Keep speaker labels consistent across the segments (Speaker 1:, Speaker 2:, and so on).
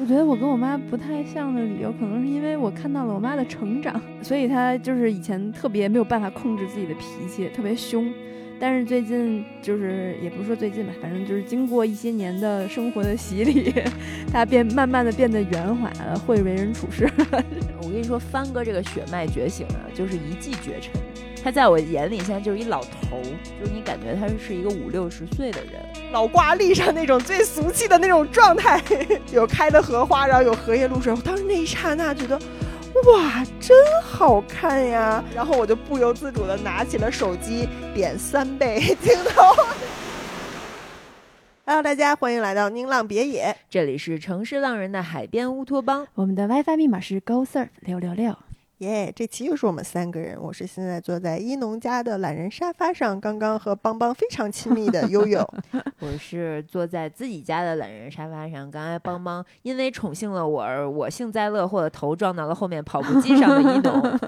Speaker 1: 我觉得我跟我妈不太像的理由，可能是因为我看到了我妈的成长， 所以她就是以前特别没有办法控制自己的脾气，特别凶。但是最近就是也不是说最近吧，反正就是经过一些年的生活的洗礼， 她变慢慢的变得圆滑了，会为人处事。
Speaker 2: 我跟你说，帆哥这个血脉觉醒啊，就是一骑绝尘。他在我眼里现在就是一老头，就是你感觉他是一个五六十岁的人，
Speaker 3: 老挂历上那种最俗气的那种状态， 有开的荷花，然后有荷叶露水。我当时那一刹那觉得，哇，真好看呀！然后我就不由自主的拿起了手机，点三倍 镜头。Hello，大家欢迎来到宁浪别野，
Speaker 2: 这里是城市浪人的海边乌托邦。
Speaker 1: 我们的 WiFi 密码是 Go Surf 六六六。
Speaker 3: 耶这期又是我们三个人，我是现在坐在一农家的懒人沙发上，刚刚和邦邦非常亲密的悠 悠。
Speaker 2: 我是坐在自己家的懒人沙发上，刚才邦邦因为宠幸了我而我幸灾乐祸的头撞到了后面跑步机上 的一农。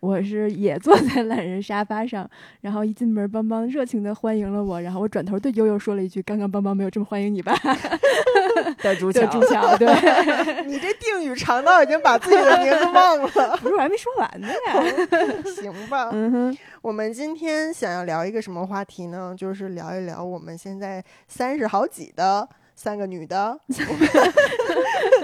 Speaker 1: 我是也坐在懒人沙发上，然后一进门，邦邦热情的欢迎了我，然后我转头对悠悠说了一句：“刚刚邦邦没有这么欢迎你吧
Speaker 2: 的？”主
Speaker 1: 对
Speaker 2: 角，
Speaker 1: 朱桥， 对，
Speaker 3: 你这定语长到已经把自己的名字忘 了，
Speaker 1: 不是我还没说完呢 呀。
Speaker 3: 行吧？
Speaker 1: 嗯哼。
Speaker 3: 我们今天想要聊一个什么话题呢？就是聊一聊我们现在三十好几的三个女的，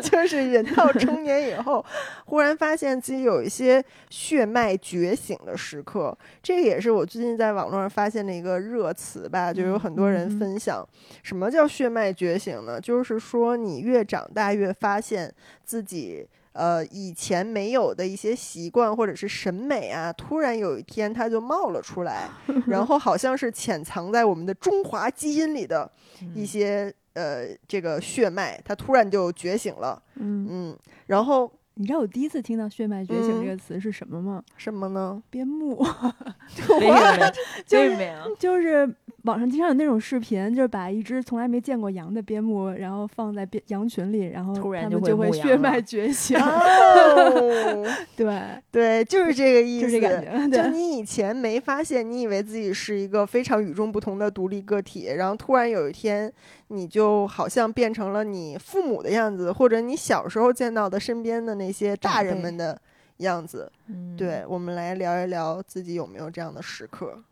Speaker 3: 就是人到中年以后，忽然发现自己有一些血脉觉醒的时刻。这个也是我最近在网络上发现的一个热词吧，就有很多人分享什么叫血脉觉醒呢？就是说你越长大越发现自己。呃，以前没有的一些习惯或者是审美啊，突然有一天它就冒了出来，然后好像是潜藏在我们的中华基因里的
Speaker 1: 嗯
Speaker 3: 一些、呃这个血脉，它突然就觉醒了。
Speaker 1: 嗯，
Speaker 3: 嗯，然后
Speaker 1: 你知道我第一次听到“血脉觉醒”
Speaker 3: 嗯
Speaker 1: 这个词是什么吗？
Speaker 3: 什么 呢？
Speaker 1: 边牧，
Speaker 2: 为什么？
Speaker 1: 就是
Speaker 2: 为什么呀？
Speaker 1: 就是网上经常有那种视频，就是把一只从来没见过羊的边牧，然后放在边羊群里，然后
Speaker 2: 突然
Speaker 1: 它
Speaker 2: 就
Speaker 1: 们
Speaker 2: 会
Speaker 1: 就会
Speaker 2: 牧羊
Speaker 1: 血脉
Speaker 2: 了
Speaker 1: 觉醒。
Speaker 3: 哦，
Speaker 1: 对，
Speaker 3: 对，就是这个意思，
Speaker 1: 就是这感觉。
Speaker 3: 就
Speaker 1: 对，
Speaker 3: 你以前没发现，你以为自己是一个非常与众不同的独立个体，然后突然有一天，你就好像变成了你父母的样子，或者你小时候见到的身边的那些大人们的样子。
Speaker 2: 嗯，
Speaker 3: 对，我们来聊一聊自己有没有这样的时刻。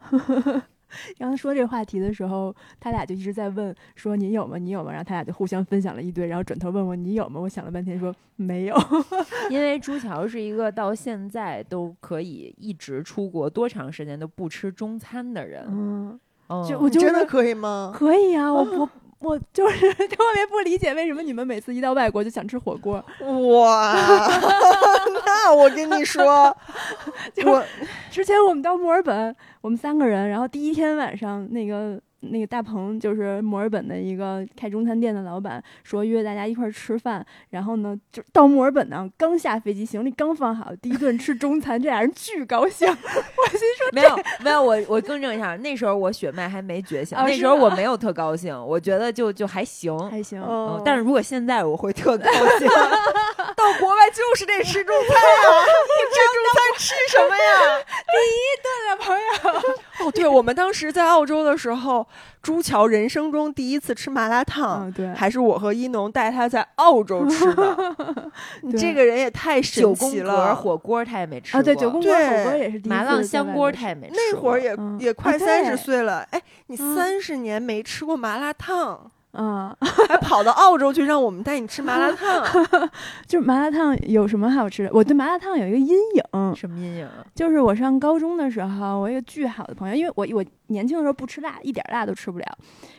Speaker 1: 刚才说这个话题的时候，他俩就一直在问说你有吗？你有吗？然后他俩就互相分享了一堆，然后转头问我你有吗？我想了半天说没有。
Speaker 2: 因为朱桥是一个到现在都可以一直出国多长时间都不吃中餐的人。
Speaker 1: 嗯，
Speaker 2: 嗯
Speaker 1: 就我
Speaker 3: 哦你
Speaker 1: 就
Speaker 3: 真
Speaker 1: 是
Speaker 3: 的嗯可以吗？
Speaker 1: 可以啊，我我我就是 特别不理解为什么你们每次一到外国就想吃火锅，
Speaker 3: 哇，那我跟你 说，我
Speaker 1: 之前我们到墨尔本，我们三个人，然后第一天晚上，那个那个大鹏就是墨尔本的一个开中餐店的老板，说约大家一块儿吃饭。然后呢，就到墨尔本呢，刚下飞机，行李刚放好，第一顿吃中餐，这俩人巨高兴。我心
Speaker 2: 没有没有，我我更正一下，那时候我血脉还没觉醒，
Speaker 1: 哦
Speaker 2: 那
Speaker 1: 是
Speaker 2: 时候我
Speaker 1: 吗
Speaker 2: 没有特高兴，我觉得就就还行。
Speaker 1: 说还行
Speaker 2: 嗯
Speaker 4: 哦
Speaker 3: 嗯，
Speaker 2: 但是如果现在我会特高 兴，
Speaker 3: 到国外就是得吃中餐啊，不吃中餐吃什么呀？
Speaker 1: 对了，朋友，
Speaker 3: 哦，对，我们当时在澳洲的时候，朱桥人生中第一次吃麻辣烫，
Speaker 1: 嗯，对，
Speaker 3: 还是我和一农带他在澳洲吃的。你
Speaker 1: 对
Speaker 3: 这个人也太神
Speaker 2: 九宫
Speaker 3: 奇
Speaker 2: 格
Speaker 3: 了！
Speaker 2: 火锅他也没吃
Speaker 1: 啊，对，
Speaker 2: 过
Speaker 1: 九宫格火锅
Speaker 3: 对
Speaker 1: 也是第一
Speaker 2: 麻
Speaker 1: 次
Speaker 2: 辣
Speaker 1: 在
Speaker 2: 香
Speaker 1: 外
Speaker 2: 锅
Speaker 1: 面
Speaker 2: 他也没吃过。
Speaker 3: 那会儿也、
Speaker 1: 嗯
Speaker 3: 也
Speaker 1: 啊
Speaker 3: 快三十
Speaker 1: 对
Speaker 3: 岁了，哎，你
Speaker 1: 嗯
Speaker 3: 三十年没吃过麻辣烫，
Speaker 1: 啊，
Speaker 3: 还跑到澳洲去让我们带你吃麻辣烫，
Speaker 1: 就是麻辣烫有什么好吃的？我对麻辣烫有一个阴影，
Speaker 2: 什么阴影啊？
Speaker 1: 就是我上高中的时候，我有一个巨好的朋友，因为我我年轻的时候不吃辣，一点辣都吃不了。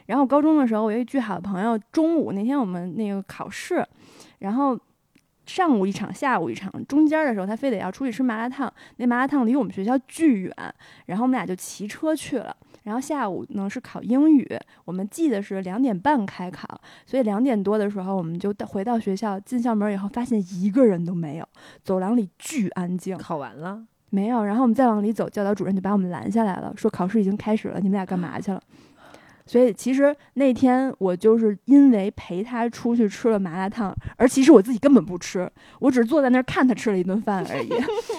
Speaker 1: 然后高中的时候，我有一个巨好的朋友，中午那天我们那个考试，然后上午一场，下午一场，中间的时候他非得要出去吃麻辣烫，那麻辣烫离我们学校巨远，然后我们俩就骑车去了。然后下午呢是考英语，我们记得是两点半开考，所以两点多的时候我们就到回到学校，进校门以后发现一个人都没有，走廊里巨安静。
Speaker 2: 考完了，
Speaker 1: 没有，然后我们再往里走，教导主任就把我们拦下来了，说考试已经开始了，你们俩干嘛去了？ 所以其实那天我就是因为陪他出去吃了麻辣烫，而其实我自己根本不吃，我只是坐在那儿看他吃了一顿饭而已。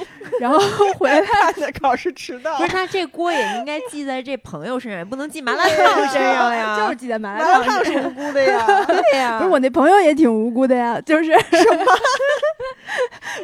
Speaker 1: 然后回来，
Speaker 3: 看的 考试迟 到
Speaker 4: 不，是，那这锅也应该记在这朋友身上，也不能记麻辣烫身上呀。
Speaker 1: 就是记得麻
Speaker 3: 麻
Speaker 1: 辣
Speaker 3: 辣
Speaker 1: 烫
Speaker 3: 烫
Speaker 1: 是
Speaker 3: 是无辜的呀。
Speaker 4: 对 呀，
Speaker 1: 不是我那朋友也挺无辜的呀， 就是什么？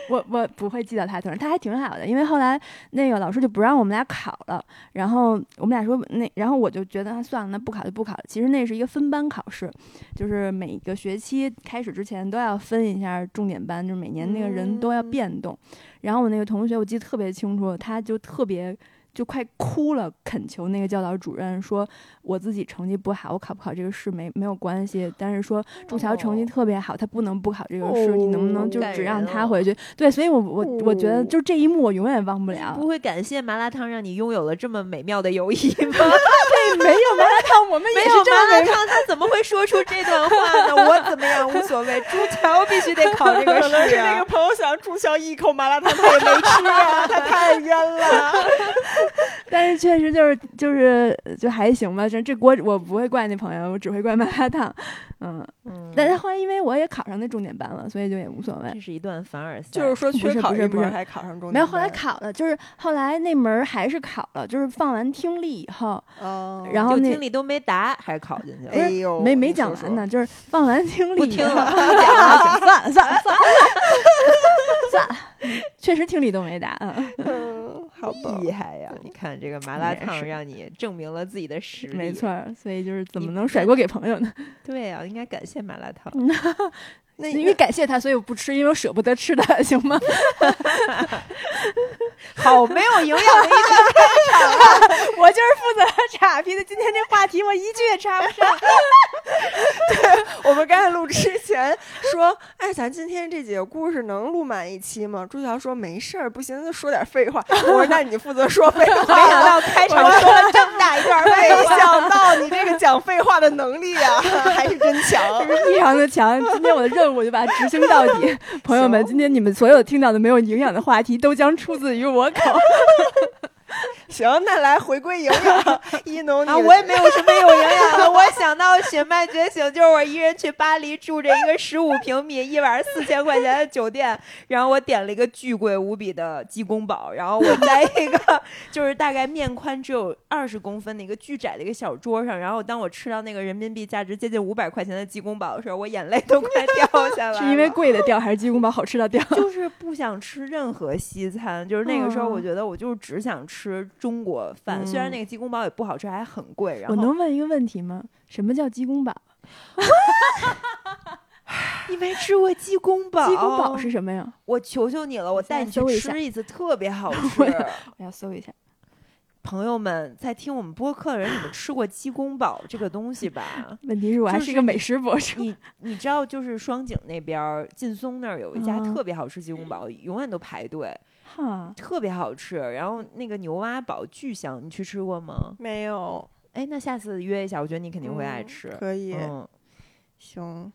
Speaker 1: 我我不会记到他头上，他还挺好的，因为后来那个老师就不让我们俩考了，然后我们俩说那，然后我就觉得啊算了，那不考就不考了。其实那是一个分班考试，就是每个学期开始之前都要分一下重点班，就是每年那个人都要
Speaker 3: 嗯
Speaker 1: 变动。然后我那个同学我记得特别清楚，他就特别。就快哭了，恳求那个教导主任说：“我自己成绩不好，我考不考这个试没没有关系，但是
Speaker 4: 哦
Speaker 1: 说朱桥成绩特别好，他不能不考这个试，你能不能就
Speaker 4: 感
Speaker 1: 只
Speaker 4: 人
Speaker 1: 让他
Speaker 4: 哦
Speaker 1: 回去？对，所以我我我觉得就这一幕我永远忘不了
Speaker 4: 不。会感谢麻辣烫让你拥有了这么美妙的友谊吗？
Speaker 1: 对，没有麻辣烫，我们
Speaker 4: 没有麻辣烫，他怎么会说出这段话呢？我怎么样无所谓，朱桥必须得考这个
Speaker 3: 可能
Speaker 4: 试
Speaker 3: 是那
Speaker 4: 啊
Speaker 3: 个。朋友想注销一口麻辣烫，他也没吃啊，他太冤了。
Speaker 1: 但是确实就是就是就还行吧，这这锅我不会怪那朋友，我只会怪麻辣烫。嗯，但是后来因为我也考上那重点班了，所以就也无所谓。
Speaker 4: 这是一段凡尔赛，
Speaker 3: 就是说
Speaker 1: 不
Speaker 3: 缺
Speaker 1: 是
Speaker 3: 考
Speaker 1: 不
Speaker 3: 一
Speaker 1: 是不
Speaker 3: 门
Speaker 1: 是
Speaker 3: 还考上中
Speaker 1: 没有，
Speaker 3: 间
Speaker 1: 后来
Speaker 3: 班
Speaker 1: 考了，就是后来那门儿还是考了，就是放完听力以后，
Speaker 3: 哦
Speaker 1: 然后
Speaker 4: 就
Speaker 1: 那
Speaker 4: 听力都没答，还考进去了。
Speaker 3: 哎呦，
Speaker 1: 没没
Speaker 3: 你
Speaker 1: 讲
Speaker 3: 说说
Speaker 1: 完呢，就是放完听力
Speaker 4: 不
Speaker 1: 以
Speaker 4: 听
Speaker 1: 后
Speaker 4: 了，不讲了，算 了算了算了。
Speaker 1: 嗯确实听力都没答。嗯
Speaker 3: 嗯，好吧。
Speaker 4: 厉害呀！你看这个麻辣
Speaker 1: 也
Speaker 4: 烫
Speaker 1: 是
Speaker 4: 让你证明了自己的实力，
Speaker 1: 没错儿，所以就是怎
Speaker 4: 你
Speaker 1: 么能甩锅给朋友呢？
Speaker 4: 对呀、应该感谢麻辣烫。
Speaker 1: 嗯
Speaker 3: 那
Speaker 1: 因为感谢他，所以我不吃，因为我舍不得吃它，行吗？
Speaker 4: 好没有营养的一个，啊
Speaker 1: 我就是负责 岔劈的。今天这话题我一句也插不上。
Speaker 3: 我们刚才录之前说，哎，咱今天这几个故事能录满一期吗？朱乔说没事儿，不行就说点废话。我说那你负责说废话。
Speaker 4: 没想到开 场说了这么大一段
Speaker 3: 没
Speaker 4: 废话。
Speaker 3: 想到你这个讲废话的能力啊，还是真强。
Speaker 1: 非常的强，今天我的任务我就把它执行到 底。朋友们，
Speaker 3: 行
Speaker 1: 今天你们所有听到的没有营养的话题，都将出自于我口。
Speaker 3: 行，那来回归营养，一农你
Speaker 4: 啊，我也没有什么有营养的。我想到《血脉觉醒》，就是我一人去巴黎住着一个十五平米、一晚上四千块钱的酒店，然后我点了一个巨贵无比的鸡公煲，然后我在一个就是大概面宽只有二十公分的一个巨窄的一个小桌上，然后当我吃到那个人民币价值接近五百块钱的鸡公煲的时候，我眼泪都快掉 下来了。
Speaker 1: 是因为贵的掉，还是鸡公煲好吃的掉？
Speaker 4: 就是不想吃任何西餐，就是那个时候，
Speaker 1: 嗯
Speaker 4: 我觉得我就是只想吃中国饭。虽然
Speaker 3: 嗯
Speaker 4: 那个鸡公煲也不好吃，还很贵。 然
Speaker 1: 我
Speaker 4: 后
Speaker 1: 能问一个问题吗？什么叫鸡公煲？
Speaker 4: 你没吃过鸡公煲？
Speaker 1: 鸡公煲是什么呀？
Speaker 4: 我求求你了，我
Speaker 1: 现在
Speaker 4: 带你去
Speaker 1: 搜一下
Speaker 4: 吃一次，特别 好
Speaker 1: 我
Speaker 4: 吃
Speaker 1: 也。我要搜一下。？
Speaker 4: 朋友们，在听我们播客的人，你们吃过鸡公煲这个东西吧
Speaker 1: 问题是我还
Speaker 4: 就是
Speaker 1: 是一个美食博士。
Speaker 4: 你你知道，就是双井那边儿劲松那儿有一家
Speaker 1: 嗯
Speaker 4: 特别好吃鸡公煲，永远都排队，
Speaker 1: 哈，
Speaker 4: 特别好吃。然后那个牛蛙煲巨香，你去吃过吗？
Speaker 3: 没有，
Speaker 4: 哎，那下次约一下，我觉得你肯定会爱
Speaker 3: 嗯
Speaker 4: 吃。
Speaker 3: 可以，
Speaker 4: 嗯，
Speaker 3: 行，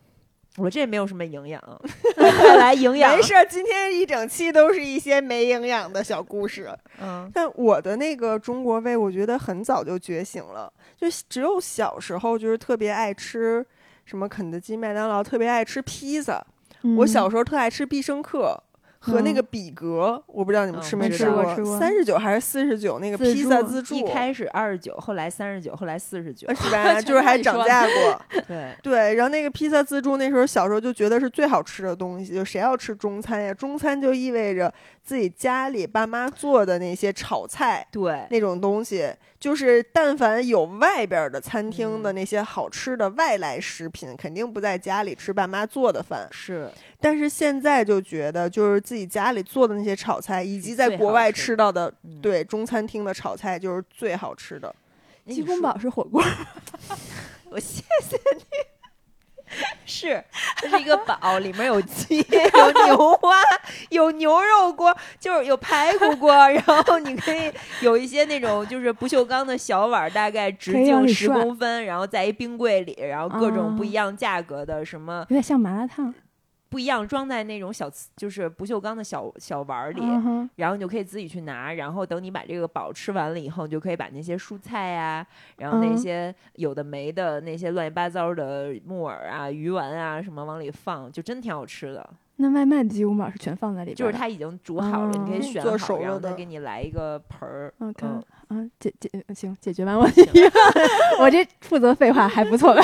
Speaker 4: 我这也没有什么营养，看 来营养
Speaker 3: 没事儿。今天一整期都是一些没营养的小故事。
Speaker 4: 嗯，
Speaker 3: 但我的那个中国胃，我觉得很早就觉醒了，就只有小时候就是特别爱吃什么肯德基、麦当劳，特别爱吃披萨。
Speaker 4: 嗯
Speaker 3: 我小时候特爱吃必胜客。和
Speaker 1: 嗯
Speaker 3: 那个比格，我不知道你们
Speaker 4: 嗯
Speaker 3: 吃
Speaker 4: 我
Speaker 3: 没
Speaker 4: 知
Speaker 3: 吃
Speaker 4: 道
Speaker 1: 吃过
Speaker 3: 三十九还是四十九那个
Speaker 1: 自
Speaker 3: 披萨
Speaker 1: 助
Speaker 3: 自助，
Speaker 4: 一开 始二十九，后来三十九，后来四十九，
Speaker 3: 是吧？就是还
Speaker 1: 全
Speaker 3: 涨
Speaker 1: 都得
Speaker 3: 价过，
Speaker 4: 对，
Speaker 3: 对，然后那个披萨自助，那时候小时候就觉得是最好吃的东西，就谁要吃中餐呀？中餐就意味着自己家里爸妈做的那些炒菜
Speaker 4: 对，
Speaker 3: 那种东西，就是但凡有外边儿的餐厅的
Speaker 4: 嗯
Speaker 3: 那些好吃的外来食品，肯定不在家里吃爸妈做的饭。
Speaker 4: 是
Speaker 3: 但是现在就觉得，就是自己家里做的那些炒菜，以及在
Speaker 4: 最
Speaker 3: 国
Speaker 4: 好
Speaker 3: 外
Speaker 4: 吃
Speaker 3: 吃到的
Speaker 4: 嗯
Speaker 3: 对中餐厅的炒菜，就是最好吃的。
Speaker 4: 那
Speaker 1: 鸡
Speaker 4: 你
Speaker 1: 公
Speaker 4: 说
Speaker 1: 煲是火锅，
Speaker 4: 我谢谢你。 是，这是一 个煲，里面有鸡，有牛蛙，有牛肉锅，就是有排骨锅，然后你可以有一些那种就是不锈钢的小碗，大概直
Speaker 1: 可以让
Speaker 4: 径
Speaker 1: 你
Speaker 4: 十
Speaker 1: 涮
Speaker 4: 公分，然后在一冰柜里，然后各种不
Speaker 1: 啊
Speaker 4: 一样价格的什么
Speaker 1: 有点像麻辣烫。
Speaker 4: 不一样，装在那种小瓷就是不锈钢的小小碗儿里，
Speaker 1: 嗯哼
Speaker 4: 然后你就可以自己去拿，然后等你把这个饱吃完了以后，你就可以把那些蔬菜呀、然后那
Speaker 1: 嗯
Speaker 4: 些有的没的那些乱七八糟的木耳啊、鱼丸啊什么往里放，就真挺好吃的。
Speaker 1: 那外卖的鸡公煲是全放在里边
Speaker 4: 就是
Speaker 1: 儿的，
Speaker 4: 它已经煮好了，你可以
Speaker 1: 嗯
Speaker 4: 选
Speaker 3: 哦做
Speaker 4: 好，
Speaker 3: 熟
Speaker 4: 然后
Speaker 3: 了
Speaker 4: 它
Speaker 3: 的
Speaker 4: 给你来一个盆 儿。
Speaker 1: OK
Speaker 4: 嗯，
Speaker 1: 啊，解解行，解决完我这个， 我这负责废话还不错吧？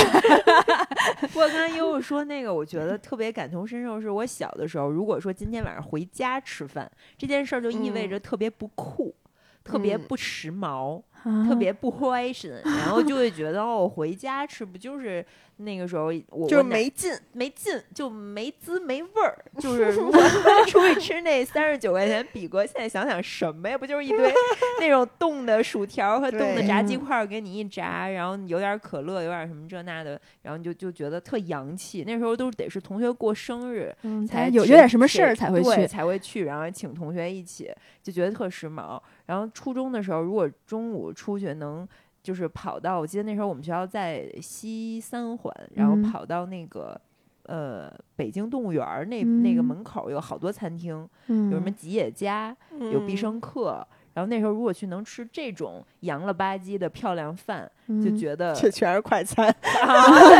Speaker 4: 不过刚才悠悠说那个，我觉得特别感同身受，是我小的时候，如果说今天晚上回家吃饭这件事儿，就意味着特别不酷。特别
Speaker 3: 嗯
Speaker 4: 不时髦，
Speaker 1: 特
Speaker 4: 特别不 fashion，然后就会觉得哦，回家吃不就是那个时候我
Speaker 3: 就
Speaker 4: 我
Speaker 3: 是
Speaker 4: 奶
Speaker 3: 没劲。
Speaker 4: 没劲，就没滋没味 儿。就是如果出去吃那三十九块钱比格，现在想想什么呀？不就是一 堆那种冻的薯条和冻的
Speaker 3: 对
Speaker 4: 炸鸡块儿给你一炸，然后有点可乐，有点什么这那的，然后你就就觉得特洋气。那时候都得是同学过生日
Speaker 1: 嗯，
Speaker 4: 才
Speaker 1: 才有
Speaker 4: 谁
Speaker 1: 有点什么事
Speaker 4: 谁
Speaker 1: 儿才会
Speaker 4: 对
Speaker 1: 去，
Speaker 4: 才会去，然后请同学一起，就觉得特时髦。然后初中的时候，如果中午出去能。就是跑到，我记得那时候我们学校在西三环，然后
Speaker 1: 嗯
Speaker 4: 跑到那个、呃北京动物园儿那、那个
Speaker 1: 嗯
Speaker 4: 门口有好多餐厅，
Speaker 1: 嗯，
Speaker 4: 有什么吉野家，有必胜客。然后那时候如果去能吃这种洋了吧唧的漂亮饭，就
Speaker 1: 嗯
Speaker 4: 觉得
Speaker 3: 这全是快餐，
Speaker 4: 啊，对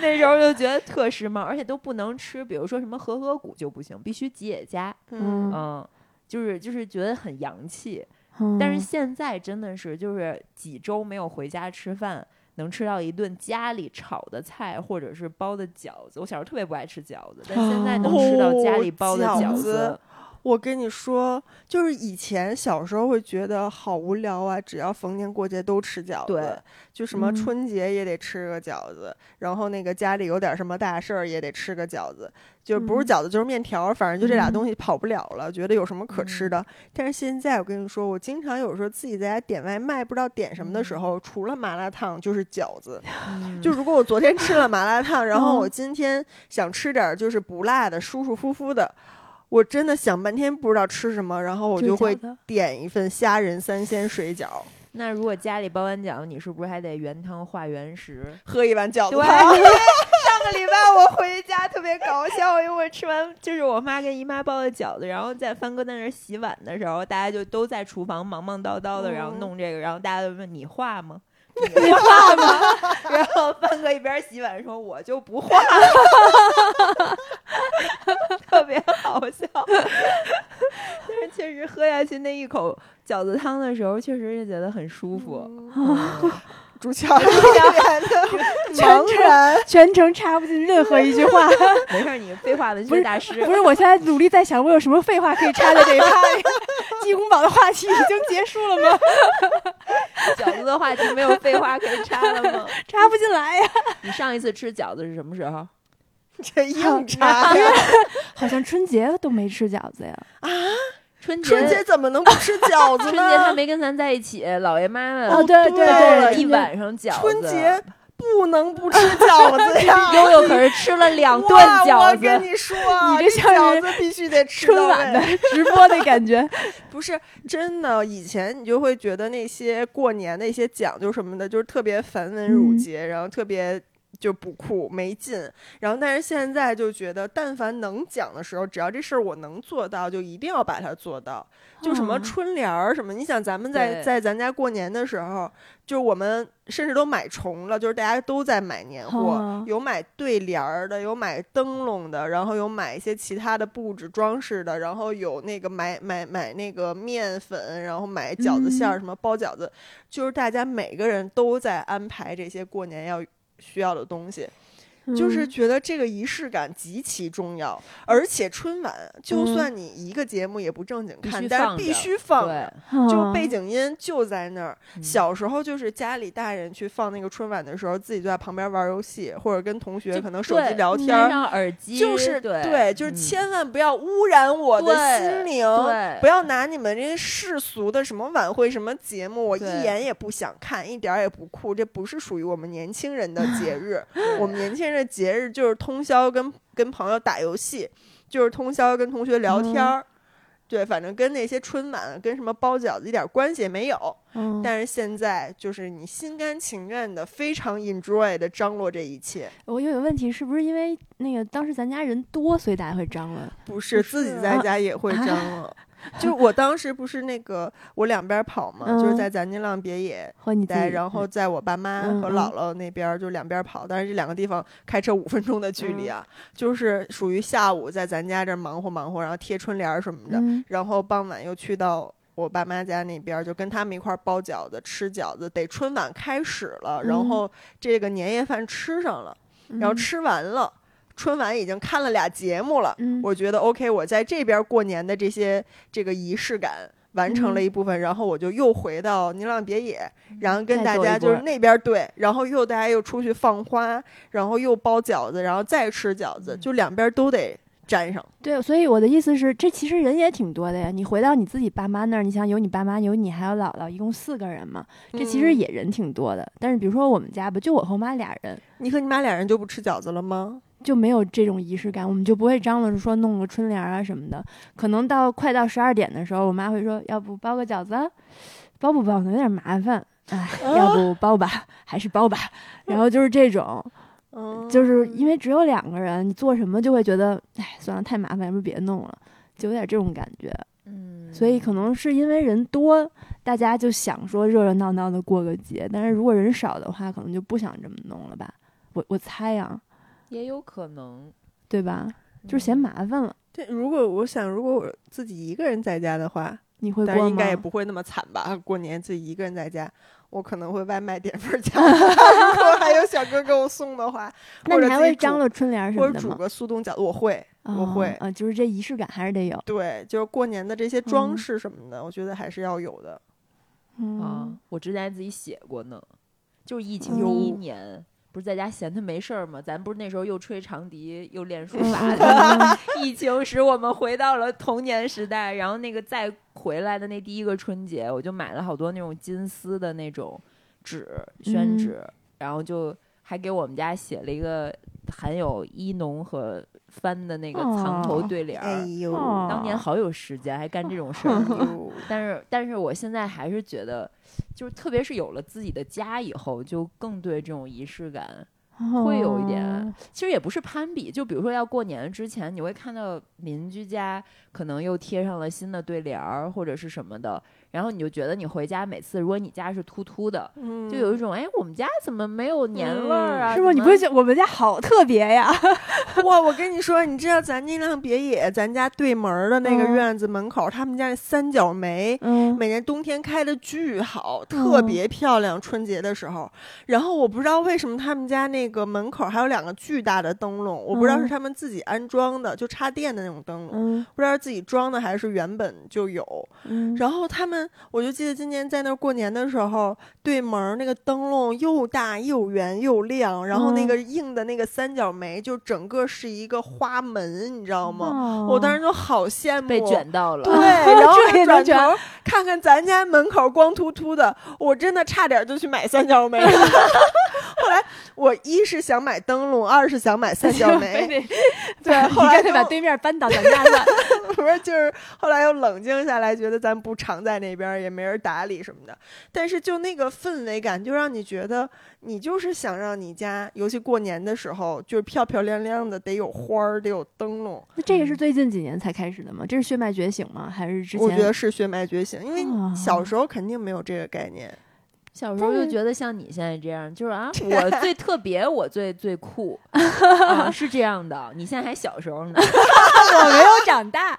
Speaker 4: 那时候就觉得特时髦，而且都不能吃，比如说什么和合谷就不行，必须吉野家，
Speaker 1: 嗯
Speaker 4: 嗯，就是就是觉得很洋气。
Speaker 1: 嗯
Speaker 4: 但是现在真的是就是几周没有回家吃饭，能吃到一顿家里炒的菜或者是包的饺子。我小时候特别不爱吃饺子，但现在能吃到家里包的
Speaker 3: 哦
Speaker 4: 饺
Speaker 3: 饺子我跟你说，就是以前小时候会觉得好无聊啊，只要逢年过节都吃饺子，
Speaker 4: 对
Speaker 3: 就什么
Speaker 1: 嗯
Speaker 3: 春节也得吃个饺子，然后那个家里有点什么大事儿也得吃个饺子，就是不是
Speaker 1: 嗯
Speaker 3: 饺子就是面条儿，反正就这俩
Speaker 1: 嗯
Speaker 3: 东西跑不了了，觉得有什么可吃的。但是现在我跟你说，我经常有时候自己在家点外卖，不知道点什
Speaker 1: 嗯
Speaker 3: 么的时候，除了麻辣烫就是饺子。
Speaker 4: 嗯
Speaker 3: 就如果我昨天吃了麻辣烫，然后
Speaker 1: 嗯
Speaker 3: 我今天想吃点儿就是不辣的、舒舒服服的，我真的想半天不知道吃什么，然后我
Speaker 1: 就是
Speaker 3: 就会
Speaker 1: 饺子
Speaker 3: 点一份虾仁三鲜水饺，
Speaker 4: 那如果家里包完饺，你是不是还得原汤化原食？
Speaker 3: 喝一碗饺子
Speaker 4: 对，
Speaker 3: 汤。
Speaker 4: 上个礼拜我回家特别搞笑，因为我吃完就是我妈跟姨妈包的饺子，然后在帆哥在那儿洗碗的时候，大家就都在厨房忙忙叨叨的，
Speaker 3: 嗯
Speaker 4: 然后
Speaker 1: 哦
Speaker 4: 弄这个，然后大家就问你 画吗？你画吗？然后帆哥一边洗碗说：“我就不画 了。”特别好笑，但是确实喝下去那一口饺子汤的时候，确实是觉得很舒服。
Speaker 1: 嗯
Speaker 4: 嗯
Speaker 3: 朱乔 茫然，
Speaker 1: 全程插不进任何一句 话。
Speaker 4: 没事儿，你废话文
Speaker 1: 不
Speaker 4: 学
Speaker 1: 是
Speaker 4: 大师，
Speaker 1: 不是，我现在努力在想，我有什么废话可以插在这一趴 里？济公堡的话题已经结束了吗？
Speaker 4: 饺子的话题没有废话可以插了 吗？
Speaker 1: 插不进来呀，
Speaker 4: 你上一次吃饺子是什么时候？
Speaker 3: 这硬插呀！
Speaker 1: 好像春节都没吃饺子呀。
Speaker 4: 春节，
Speaker 3: 春节怎么能不吃饺子
Speaker 4: 春节他
Speaker 3: 呢？
Speaker 4: 没跟咱在一起，姥爷妈妈
Speaker 1: 哦，对
Speaker 3: 啊对
Speaker 4: 带
Speaker 1: 对
Speaker 4: 了
Speaker 1: 对，
Speaker 4: 一晚上饺子。
Speaker 3: 春节不能不吃饺 子呀！
Speaker 4: 悠悠可是吃了两顿
Speaker 3: 哇
Speaker 4: 饺
Speaker 3: 我跟
Speaker 4: 子，
Speaker 3: 你说，
Speaker 1: 你这像
Speaker 3: 饺
Speaker 1: 是
Speaker 3: 子必须得吃
Speaker 1: 春
Speaker 3: 到
Speaker 1: 晚
Speaker 3: 位
Speaker 1: 的直播的感 觉。
Speaker 3: 不是真的，以前你就会觉得那些过年的一些讲究什么的，就是特别繁文缛
Speaker 1: 嗯
Speaker 3: 节，然后特别就不酷没劲。然后但是现在就觉得，但凡能讲的时候，只要这事儿我能做到，就一定要把它做到。就什么
Speaker 1: 嗯
Speaker 3: 春联儿什么，你想咱们在
Speaker 4: 对
Speaker 3: 在咱家过年的时候，就我们甚至都买重了，就是大家都在买年货，
Speaker 1: 哦
Speaker 3: 有买对联儿的，有买灯笼的，然后有买一些其他的布置装饰的，然后有那个买买买那个面粉，然后买饺子馅儿，
Speaker 1: 嗯
Speaker 3: 什么包饺子，就是大家每个人都在安排这些过年要需要的东西。就是
Speaker 1: 嗯
Speaker 3: 觉得这个仪式感极其重要，而且春晚就
Speaker 1: 嗯
Speaker 3: 算你一个节目也不正经
Speaker 4: 必
Speaker 3: 看，
Speaker 4: 须
Speaker 3: 但
Speaker 4: 放
Speaker 3: 是必
Speaker 4: 着
Speaker 3: 须放着，
Speaker 4: 对，
Speaker 3: 就背
Speaker 1: 景
Speaker 3: 景音就在那儿。
Speaker 4: 嗯
Speaker 3: 小时候就是家里大人去放那个春晚的时候，自己就在旁边玩游戏，或者跟同学
Speaker 4: 就
Speaker 3: 可能手机
Speaker 4: 对
Speaker 3: 聊天
Speaker 4: 戴
Speaker 3: 儿，
Speaker 4: 上耳机，
Speaker 3: 就是
Speaker 4: 对，
Speaker 3: 就是
Speaker 4: 嗯
Speaker 3: 千万不要污染我的
Speaker 4: 对
Speaker 3: 心灵。
Speaker 4: 对
Speaker 3: 不要拿你们这些世俗的什么晚会、什么节目，我一
Speaker 4: 对
Speaker 3: 眼也不想看，一点儿也不酷，这不是属于我们年轻人的节日。我们年轻人的节日就是通宵跟跟朋友打游戏，就是通宵跟同学聊天儿。对，反正跟那些春晚、啊跟什么包饺子一点关系也没有。
Speaker 1: 嗯，
Speaker 3: 但是现在就是你心甘情愿的、非常 enjoy 的张罗这一切，
Speaker 1: 我有个问题，是不是因为那个当时咱家人多，所以大家会张罗？
Speaker 3: 不是自己在家也会张罗。就是我当时不是那个我两边跑嘛，就是
Speaker 1: 嗯
Speaker 3: 在咱金浪别野
Speaker 1: 和你
Speaker 3: 待，
Speaker 1: 在，
Speaker 3: 然后在我爸妈
Speaker 1: 嗯
Speaker 3: 和
Speaker 1: 嗯
Speaker 3: 姥姥那边儿就两边儿跑，但是这两个地方开车五分钟的距离
Speaker 1: 嗯
Speaker 3: 啊，就是属于下午在咱家这儿忙活忙活，然后贴春联儿什么的，
Speaker 1: 嗯
Speaker 3: 然后傍晚又去到我爸妈家那边儿，就跟他们一块儿包饺子、吃饺子，得春晚开始了，然
Speaker 1: 嗯
Speaker 3: 后这个年夜饭吃上了，然后
Speaker 1: 嗯
Speaker 3: 吃完了，春晚已经看了俩节目了，
Speaker 1: 嗯，
Speaker 3: 我觉得 OK，我在这边过年的这些这个仪式感完成
Speaker 1: 嗯
Speaker 3: 了一部分，然后我就又回到宁浪别野，然后跟
Speaker 1: 再
Speaker 3: 大
Speaker 1: 做
Speaker 3: 家
Speaker 1: 一
Speaker 3: 就是
Speaker 1: 波
Speaker 3: 那边对，然后又大家又出去放花，然后又包饺子，然后再吃饺子，
Speaker 1: 嗯
Speaker 3: 就两边都得沾上。
Speaker 1: 对，所以我的意思是，这其实人也挺多的呀。你回到你自己爸妈那儿，你想有你爸妈，有你还有姥姥，一共四个人嘛，这其实
Speaker 3: 嗯
Speaker 1: 也人挺多的。但是比如说我们家吧，就我和我妈俩人，
Speaker 3: 你和你妈俩人就不吃饺子了吗？
Speaker 1: 就没有这种仪式感，我们就不会张罗着说弄个春联儿啊什么的。可能到快到十二点的时候，我妈会说：“要不包个饺子啊？包不包呢？有点麻烦。”哎，要不包吧，还是包吧。然后就是这种，
Speaker 3: 嗯，
Speaker 1: 就是因为只有两个人，你做什么就会觉得，哎，算了，太麻烦，要不别弄了，就有点这种感觉。
Speaker 4: 嗯
Speaker 1: 所以可能是因为人多，大家就想说热热闹闹的过个节，但是如果人少的话，可能就不想这么弄了吧。我我猜啊，
Speaker 4: 也有可能嗯
Speaker 1: 对吧？就是嫌麻烦了。
Speaker 3: 对，如果我想，如果我自己一个人在家的话，
Speaker 1: 你会
Speaker 3: 但是
Speaker 1: 过
Speaker 3: 应该也
Speaker 1: 吗？
Speaker 3: 不会那么惨吧？过年自己一个人在家，我可能会外卖点份儿 饺子，如果还有小哥给我送的话，
Speaker 1: 那
Speaker 3: 或
Speaker 1: 你
Speaker 3: 者
Speaker 1: 还
Speaker 3: 自己
Speaker 1: 会张罗春联儿什
Speaker 3: 或
Speaker 1: 么
Speaker 3: 者
Speaker 1: 的
Speaker 3: 煮
Speaker 1: 吗？
Speaker 3: 个速冻饺子，我会，我
Speaker 1: 啊
Speaker 3: 会。
Speaker 1: 啊，就是这仪式感还是得有。
Speaker 3: 对，就是过年的这些装
Speaker 1: 嗯
Speaker 3: 饰什么的，我觉得还是要有的。
Speaker 4: 啊
Speaker 1: 嗯，，
Speaker 4: 我之前还自己写过呢，就是疫
Speaker 1: 嗯
Speaker 4: 情第
Speaker 3: 哦
Speaker 4: 一年。不是在家闲的没事儿吗？咱不是那时候又吹长笛又练书
Speaker 1: 嗯
Speaker 4: 法
Speaker 1: 嗯
Speaker 4: 的，
Speaker 1: 嗯
Speaker 4: 疫情使我们回到了童年时代。然后那个再回来的那第一个春节，我就买了好多那种金丝的那种纸宣
Speaker 1: 嗯
Speaker 4: 纸，然后就还给我们家写了一个含有一农和番的那个藏头
Speaker 1: 哦
Speaker 4: 对联儿。
Speaker 3: 哎呦
Speaker 1: 哦
Speaker 4: 当年好有时间，还干这种事儿。 但是，但是我现在还是觉得，就是特别是有了自己的家以后，就更对这种仪式感，
Speaker 1: 嗯
Speaker 4: 会有一点。其实也不是攀比，就比如说要过年之前，你会看到邻居家可能又贴上了新的对联儿或者是什么的，然后你就觉得你回家每次，如果你家是秃秃的，
Speaker 3: 嗯
Speaker 4: 就有一种哎，我们家怎么没有年味儿
Speaker 1: 嗯
Speaker 4: 啊？
Speaker 1: 是不是你
Speaker 4: 怎
Speaker 1: 不
Speaker 4: 么
Speaker 1: 会觉得我们家好特别 呀？
Speaker 3: 哇！我跟你说，你知道咱那辆别野，咱家对门儿的那个
Speaker 1: 嗯
Speaker 3: 院子门口，他们家那三角梅，
Speaker 1: 嗯，
Speaker 3: 每年冬天开的巨好，特别漂亮。春节的时候，然后我不知道为什么他们家那个门口还有两个巨大的灯笼，我不知道是
Speaker 1: 嗯
Speaker 3: 他们自己安装的，就插电的那种灯笼，
Speaker 1: 嗯
Speaker 3: 不知道是自己装的还是原本就有。
Speaker 1: 嗯，
Speaker 3: 然后他们，我就记得今年在那儿过年的时候，对门儿那个灯笼又大又圆又亮，然后那
Speaker 1: 嗯
Speaker 3: 个硬的那个三角梅，就整个是一个花门，你知道吗？
Speaker 1: 哦
Speaker 3: 我当时就好羡慕，
Speaker 4: 被卷到 了？
Speaker 3: 对，然后
Speaker 1: 这也
Speaker 3: 转
Speaker 1: 能
Speaker 3: 头
Speaker 1: 卷
Speaker 3: 儿看看咱家门口光秃秃的，我真的差点就去买三角梅了。 后来我一是想买灯笼，二是想买三角梅，
Speaker 1: 非得
Speaker 3: 对，
Speaker 1: 你
Speaker 3: 后来
Speaker 1: 干
Speaker 3: 就
Speaker 1: 脆把对面搬到咱家了。
Speaker 3: 不是就是后来又冷静下来，觉得咱不常在那边儿，也没人打理什么的。但是就那个氛围感，就让你觉得你就是想让你家，尤其过年的时候，就是漂漂亮亮的，得有花儿，得有灯笼。
Speaker 1: 那这个是最近几年才开始的吗？这是血脉觉醒吗？还是之前？
Speaker 3: 嗯我觉得是血脉觉醒，因为
Speaker 1: 哦
Speaker 3: 小时候肯定没有这个概念。
Speaker 4: 小时候
Speaker 1: 但
Speaker 4: 就是觉得像你现在这样，就 是啊，我最特别，我最最酷、啊是这样的。你现在还小时候呢，
Speaker 1: 我没有长大。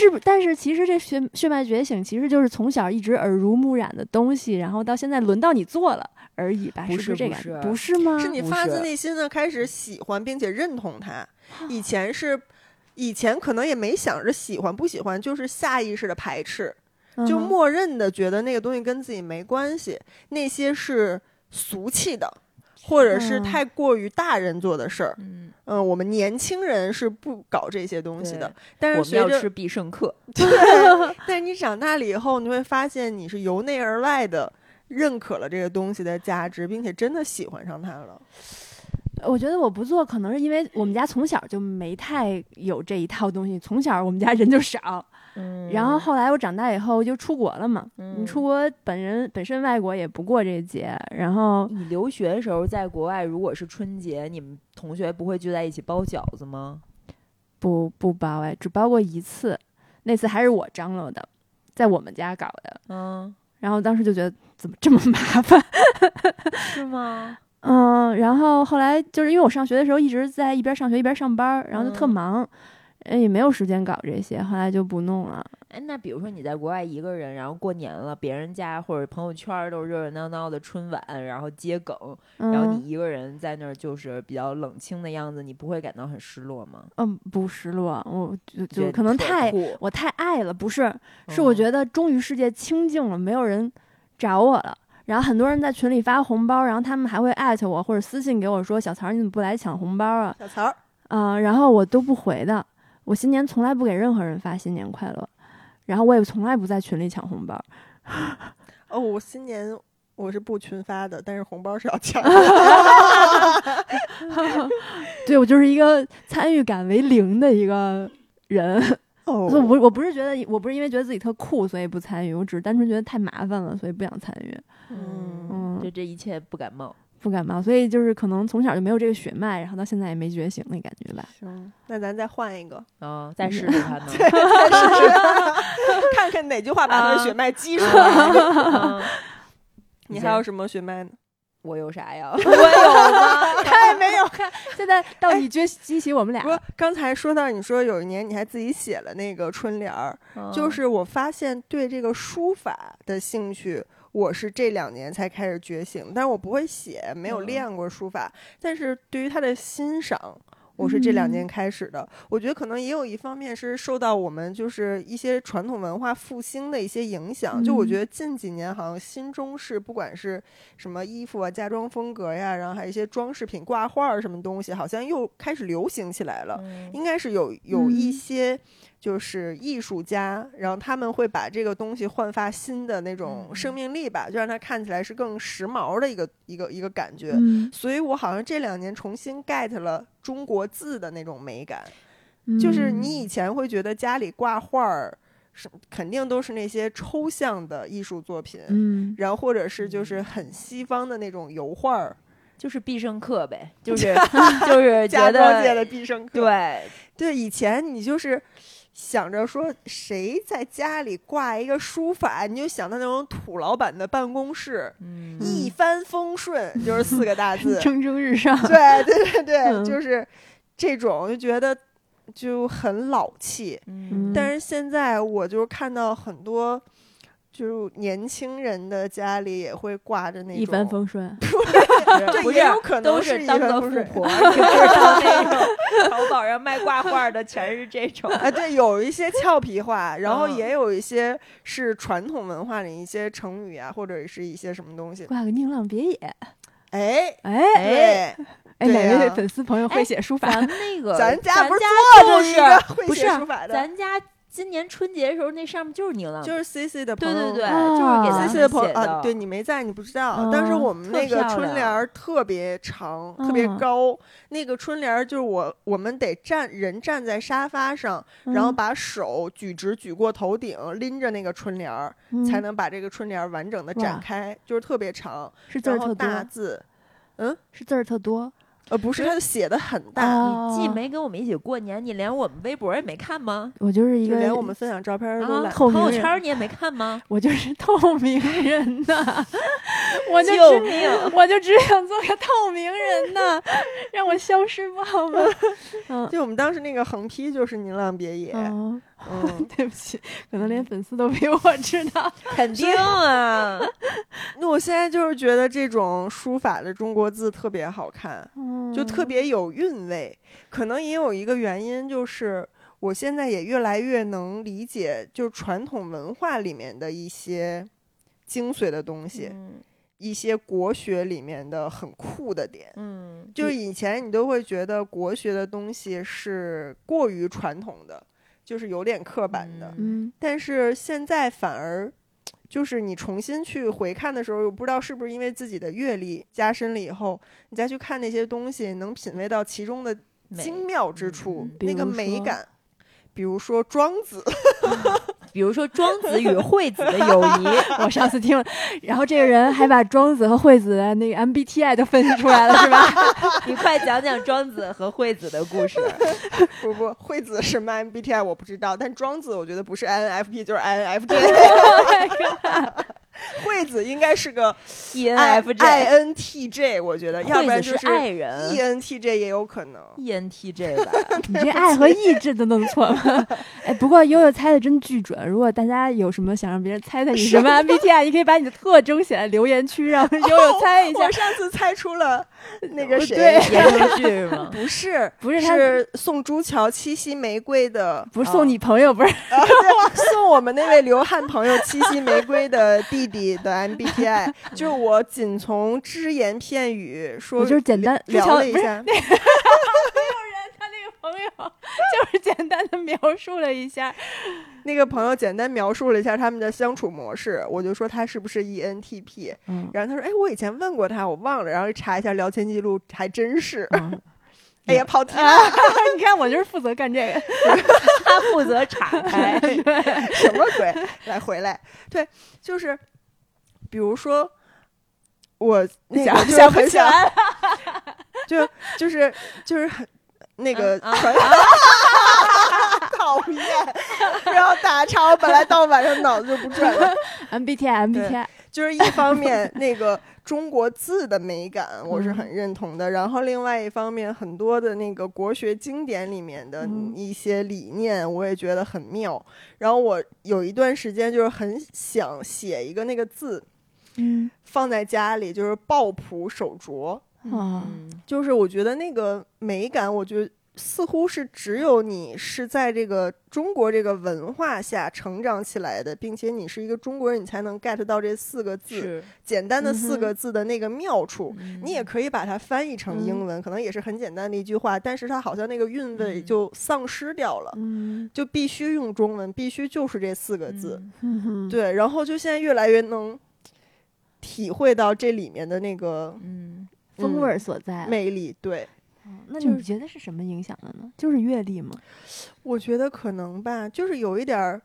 Speaker 1: 是不？但是其实这血血脉觉醒其实就是从小一直耳濡目染的东西，然后到现在轮到你做了而已吧？
Speaker 4: 不
Speaker 1: 是
Speaker 4: 是
Speaker 1: 这
Speaker 4: 不
Speaker 1: 感觉？
Speaker 4: 是
Speaker 1: 不是吗？
Speaker 3: 是你
Speaker 4: 不
Speaker 3: 发
Speaker 4: 是
Speaker 3: 自内心的开始喜欢并且认同
Speaker 4: 啊
Speaker 3: 它。以前是，以前可能也没想着喜欢不喜欢，就是下意识的排斥，就
Speaker 1: 嗯
Speaker 3: 默认的觉得那个东西跟自己没关系，那些是俗气的。或者是
Speaker 1: 嗯
Speaker 3: 太过于大人做的事儿，
Speaker 4: 嗯，
Speaker 3: 嗯，我们年轻人是不搞这些东西的
Speaker 4: 对。
Speaker 3: 但
Speaker 4: 我
Speaker 3: 是
Speaker 4: 们
Speaker 3: 随
Speaker 4: 要
Speaker 3: 着
Speaker 4: 吃必胜客。
Speaker 3: 对，但是你长大了以后，你会发现你是由内而外的认可了这个东西的价值，并且真的喜欢上它了。
Speaker 1: 我觉得我不做，可能是因为我们家从小就没太有这一套东西，从小我们家人就少，
Speaker 2: 嗯
Speaker 1: 然后后来我长大以后就出国了嘛，
Speaker 2: 嗯
Speaker 1: 你出国本人本身外国也不过这节，然后
Speaker 2: 你留学的时候在国外，如果是春节，你们同学不会聚在一起包饺子吗？
Speaker 1: 不不包哎，只包过一次，那次还是我张罗的，在我们家搞的，
Speaker 2: 嗯，
Speaker 1: 然后当时就觉得怎么这么麻烦，
Speaker 2: 是吗？
Speaker 1: 嗯，然后后来就是因为我上学的时候一直在一边上学一边上班，然后就特
Speaker 2: 嗯
Speaker 1: 忙，呃也没有时间搞这些，后来就不弄了。
Speaker 2: 哎，那比如说你在国外一个人，然后过年了，别人家或者朋友圈儿都热热闹闹的春晚，然后接梗，
Speaker 1: 嗯、
Speaker 2: 然后你一个人在那儿就是比较冷清的样子，你不会感到很失落吗？
Speaker 1: 嗯不失落，我就
Speaker 2: 觉得
Speaker 1: 就可能
Speaker 2: 特
Speaker 1: 太
Speaker 2: 酷
Speaker 1: 我太爱了，不是，是我
Speaker 2: 嗯
Speaker 1: 觉得终于世界清静了，没有人找我了。然后很多人在群里发红包，然后他们还会艾特我或者私信给我说：“小曹，你怎么不来抢红包啊
Speaker 3: 小曹儿，？”
Speaker 1: 啊、然后我都不回的。我新年从来不给任何人发新年快乐，然后我也从来不在群里抢红包。
Speaker 3: 哦，我新年我是不群发的，但是红包是要抢的。
Speaker 1: 对我就是一个参与感为零的一个人。
Speaker 3: 哦
Speaker 1: 所以我不我不是觉得我不是因为觉得自己特酷所以不参与，我只是单纯觉得太麻烦了，所以不想参与。
Speaker 2: 嗯，
Speaker 1: 嗯，
Speaker 2: 就这一切不感冒。
Speaker 1: 不感冒，所以就是可能从小就没有这个血脉，然后到现在也没觉醒那感觉 吧。
Speaker 3: 行，那咱再换 一个，
Speaker 2: 啊、再试试看呢。
Speaker 3: 再试试看看哪句话把他的
Speaker 2: 啊
Speaker 3: 血脉激出来。
Speaker 2: 嗯
Speaker 3: 你还有什么血脉 呢？
Speaker 2: 我有啥呀？我有吗？
Speaker 3: 他也没有。
Speaker 1: 现在到底觉激起我们俩
Speaker 3: 不，刚才说到你说有一年你还自己写了那个春联儿，就
Speaker 2: 嗯
Speaker 3: 是我发现对这个书法的兴趣，我是这两年才开始觉醒，但是我不会写，没有
Speaker 2: 嗯
Speaker 3: 练过书法，但是对于它的欣赏。我是这
Speaker 2: 嗯
Speaker 3: 两年开始的，我觉得可能也有一方面是受到我们就是一些传统文化复兴的一些影响。就我
Speaker 1: 嗯
Speaker 3: 觉得近几年好像新中式，不管是什么衣服啊、嫁妆风格呀，然后还有一些装饰品、挂画儿什么东西，好像又开始流行起来了。
Speaker 2: 嗯
Speaker 3: 应该是有有一
Speaker 1: 嗯
Speaker 3: 些就是艺术家，然后他们会把这个东西焕发新的那种
Speaker 2: 嗯
Speaker 3: 生命力吧，就让它看起来是更时髦的一个一个一个感觉。
Speaker 1: 嗯，
Speaker 3: 所以我好像这两年重新 get 了中国字的那种美感，
Speaker 2: 嗯
Speaker 3: 就是你以前会觉得家里挂画儿是肯定都是那些抽象的艺术作品，
Speaker 1: 嗯，
Speaker 3: 然后或者是就是很西方的那种油画儿，
Speaker 2: 就是必胜客呗，就是 就是
Speaker 3: 家
Speaker 2: 觉
Speaker 3: 装界
Speaker 2: 得
Speaker 3: 的必胜客。
Speaker 2: 对，
Speaker 3: 对，以前你就是想着说谁在家里挂一个书法，你就想到那种土老板的办公室，
Speaker 2: 嗯
Speaker 3: 一帆风顺，就是四个大字。
Speaker 1: 蒸蒸日上。
Speaker 3: 对对对对，
Speaker 1: 嗯
Speaker 3: 就是这种，就觉得就很老气。
Speaker 2: 嗯
Speaker 3: 但是现在我就看到很多。就年轻人的家里也会挂着那种
Speaker 1: 一帆，风顺，
Speaker 3: 这
Speaker 2: 不是
Speaker 3: 也有可能
Speaker 2: 都
Speaker 3: 一
Speaker 2: 当
Speaker 3: 帆
Speaker 2: 个
Speaker 3: 风
Speaker 2: 富
Speaker 3: 顺。
Speaker 2: 婆， 你知道那种淘宝上卖挂画的全是这种。
Speaker 3: 啊，对，有一些俏皮话，然后
Speaker 2: 嗯
Speaker 3: 也有一些是传统文化里一些成语啊，或者是一些什么东西。
Speaker 1: 挂个宁浪别野。
Speaker 3: 哎，
Speaker 1: 哎
Speaker 3: 对，
Speaker 1: 哎，
Speaker 3: 对
Speaker 1: 哪位
Speaker 3: 呀
Speaker 1: 粉丝朋友
Speaker 2: 哎
Speaker 1: 会写书法？
Speaker 2: 咱们那个，
Speaker 3: 咱
Speaker 2: 家
Speaker 3: 家不是
Speaker 2: 就
Speaker 3: 做着一个会
Speaker 2: 不
Speaker 3: 写
Speaker 2: 是啊
Speaker 3: 书法的，
Speaker 2: 咱家今年春节的时候，那上面就是宁浪，
Speaker 3: 就是 C C 的朋
Speaker 2: 对
Speaker 3: 友，
Speaker 2: 对对，
Speaker 1: 哦
Speaker 2: 就是给
Speaker 1: 咱
Speaker 2: 咱
Speaker 1: 们
Speaker 3: C C 的
Speaker 2: 们
Speaker 3: 朋友
Speaker 2: 写
Speaker 3: 啊，
Speaker 2: 的。哦
Speaker 3: 对，你没在，你不知道。
Speaker 1: 嗯
Speaker 3: 当时我们
Speaker 2: 特
Speaker 3: 那个
Speaker 2: 漂
Speaker 3: 春
Speaker 2: 亮
Speaker 3: 联儿特别长，特别
Speaker 1: 嗯
Speaker 3: 高，那个春联儿就是我我们得站人站在沙发上，
Speaker 1: 嗯
Speaker 2: 嗯
Speaker 3: 然后把手举直举过头顶，拎着那个春联儿，才
Speaker 1: 嗯
Speaker 3: 能把这个春联儿完整的展
Speaker 1: 哇
Speaker 3: 开，就是特别长。
Speaker 1: 是字儿
Speaker 3: 然
Speaker 1: 特
Speaker 3: 后大
Speaker 1: 多，
Speaker 3: 字，
Speaker 1: 是字儿特多。
Speaker 3: 呃，不是，
Speaker 2: 对
Speaker 3: 它写的很大，
Speaker 1: 哦
Speaker 2: 你既没跟我们一起过年，你连我们微博也没看吗？
Speaker 1: 我就是一
Speaker 3: 就
Speaker 1: 个
Speaker 3: 连我们分享照片儿都
Speaker 2: 啊，
Speaker 3: 懒。
Speaker 1: 透
Speaker 2: 朋
Speaker 1: 明
Speaker 2: 友
Speaker 1: 人
Speaker 2: 圈儿你也没看 吗？
Speaker 1: 我就是透明人呐，我就
Speaker 2: 救
Speaker 1: 只
Speaker 2: 命！
Speaker 1: 我就只想做个透明人呐，让我消失吧好 吗？嗯
Speaker 3: 就我们当时那个横批就是“宁浪别野”，
Speaker 1: 嗯，
Speaker 3: 嗯，
Speaker 1: 对不起，可能连粉丝都比我知道。
Speaker 2: 肯定 啊，
Speaker 3: 那我现在就是觉得这种书法的中国字特别好看，
Speaker 1: 哦
Speaker 3: 就特
Speaker 1: 嗯
Speaker 3: 别有韵味。可能也有一个原因就是。我现在也越来越能理解，就是传统文化里面的一些精髓的东西，
Speaker 2: 嗯
Speaker 3: 一些国学里面的很酷的点。
Speaker 2: 嗯，
Speaker 3: 就是以前你都会觉得国学的东西是过于传统的，就是有点刻板的，
Speaker 2: 嗯
Speaker 1: 嗯
Speaker 3: 但是现在反而。就是你重新去回看的时候，我不知道是不是因为自己的阅历加深了以后，你再去看那些东西，能品味到其中的
Speaker 2: 美
Speaker 3: 精妙之处
Speaker 2: 嗯，
Speaker 1: 比
Speaker 3: 那个
Speaker 1: 如
Speaker 3: 美
Speaker 1: 说
Speaker 3: 感。比如说庄子，
Speaker 4: 比如说庄子与惠子的友谊，
Speaker 1: 我上次听了，然后这个人还把庄子和惠子的那个 MBTI 都分析出来了，是吧？
Speaker 4: 你快讲讲庄子和惠子的故 事。
Speaker 3: 不不，惠子什么 MBTI 我不知道，但庄子我觉得不是 INFP 就是 INFJ，惠 子应该是个啊
Speaker 4: ENFJ，
Speaker 3: INTJ，我觉得，要不
Speaker 4: 哎
Speaker 3: 然
Speaker 4: 呃惠子
Speaker 3: 就是 E
Speaker 4: 爱人 E
Speaker 3: ENTJ 也有可 能。
Speaker 4: ，ENTJ 吧。
Speaker 1: 你这爱和意志都弄错了。哎，不过悠悠猜的真巨准。如果大家有什么想让别人猜猜你什么 MBTI，你可以把你的特征写在留言区，让悠 悠猜一下
Speaker 3: 我。上次猜出了那个谁，
Speaker 1: 对
Speaker 4: 言 情剧吗？
Speaker 3: 不是，
Speaker 1: 不是他
Speaker 3: 是宋朱桥七夕玫瑰的，
Speaker 1: 不是送你朋友，不是
Speaker 3: 啊对 送我们那位流汗朋友七夕玫瑰的弟弟 的 MBTI，就是我仅从只言片语说，
Speaker 1: 我哦就是简单
Speaker 3: 聊了一下，
Speaker 1: 他那个朋友就是简单的描述了一 下，
Speaker 3: 那个朋友简单描述了一下他们的相处模式，我就说他是不是 E ENTP，
Speaker 1: 嗯，
Speaker 3: 然后他说，哎，我以前问过他，我忘了，然后一查一下聊天记录，还真是，
Speaker 1: 嗯
Speaker 3: 哎呀，跑题了，
Speaker 1: 啊 你看我就是负责干这个，
Speaker 4: 他负责岔
Speaker 1: 哎
Speaker 4: 开。
Speaker 3: 什么鬼？来回来，对，就是比如说我那个
Speaker 1: 想
Speaker 3: 就
Speaker 1: 想不
Speaker 3: 很
Speaker 1: 起
Speaker 3: 想，
Speaker 1: 来了，
Speaker 3: 就就是就是很那个
Speaker 4: 嗯啊
Speaker 3: 传。讨厌，然后打岔，我本来到晚上脑子就不转了。
Speaker 1: MBTI
Speaker 3: 对
Speaker 1: MBTI，
Speaker 3: 就是一方面那个中国字的美感，我是很认同的。然后另外一方面，很多的那个国学经典里面的
Speaker 1: 嗯
Speaker 3: 一些理念，我也觉得很妙。然后我有一段时间就是很想写一个那个字
Speaker 1: 嗯
Speaker 3: 放在家里，就是抱朴手镯，
Speaker 1: 啊，
Speaker 4: 嗯
Speaker 3: 就是我觉得那个美感，我觉得。似乎是只有你是在这个中国这个文化下成长起来的，并且你是一个中国人，你才能 get 到这四个字。
Speaker 4: 是，
Speaker 3: 简单的四
Speaker 1: 嗯哼
Speaker 3: 个字的那个妙处。你也可以把它翻译成英
Speaker 1: 嗯
Speaker 3: 文，可能也是很简单的一句话，但是它好像那个韵味
Speaker 4: 嗯
Speaker 3: 就丧失掉了，
Speaker 1: 嗯
Speaker 3: 就必须用中文，必须就是这四个字。
Speaker 4: 嗯
Speaker 1: 嗯哼，
Speaker 3: 对，然后就现在越来越能体会到这里面的那个
Speaker 4: 嗯，
Speaker 1: 风味儿所在。
Speaker 3: 魅力。对，
Speaker 1: 嗯那
Speaker 3: 就是
Speaker 1: 你觉得是什么影响的呢？就是阅历吗？
Speaker 3: 我觉得可能吧，就是有一点儿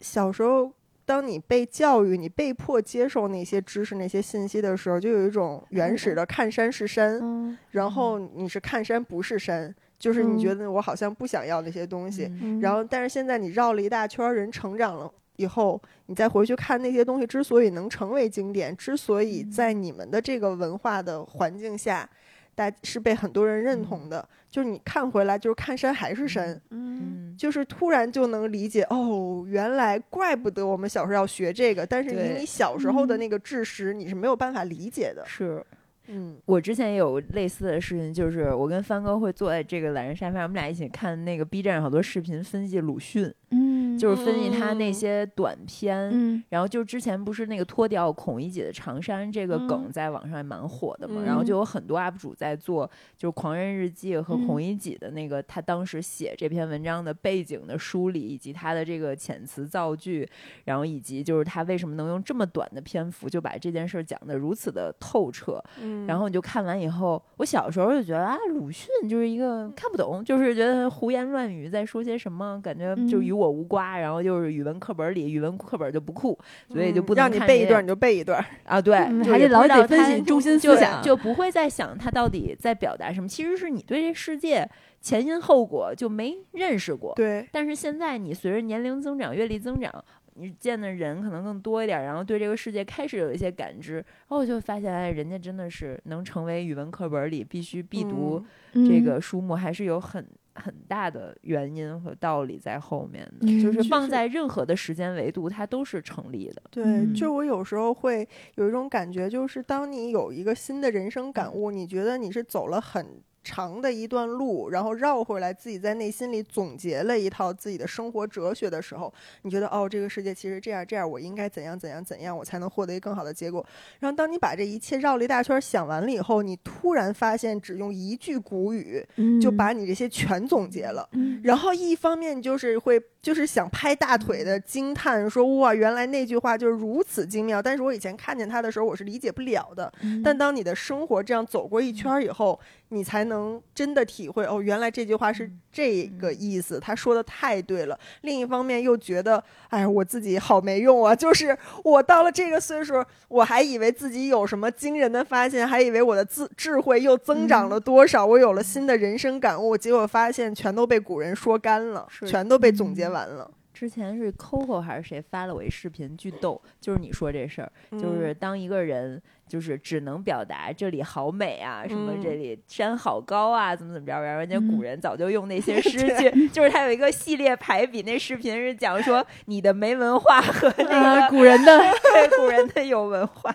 Speaker 3: 小时候。当你被教育，你被迫接受那些知识、那些信息的时候，就有一种原始的看山是山，
Speaker 1: 嗯
Speaker 3: 然后你是看山不是山，就是你觉得我好像不想要那些东西，
Speaker 4: 嗯
Speaker 1: 嗯
Speaker 3: 然后但是现在你绕了一大圈儿，人成长了以后，你再回去看那些东西，之所以能成为经典，之所
Speaker 4: 嗯
Speaker 3: 以在你们的这个文化的环境下，大是被很多人认同的，就是你看回来就是看山还是山。
Speaker 1: 嗯
Speaker 4: 嗯嗯
Speaker 3: 就是突然就能理解哦，原来怪不得我们小时候要学这个，但是
Speaker 4: 对
Speaker 3: 以你小时候的
Speaker 1: 嗯
Speaker 3: 那个知识，你是没有办法理解的。
Speaker 4: 是。
Speaker 3: 嗯，
Speaker 4: 我之前也有类似的事情，就是我跟帆哥会坐在这个懒人沙发，我们俩一起看那个 B 站上好多视频分析鲁迅，
Speaker 1: 嗯
Speaker 4: 就是分析他那
Speaker 3: 嗯
Speaker 4: 些短片。
Speaker 1: 嗯
Speaker 4: 然后就之前不是那个脱掉孔乙己的长衫这个梗
Speaker 1: 嗯
Speaker 4: 在网上还蛮火的嘛，
Speaker 3: 嗯
Speaker 4: 然后就有很多 UP 主在做就是《狂人日记》和
Speaker 1: 嗯
Speaker 4: 孔乙己的那个、他当时写这篇文章的背景的梳理，以及他的这个遣词造句，然后以及就是他为什么能用这么短的篇幅就把这件事儿讲得如此的透彻。
Speaker 1: 嗯
Speaker 4: 然后你就看完以后，我小时候就觉得啊，鲁迅就是一个
Speaker 1: 嗯
Speaker 4: 看不懂，就是觉得胡言乱语，在说些什么，感觉就
Speaker 1: 嗯
Speaker 4: 与我无关。然后就是语文课本里，语文课本就不酷，所以就
Speaker 3: 嗯
Speaker 4: 不能
Speaker 3: 让你
Speaker 4: 看
Speaker 3: 背
Speaker 4: 这
Speaker 3: 一段你就背一 段，
Speaker 4: 啊，对，
Speaker 1: 嗯
Speaker 4: 就
Speaker 1: 还
Speaker 4: 也
Speaker 1: 得
Speaker 4: 不
Speaker 1: 老
Speaker 4: 知
Speaker 1: 得
Speaker 4: 道
Speaker 1: 分
Speaker 4: 他
Speaker 1: 析 中心
Speaker 4: 就
Speaker 1: 思想，
Speaker 4: 就不会再想他到底在表达什么。其实是你对这世界前因后果就没认识过，
Speaker 3: 对，
Speaker 4: 但是现在你随着年龄增长、阅历增长，你见的人可能更多一点儿，然后对这个世界开始有一些感知，然后我就发现，哎，人家真的是能成为语文课本里必须必读
Speaker 3: 嗯
Speaker 4: 这个书目，还是有很很大的原因和道理在后面的。
Speaker 1: 嗯
Speaker 4: 就是
Speaker 1: 嗯
Speaker 4: 放在任何的时间维度，它都是成立的。
Speaker 3: 对，
Speaker 1: 嗯
Speaker 3: 就我有时候会有一种感觉，就是当你有一个新的人生感悟，你觉得你是走了很长的一段路，然后绕回来，自己在内心里总结了一套自己的生活哲学的时候，你觉得哦，这个世界其实这样这样，我应该怎样怎样怎样，我才能获得一个更好的结果。然后当你把这一切绕了一大圈儿想完了以后，你突然发现，只用一句古语就
Speaker 1: 嗯
Speaker 3: 把你这些全总结了。
Speaker 1: 嗯
Speaker 3: 然后一方面就是会就是想拍大腿的惊叹说哇，原来那句话就是如此精妙，但是我以
Speaker 1: 嗯
Speaker 4: 嗯
Speaker 3: 前看见它的时候我是理解不了的。但当你的生活这样走过一圈儿以后，你才能真的体会哦，原来这句话
Speaker 4: 嗯
Speaker 3: 是这个意思，他说的太对了。另一方面又觉得，哎，我自己好没用啊，就是我到了这个岁数，我还以为自己有什么惊人的发现，还以为我的智智慧又增长
Speaker 4: 嗯
Speaker 3: 了多少，我有了新的人生感悟，结果发现全都被古人说干了，
Speaker 2: 是
Speaker 3: 全都被总
Speaker 4: 嗯
Speaker 3: 结完了。
Speaker 4: 之前是 Coco 还是谁发了我一视频，巨逗，就是你说这事儿，就是当一个人就是只能表达这里好美啊，什么
Speaker 3: 嗯
Speaker 4: 这里山好高啊，怎么怎么着，然后人家
Speaker 1: 嗯
Speaker 4: 古人早就用那 些诗去，就是他有一个系列排比，那视频是讲说你的没文化和那
Speaker 1: 呃，
Speaker 4: 个
Speaker 1: 古人 的
Speaker 4: 对古人的有文化，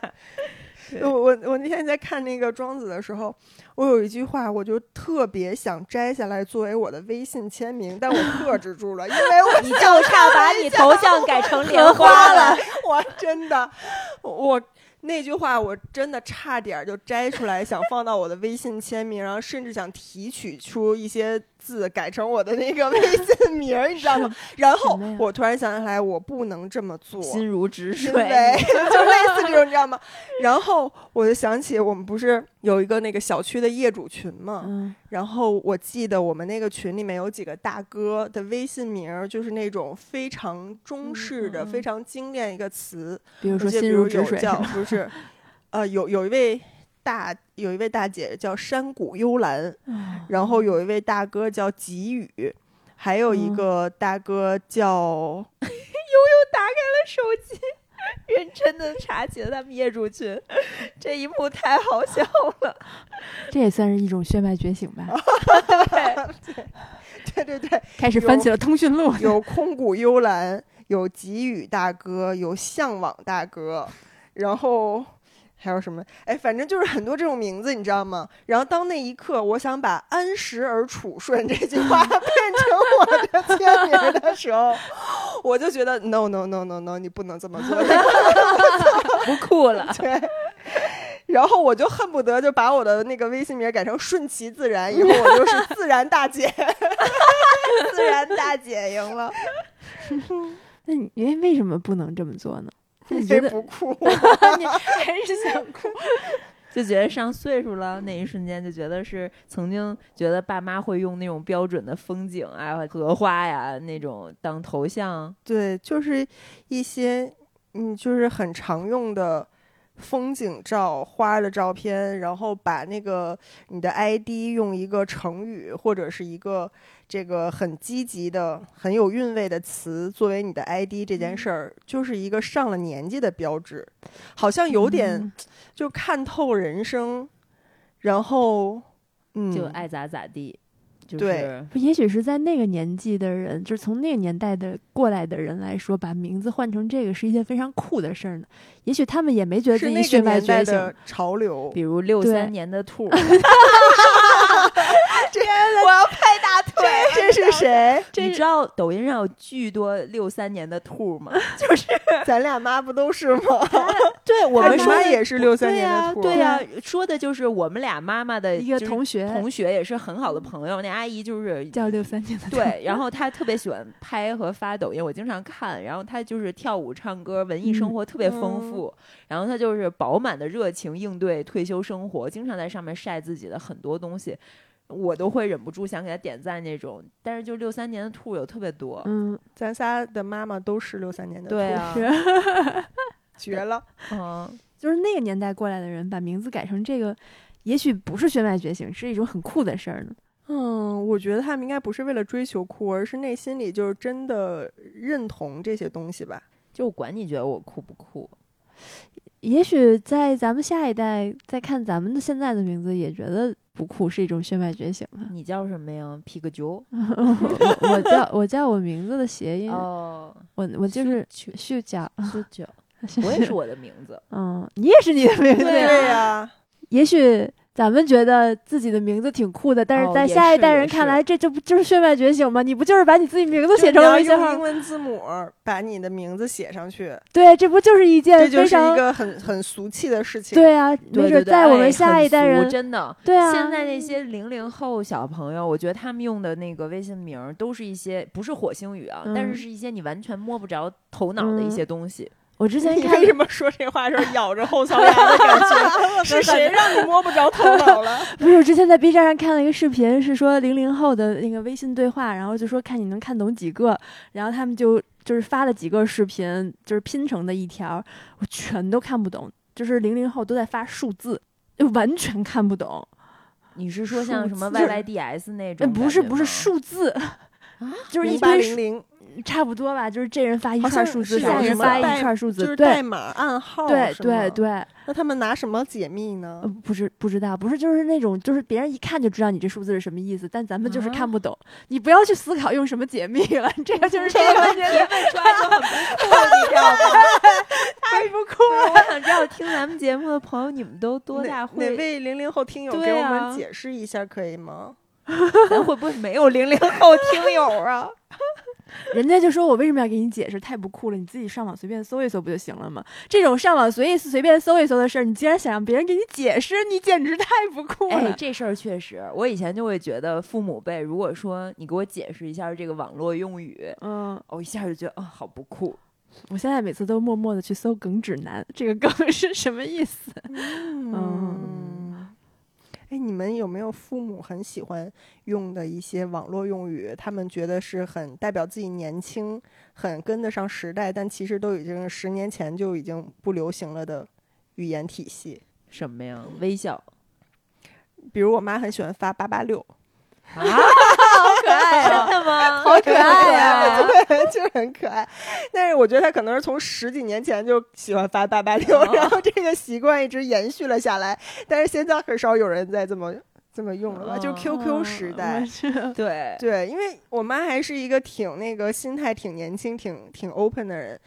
Speaker 3: 我我我那天在看那个庄子的时候，我有一句话，我就特别想摘下来作为我的微信签名，但我克制住了，因为 我
Speaker 4: 你就差把你头像改成 莲花
Speaker 3: 花
Speaker 4: 了
Speaker 3: 了。，我真的，我那句话我真的差点就摘出来，想放到我的微信签名，然后甚至想提取出一些字改成我的那个微信名儿，你知道吗？然后
Speaker 1: 什么呀
Speaker 3: 我突然想起来，我不能这么做，
Speaker 4: 心如 止水
Speaker 3: 因，为 就类似这种，你知道吗？然后我就想起我们不是有一个那个小区的业主群嘛，
Speaker 1: 嗯，
Speaker 3: 然后我记得我们那个群里面有几个大哥的微信名儿，就是那种非常中式的、
Speaker 4: 嗯嗯
Speaker 3: 非常精炼一个词，
Speaker 1: 比如
Speaker 3: 我
Speaker 1: 说
Speaker 3: 记得比
Speaker 1: 心如
Speaker 3: 如
Speaker 1: 止
Speaker 3: 有
Speaker 1: 水，
Speaker 3: 叫 不是，呃，有有一位大有一位大姐叫山谷幽兰，
Speaker 1: 嗯
Speaker 3: 然后有一位大哥叫吉宇，还有一
Speaker 1: 嗯
Speaker 3: 个大哥叫
Speaker 4: 手机，认真的查起了他们业主群，这一幕太好笑了。
Speaker 1: 这也算是一种血脉觉醒吧。
Speaker 3: 对对对，
Speaker 1: 开始
Speaker 3: 有
Speaker 1: 翻起了通讯录，
Speaker 3: 有空谷幽兰，有吉宇大哥，有向往大哥，然后还有什么？哎，反正就是很多这种名字，你知道吗？然后当那一刻，我想把“安时而处顺”这句话 变成我的签名儿的时候，我就觉得 no no no no no，你不能这么做。
Speaker 4: 不 酷了，
Speaker 3: 对。然后我就恨不得就把我的那个微信名改成“顺其自然”，以后我就是“自然大姐”，自然大姐赢了，
Speaker 1: 那你为为什么不能这么做 呢？那你觉
Speaker 3: 谁
Speaker 1: 得
Speaker 3: 不酷？
Speaker 1: 你还是想哭？
Speaker 4: 就觉得上岁数了，那一瞬间就觉得是曾经觉得爸妈会用那种标准的风景啊、荷花呀、那种当头像，
Speaker 3: 对，就是一些嗯，就是很常用的风景照、花儿的照片，然后把那个你的 ID 用一个成语或者是一个这个很积极的、很有韵味的词作为你的 ID 这件事儿，就是一个上了年纪的标志，好像 有点
Speaker 1: 嗯
Speaker 3: 就看透人生，然后嗯，
Speaker 4: 就爱咋咋地，就
Speaker 3: 对
Speaker 4: 是
Speaker 1: 不也许是在那个年纪的人，就是从那个年代的过来的人来说，把名字换成这个是一件非常酷的事儿呢。也许他们也没觉得
Speaker 3: 是
Speaker 1: 自己
Speaker 3: 那
Speaker 1: 血
Speaker 3: 个
Speaker 1: 脉
Speaker 3: 年
Speaker 1: 觉
Speaker 3: 代
Speaker 1: 醒，
Speaker 3: 的潮流
Speaker 4: 比。如六
Speaker 1: 对
Speaker 4: 三年的兔儿，
Speaker 2: 我要拍大腿。
Speaker 3: 这是谁？
Speaker 4: 你知道抖音上有巨多六三年的兔儿吗？ 就是
Speaker 3: 咱俩妈不都是吗？
Speaker 4: 对我
Speaker 3: 他
Speaker 4: 们说
Speaker 3: 妈
Speaker 4: 的
Speaker 3: 也是63
Speaker 4: 对
Speaker 3: 年的
Speaker 4: 呀
Speaker 1: 啊
Speaker 3: 兔儿
Speaker 4: 对呀，说的就是我们俩妈妈的
Speaker 1: 一个
Speaker 4: 就是
Speaker 1: 同学
Speaker 4: 同学也是很好的朋友，那阿姨就是
Speaker 1: 叫六三 年的，
Speaker 4: 对，然后她特别喜欢拍和发抖音，我经常看。然后她就是跳舞、唱歌，文艺生
Speaker 1: 嗯
Speaker 4: 活特别丰富。然后她就是饱满的热情应对退休生活，经常在上面晒自己的很多东西，我都会忍不住想给她点赞那种。但是就六三年的兔有特别多，
Speaker 1: 嗯，
Speaker 3: 咱仨的妈妈都是六三年的，
Speaker 4: 对，啊，
Speaker 1: 是，
Speaker 3: 绝了！
Speaker 4: 嗯，
Speaker 1: 就是那个年代过来的人把名字改成这个，也许不是血脉觉醒，是一种很酷的事儿呢。
Speaker 3: 嗯，我觉得他们应该不是为了追求酷，而是内心里就是真的认同这些东西吧。
Speaker 4: 就管你觉得我酷不酷，
Speaker 1: 也许在咱们下一代再看咱们的现在的名字，也觉得不酷是一种血脉觉醒了。
Speaker 4: 你叫什么呀？皮个啾。
Speaker 1: 我我叫我叫我名字的谐音，
Speaker 4: 哦，
Speaker 1: 我我就是
Speaker 4: 去
Speaker 1: 旭角，
Speaker 4: 啾啾， 我 也是我的名字。
Speaker 1: 嗯，你也是你的名字。
Speaker 4: 对啊
Speaker 3: 呀、
Speaker 1: 也许咱们觉得自己的名字挺酷的，但
Speaker 4: 哦
Speaker 1: 是在
Speaker 4: 也
Speaker 1: 下一
Speaker 4: 是
Speaker 1: 代
Speaker 4: 也
Speaker 1: 人看
Speaker 4: 是
Speaker 1: 来，这这不就是血脉觉醒吗？你不就是把你自己名字
Speaker 3: 就
Speaker 1: 写
Speaker 3: 是
Speaker 1: 成
Speaker 3: 你
Speaker 1: 了
Speaker 3: 要
Speaker 1: 微信
Speaker 3: 用
Speaker 1: 号
Speaker 3: 英
Speaker 1: 吗？
Speaker 3: 文字母把你的名字写上去，
Speaker 1: 对，这不就是一件
Speaker 3: 这就
Speaker 1: 非
Speaker 3: 是一
Speaker 1: 常
Speaker 3: 个很很俗气的事情。
Speaker 1: 对啊，没准
Speaker 4: 对对
Speaker 1: 儿
Speaker 4: 对，
Speaker 1: 在我
Speaker 4: 哎
Speaker 1: 们下
Speaker 4: 很
Speaker 1: 一代
Speaker 4: 俗
Speaker 1: 人，
Speaker 4: 真的，
Speaker 1: 对啊，
Speaker 4: 现在那些零零后小朋友，我觉得他们用的那个微信名儿都是一些不是火星语啊，但是
Speaker 1: 嗯
Speaker 4: 是一些你完全摸不着头脑的一
Speaker 1: 嗯
Speaker 4: 些东西。
Speaker 1: 我 之前
Speaker 2: 你
Speaker 1: 看
Speaker 2: 为什么说这话 的时候咬着后槽牙的感觉？是谁让你摸不着头脑了？
Speaker 1: 不是，我之前在 B 站上看了一个视频，是说零零后的那个微信对话，然后就说看你能看懂几个，然后他们就就是发了几个视频，就是拼成的一条，我全都看不懂，就是零零后都在发数字，就完全看不懂。
Speaker 4: 你是说像
Speaker 1: 数
Speaker 4: 什么
Speaker 1: 字
Speaker 4: YYDS 那
Speaker 1: 呃，
Speaker 4: 种感觉吗？啊
Speaker 1: 不是不是数啊字， 就是一
Speaker 3: 零八
Speaker 1: 堆
Speaker 3: 零
Speaker 1: 数
Speaker 3: 零，
Speaker 1: 差不多吧，就是这人发一
Speaker 3: 好
Speaker 1: 串
Speaker 3: 像
Speaker 1: 数字，
Speaker 3: 是
Speaker 1: 下
Speaker 3: 有
Speaker 1: 人
Speaker 3: 什么
Speaker 1: 发一
Speaker 3: 代
Speaker 1: 串数字，
Speaker 3: 就是代
Speaker 1: 对
Speaker 3: 码暗号，
Speaker 1: 对对。对。
Speaker 3: 那他们拿什么解密呢
Speaker 1: 呃，？不知不知道，不是就是那种，就是别人一看就知道你这数字是什么意思，但咱们
Speaker 3: 嗯
Speaker 1: 就是
Speaker 4: 啊
Speaker 1: 看不懂。你不要去思考用什么解密了，这个就是这
Speaker 2: 这
Speaker 1: 个
Speaker 2: 个问
Speaker 1: 问 题
Speaker 2: 题问出来就很不酷，你知 道吗？
Speaker 1: 太不酷了。
Speaker 4: 啊我想知道听咱们节目的朋友，你们都多
Speaker 3: 哪
Speaker 4: 大
Speaker 3: 哪
Speaker 4: 会？
Speaker 3: 位零零后听友
Speaker 4: 对
Speaker 3: 给我
Speaker 4: 啊
Speaker 3: 们解释一下，可以吗？
Speaker 4: 咱会不会没有零零？
Speaker 2: 后听友啊，
Speaker 1: 人家就说我为什么要给你解释，太不酷了，你自己上网随便搜一搜不就行了吗？这种上网随意随便搜一搜的事儿，你竟然想让别人给你解释，你简直太不 酷了。
Speaker 4: 哎，这事儿确实，我以前就会觉得父母辈，如果说你给我解释一下这个网络用语，
Speaker 1: 嗯，
Speaker 4: 我一下就觉得，哦，好不酷。
Speaker 1: 我现在每次都默默的去搜“梗指南”，这个“梗是什么意思？
Speaker 3: 嗯，哎，你们有没有父母很喜欢用的一些网络用语？他们觉得是很代表自己年轻，很跟得上时代，但其实都已经是十年前就已经不流行了的语言体系。
Speaker 4: 什么呀？微 笑
Speaker 3: 比如我妈很喜欢发八八六，
Speaker 4: 啊，好可爱、啊真的吗？ 好
Speaker 3: 可爱
Speaker 4: 呀、
Speaker 3: 对，就是很可爱。但是我觉得她可能是从十几年前就喜欢发八八六，然后这个习惯一直延续了下来。但是现在很少有人再这么这么用了吧？就
Speaker 4: 哦
Speaker 1: 嗯
Speaker 3: QQ 时代，
Speaker 4: 对，
Speaker 3: 对，因为我妈还是一个挺那个心态挺年轻、挺挺 open 的人，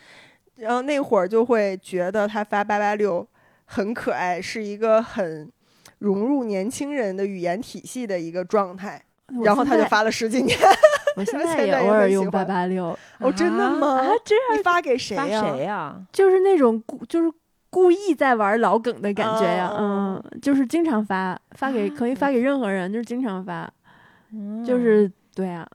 Speaker 3: 然后那会儿就会觉得她发八八六很可爱，是一个很融入年轻人的语言体系的一个状态。
Speaker 1: 我
Speaker 3: 然后她
Speaker 1: 现
Speaker 3: 就
Speaker 1: 在，
Speaker 3: 发了十几年。
Speaker 1: 我现
Speaker 3: 我
Speaker 1: 在
Speaker 3: 现
Speaker 1: 也
Speaker 3: 在
Speaker 1: 偶
Speaker 3: 也
Speaker 1: 尔
Speaker 3: 很
Speaker 1: 用
Speaker 3: 喜
Speaker 1: 八
Speaker 3: 欢
Speaker 1: 八六
Speaker 3: 哦，真的
Speaker 4: 啊
Speaker 1: 啊
Speaker 3: 吗？，
Speaker 1: 这
Speaker 3: 你发给谁啊
Speaker 4: 发
Speaker 3: 呀、
Speaker 1: 啊
Speaker 4: 谁啊呀、
Speaker 1: 就是那种故就是故意在玩老梗的感觉呀、
Speaker 3: 哦
Speaker 1: 嗯，就是经常发发给
Speaker 4: 啊
Speaker 1: 可以发给任何人，就是经常发，
Speaker 4: 嗯
Speaker 1: 就是对啊，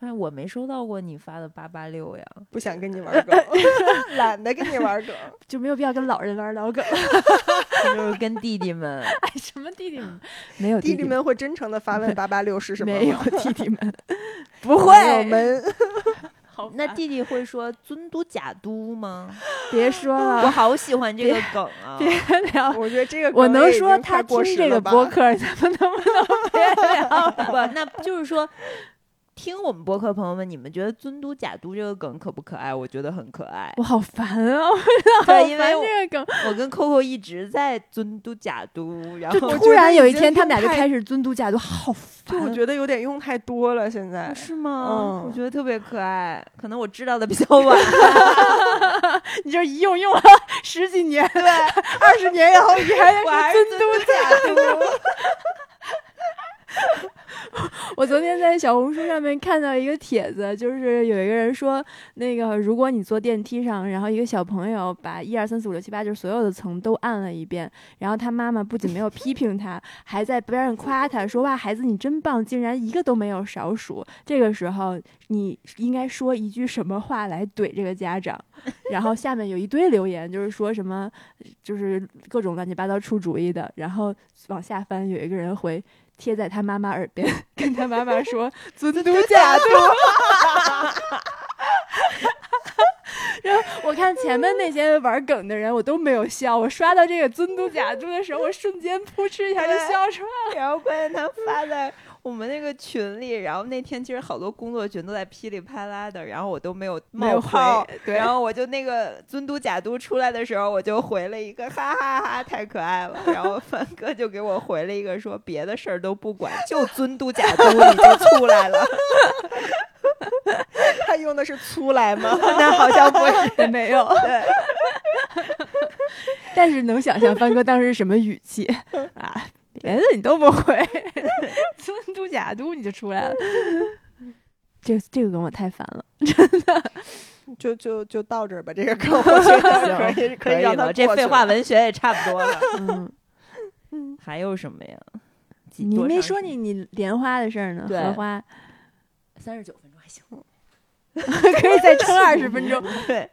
Speaker 4: 哎，我没收到过你发的八八六呀。
Speaker 3: 不想跟你玩 梗，懒得跟你玩梗。
Speaker 1: 就没有必要跟老人玩老梗，
Speaker 4: 就是跟弟弟们，
Speaker 1: 哎， 什么弟弟们 没有
Speaker 3: 弟弟
Speaker 1: 弟
Speaker 3: 们会真诚的发问八八六是什么吗？
Speaker 1: 没有弟弟 们不
Speaker 3: 朋友
Speaker 1: 会，
Speaker 3: 们，
Speaker 4: 那弟弟会说“尊嘟假嘟”吗？
Speaker 1: 别说
Speaker 4: 我
Speaker 1: 了，
Speaker 4: 好喜欢这个梗 啊！
Speaker 1: 别聊。
Speaker 3: 我觉得 这个
Speaker 1: 我
Speaker 3: 梗
Speaker 1: 能
Speaker 3: 也已
Speaker 1: 说
Speaker 3: 经
Speaker 1: 他
Speaker 3: 快过
Speaker 1: 听
Speaker 3: 时
Speaker 1: 这个
Speaker 3: 了吧
Speaker 1: 播客，咱们能不能别聊？
Speaker 4: 不，那就是说，听我们播客朋友们，你们觉得“尊嘟假嘟”这个梗可不可爱？我觉得很可 爱。
Speaker 1: 我好烦啊！我好
Speaker 4: 对，因为
Speaker 1: 烦
Speaker 4: 我
Speaker 1: 这个梗。
Speaker 4: 我跟 Coco 一直在“尊嘟假嘟”，然
Speaker 1: 就
Speaker 4: 后
Speaker 3: 我
Speaker 1: 突
Speaker 3: 觉
Speaker 1: 然
Speaker 3: 得
Speaker 1: 有
Speaker 3: 已
Speaker 1: 一天，
Speaker 3: 经
Speaker 1: 他们俩
Speaker 3: 用
Speaker 1: 就
Speaker 3: 太
Speaker 1: 开始尊嘟假嘟，好
Speaker 3: 对，我
Speaker 1: 烦。
Speaker 3: 觉得有点用太多了，现在
Speaker 4: 啊。 是吗？
Speaker 3: 嗯
Speaker 4: 我觉得特别可爱，可能我知道的比较 晚。
Speaker 1: 你这一用用了十几年，
Speaker 3: 对，二十年以后你还
Speaker 4: 我还是尊嘟假嘟。
Speaker 1: 我昨天在小红书上面看到一个帖子，就是有一个人说，那个如果你坐电梯上，然后一个小朋友把一二三四五六七八，就是所有的层都按了一遍，然后他妈妈不仅没有批评他，还在边上夸他说：“哇，孩子你真棒，竟然一个都没有少数。”这个时候你应该说一句什么话来怼这个家长？然后下面有一堆留言，就是说什么，就是各种乱七八糟出主意的。然后往下翻，有一个人回贴在他妈妈耳边，跟他妈妈说：“尊嘟假嘟。” 然后我看前面那些玩梗的人，我都没有笑。我刷到这个“尊嘟假嘟”的时候，我瞬间扑哧一下就笑出来了。
Speaker 4: 然后关键他发在我们那个群里，然后那天其实好多工作群都在噼里啪啦的，然后我都没有
Speaker 1: 没
Speaker 4: 冒
Speaker 1: 有回
Speaker 4: 泡，
Speaker 1: 对
Speaker 4: 然后我就那个尊嘟假嘟出来的时候，我就回了一个哈哈哈太可爱了，然后凡哥就给我回了一个说别的事儿都不管，就尊嘟假嘟你就出来了，
Speaker 3: 他用的是粗来 吗？
Speaker 4: 那好像不是
Speaker 1: 也没有，
Speaker 4: 对。
Speaker 1: 但是能想象帆哥当时是什么语 气啊？别的你都不会， 尊嘟假嘟你就出来了。 这这个梗我太烦了，
Speaker 3: 就就就到这儿吧，这个梗我觉得可以
Speaker 4: 可以
Speaker 3: 让他
Speaker 4: 了，这
Speaker 3: 过
Speaker 4: 废
Speaker 3: 去
Speaker 4: 话
Speaker 3: 了
Speaker 4: 文学也差不多了，
Speaker 1: 嗯，
Speaker 4: 还有什么呀？几
Speaker 1: 你
Speaker 4: 多
Speaker 1: 没
Speaker 4: 长
Speaker 1: 说
Speaker 4: 时
Speaker 1: 你你莲花的事儿呢，
Speaker 4: 对
Speaker 1: 荷花
Speaker 4: 三十九分钟还行，
Speaker 1: 可以再撑二十分钟。
Speaker 4: 对。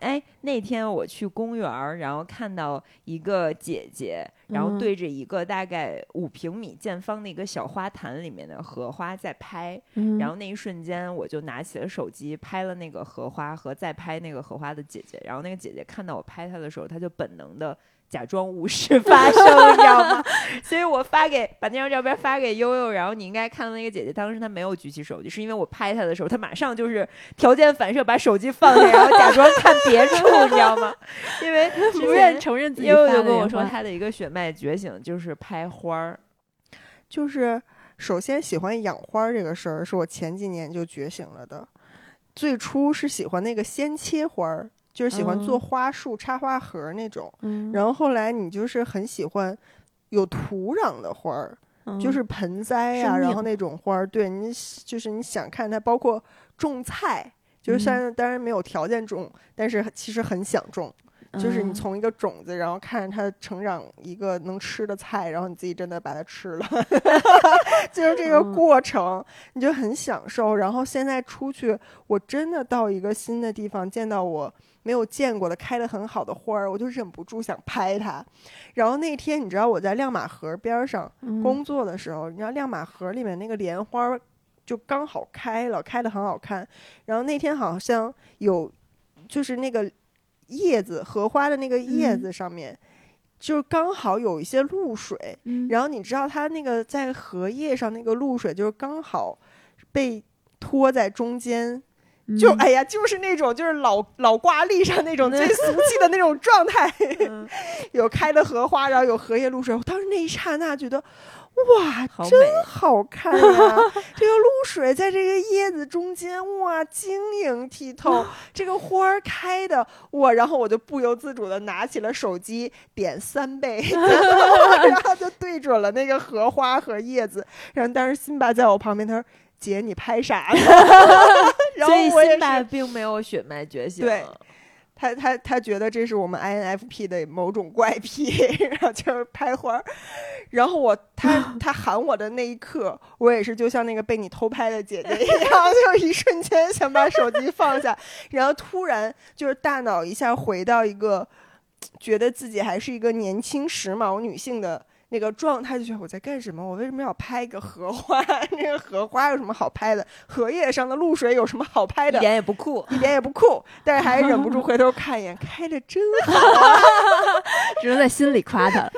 Speaker 4: 哎，那天我去公园儿，然后看到一个姐姐，然后
Speaker 1: 嗯
Speaker 4: 对着一个大概五平米见方的一个小花坛里面的荷花在拍，
Speaker 1: 嗯
Speaker 4: 然后那一瞬间我就拿起了手机拍了那个荷花和在拍那个荷花的姐姐，然后那个姐姐看到我拍她的时候，她就本能的。假装无事发生，你知道吗？ 所以我发给把那张照片发给悠悠，然后你应该看到那个姐姐，当时她没有举起手机，是因为我拍她的时候，她马上就是条件反射把手机放下，然后假装看别处，你知道吗？ 因为之
Speaker 1: 不
Speaker 4: 前
Speaker 1: 愿承认自己
Speaker 4: 悠悠
Speaker 1: 发
Speaker 4: 就
Speaker 1: 的
Speaker 4: 跟
Speaker 1: 原
Speaker 4: 我说，
Speaker 1: 话
Speaker 4: 她的一个血脉觉醒就是拍花儿，
Speaker 3: 就是首先喜欢养花儿这个事儿，是我前几年就觉醒了的。最初是喜欢那个鲜切花儿，就是喜欢做
Speaker 1: 嗯
Speaker 3: 花束、插花盒儿那种。
Speaker 1: 嗯
Speaker 3: 然后后来你就是很喜欢有土壤的花儿，
Speaker 1: 嗯
Speaker 3: 就是盆栽啊，
Speaker 1: 生
Speaker 3: 然
Speaker 1: 命
Speaker 3: 后那种花儿，对你喜就是你想看它，包括种菜，就是
Speaker 1: 嗯
Speaker 3: 虽然当然没有条件种，但是其实很想种。就是你
Speaker 1: 嗯
Speaker 3: 从一个种子，然后看着它成长一个能吃的菜，然后你自己真的把它吃了， 就是这个
Speaker 1: 嗯
Speaker 3: 过程，你就很享受。然后现在出去，我真的到一个新的地方，见到我没有见过的开的很好的花儿，我就忍不住想拍它。然后那天你知道我在亮马河边儿上
Speaker 1: 嗯
Speaker 3: 工作的时候，你知道亮马河里面那个莲花儿就刚好开了，开的很好看。然后那天好像有，就是那个叶子，荷花的那个叶
Speaker 1: 嗯
Speaker 3: 子上面，就刚好有一些露水。
Speaker 1: 嗯
Speaker 3: 然后你知道它那个在荷叶上那个露水，就是刚好被拖在中间，就
Speaker 1: 嗯
Speaker 3: 哎呀，就是那种就是老老挂历上那种最俗气的那种状态，
Speaker 1: 嗯
Speaker 3: 有开的荷花，然后有荷叶露水。我当时那一刹那觉得，
Speaker 4: 好
Speaker 3: 哇，
Speaker 4: 美
Speaker 3: 真好看啊！ 这个露水在这个叶子中间，哇，晶莹剔透。这个花儿开的，哇！然后我就不由自主的拿起了手机，点三倍，然后就对准了那个荷花和叶子。然后当时辛巴在我旁边，他说：“姐，你拍啥呢？” 然后
Speaker 4: 所以
Speaker 3: 我也
Speaker 4: 辛
Speaker 3: 是
Speaker 4: 巴并没有血脉觉醒。
Speaker 3: 对他他他觉得这是我们 INFP 的某种怪癖， 然后就是拍花儿。然后我他他喊我的那一刻，我也是就像那个被你偷拍的姐姐一样， 就一瞬间想把手机放下，然后突然就是大脑一下回到一个觉得自己还是一个年轻时髦女性的。那个状态就觉得我在干什么？我为什么要拍一个荷花？ 那个荷花有什么好拍的？荷叶上的露水有什么好拍
Speaker 4: 一
Speaker 3: 的？
Speaker 4: 点也不酷，
Speaker 3: 一点也不酷，但是还忍不住回头看一眼，开的真好，
Speaker 1: 只能在心里夸 他了。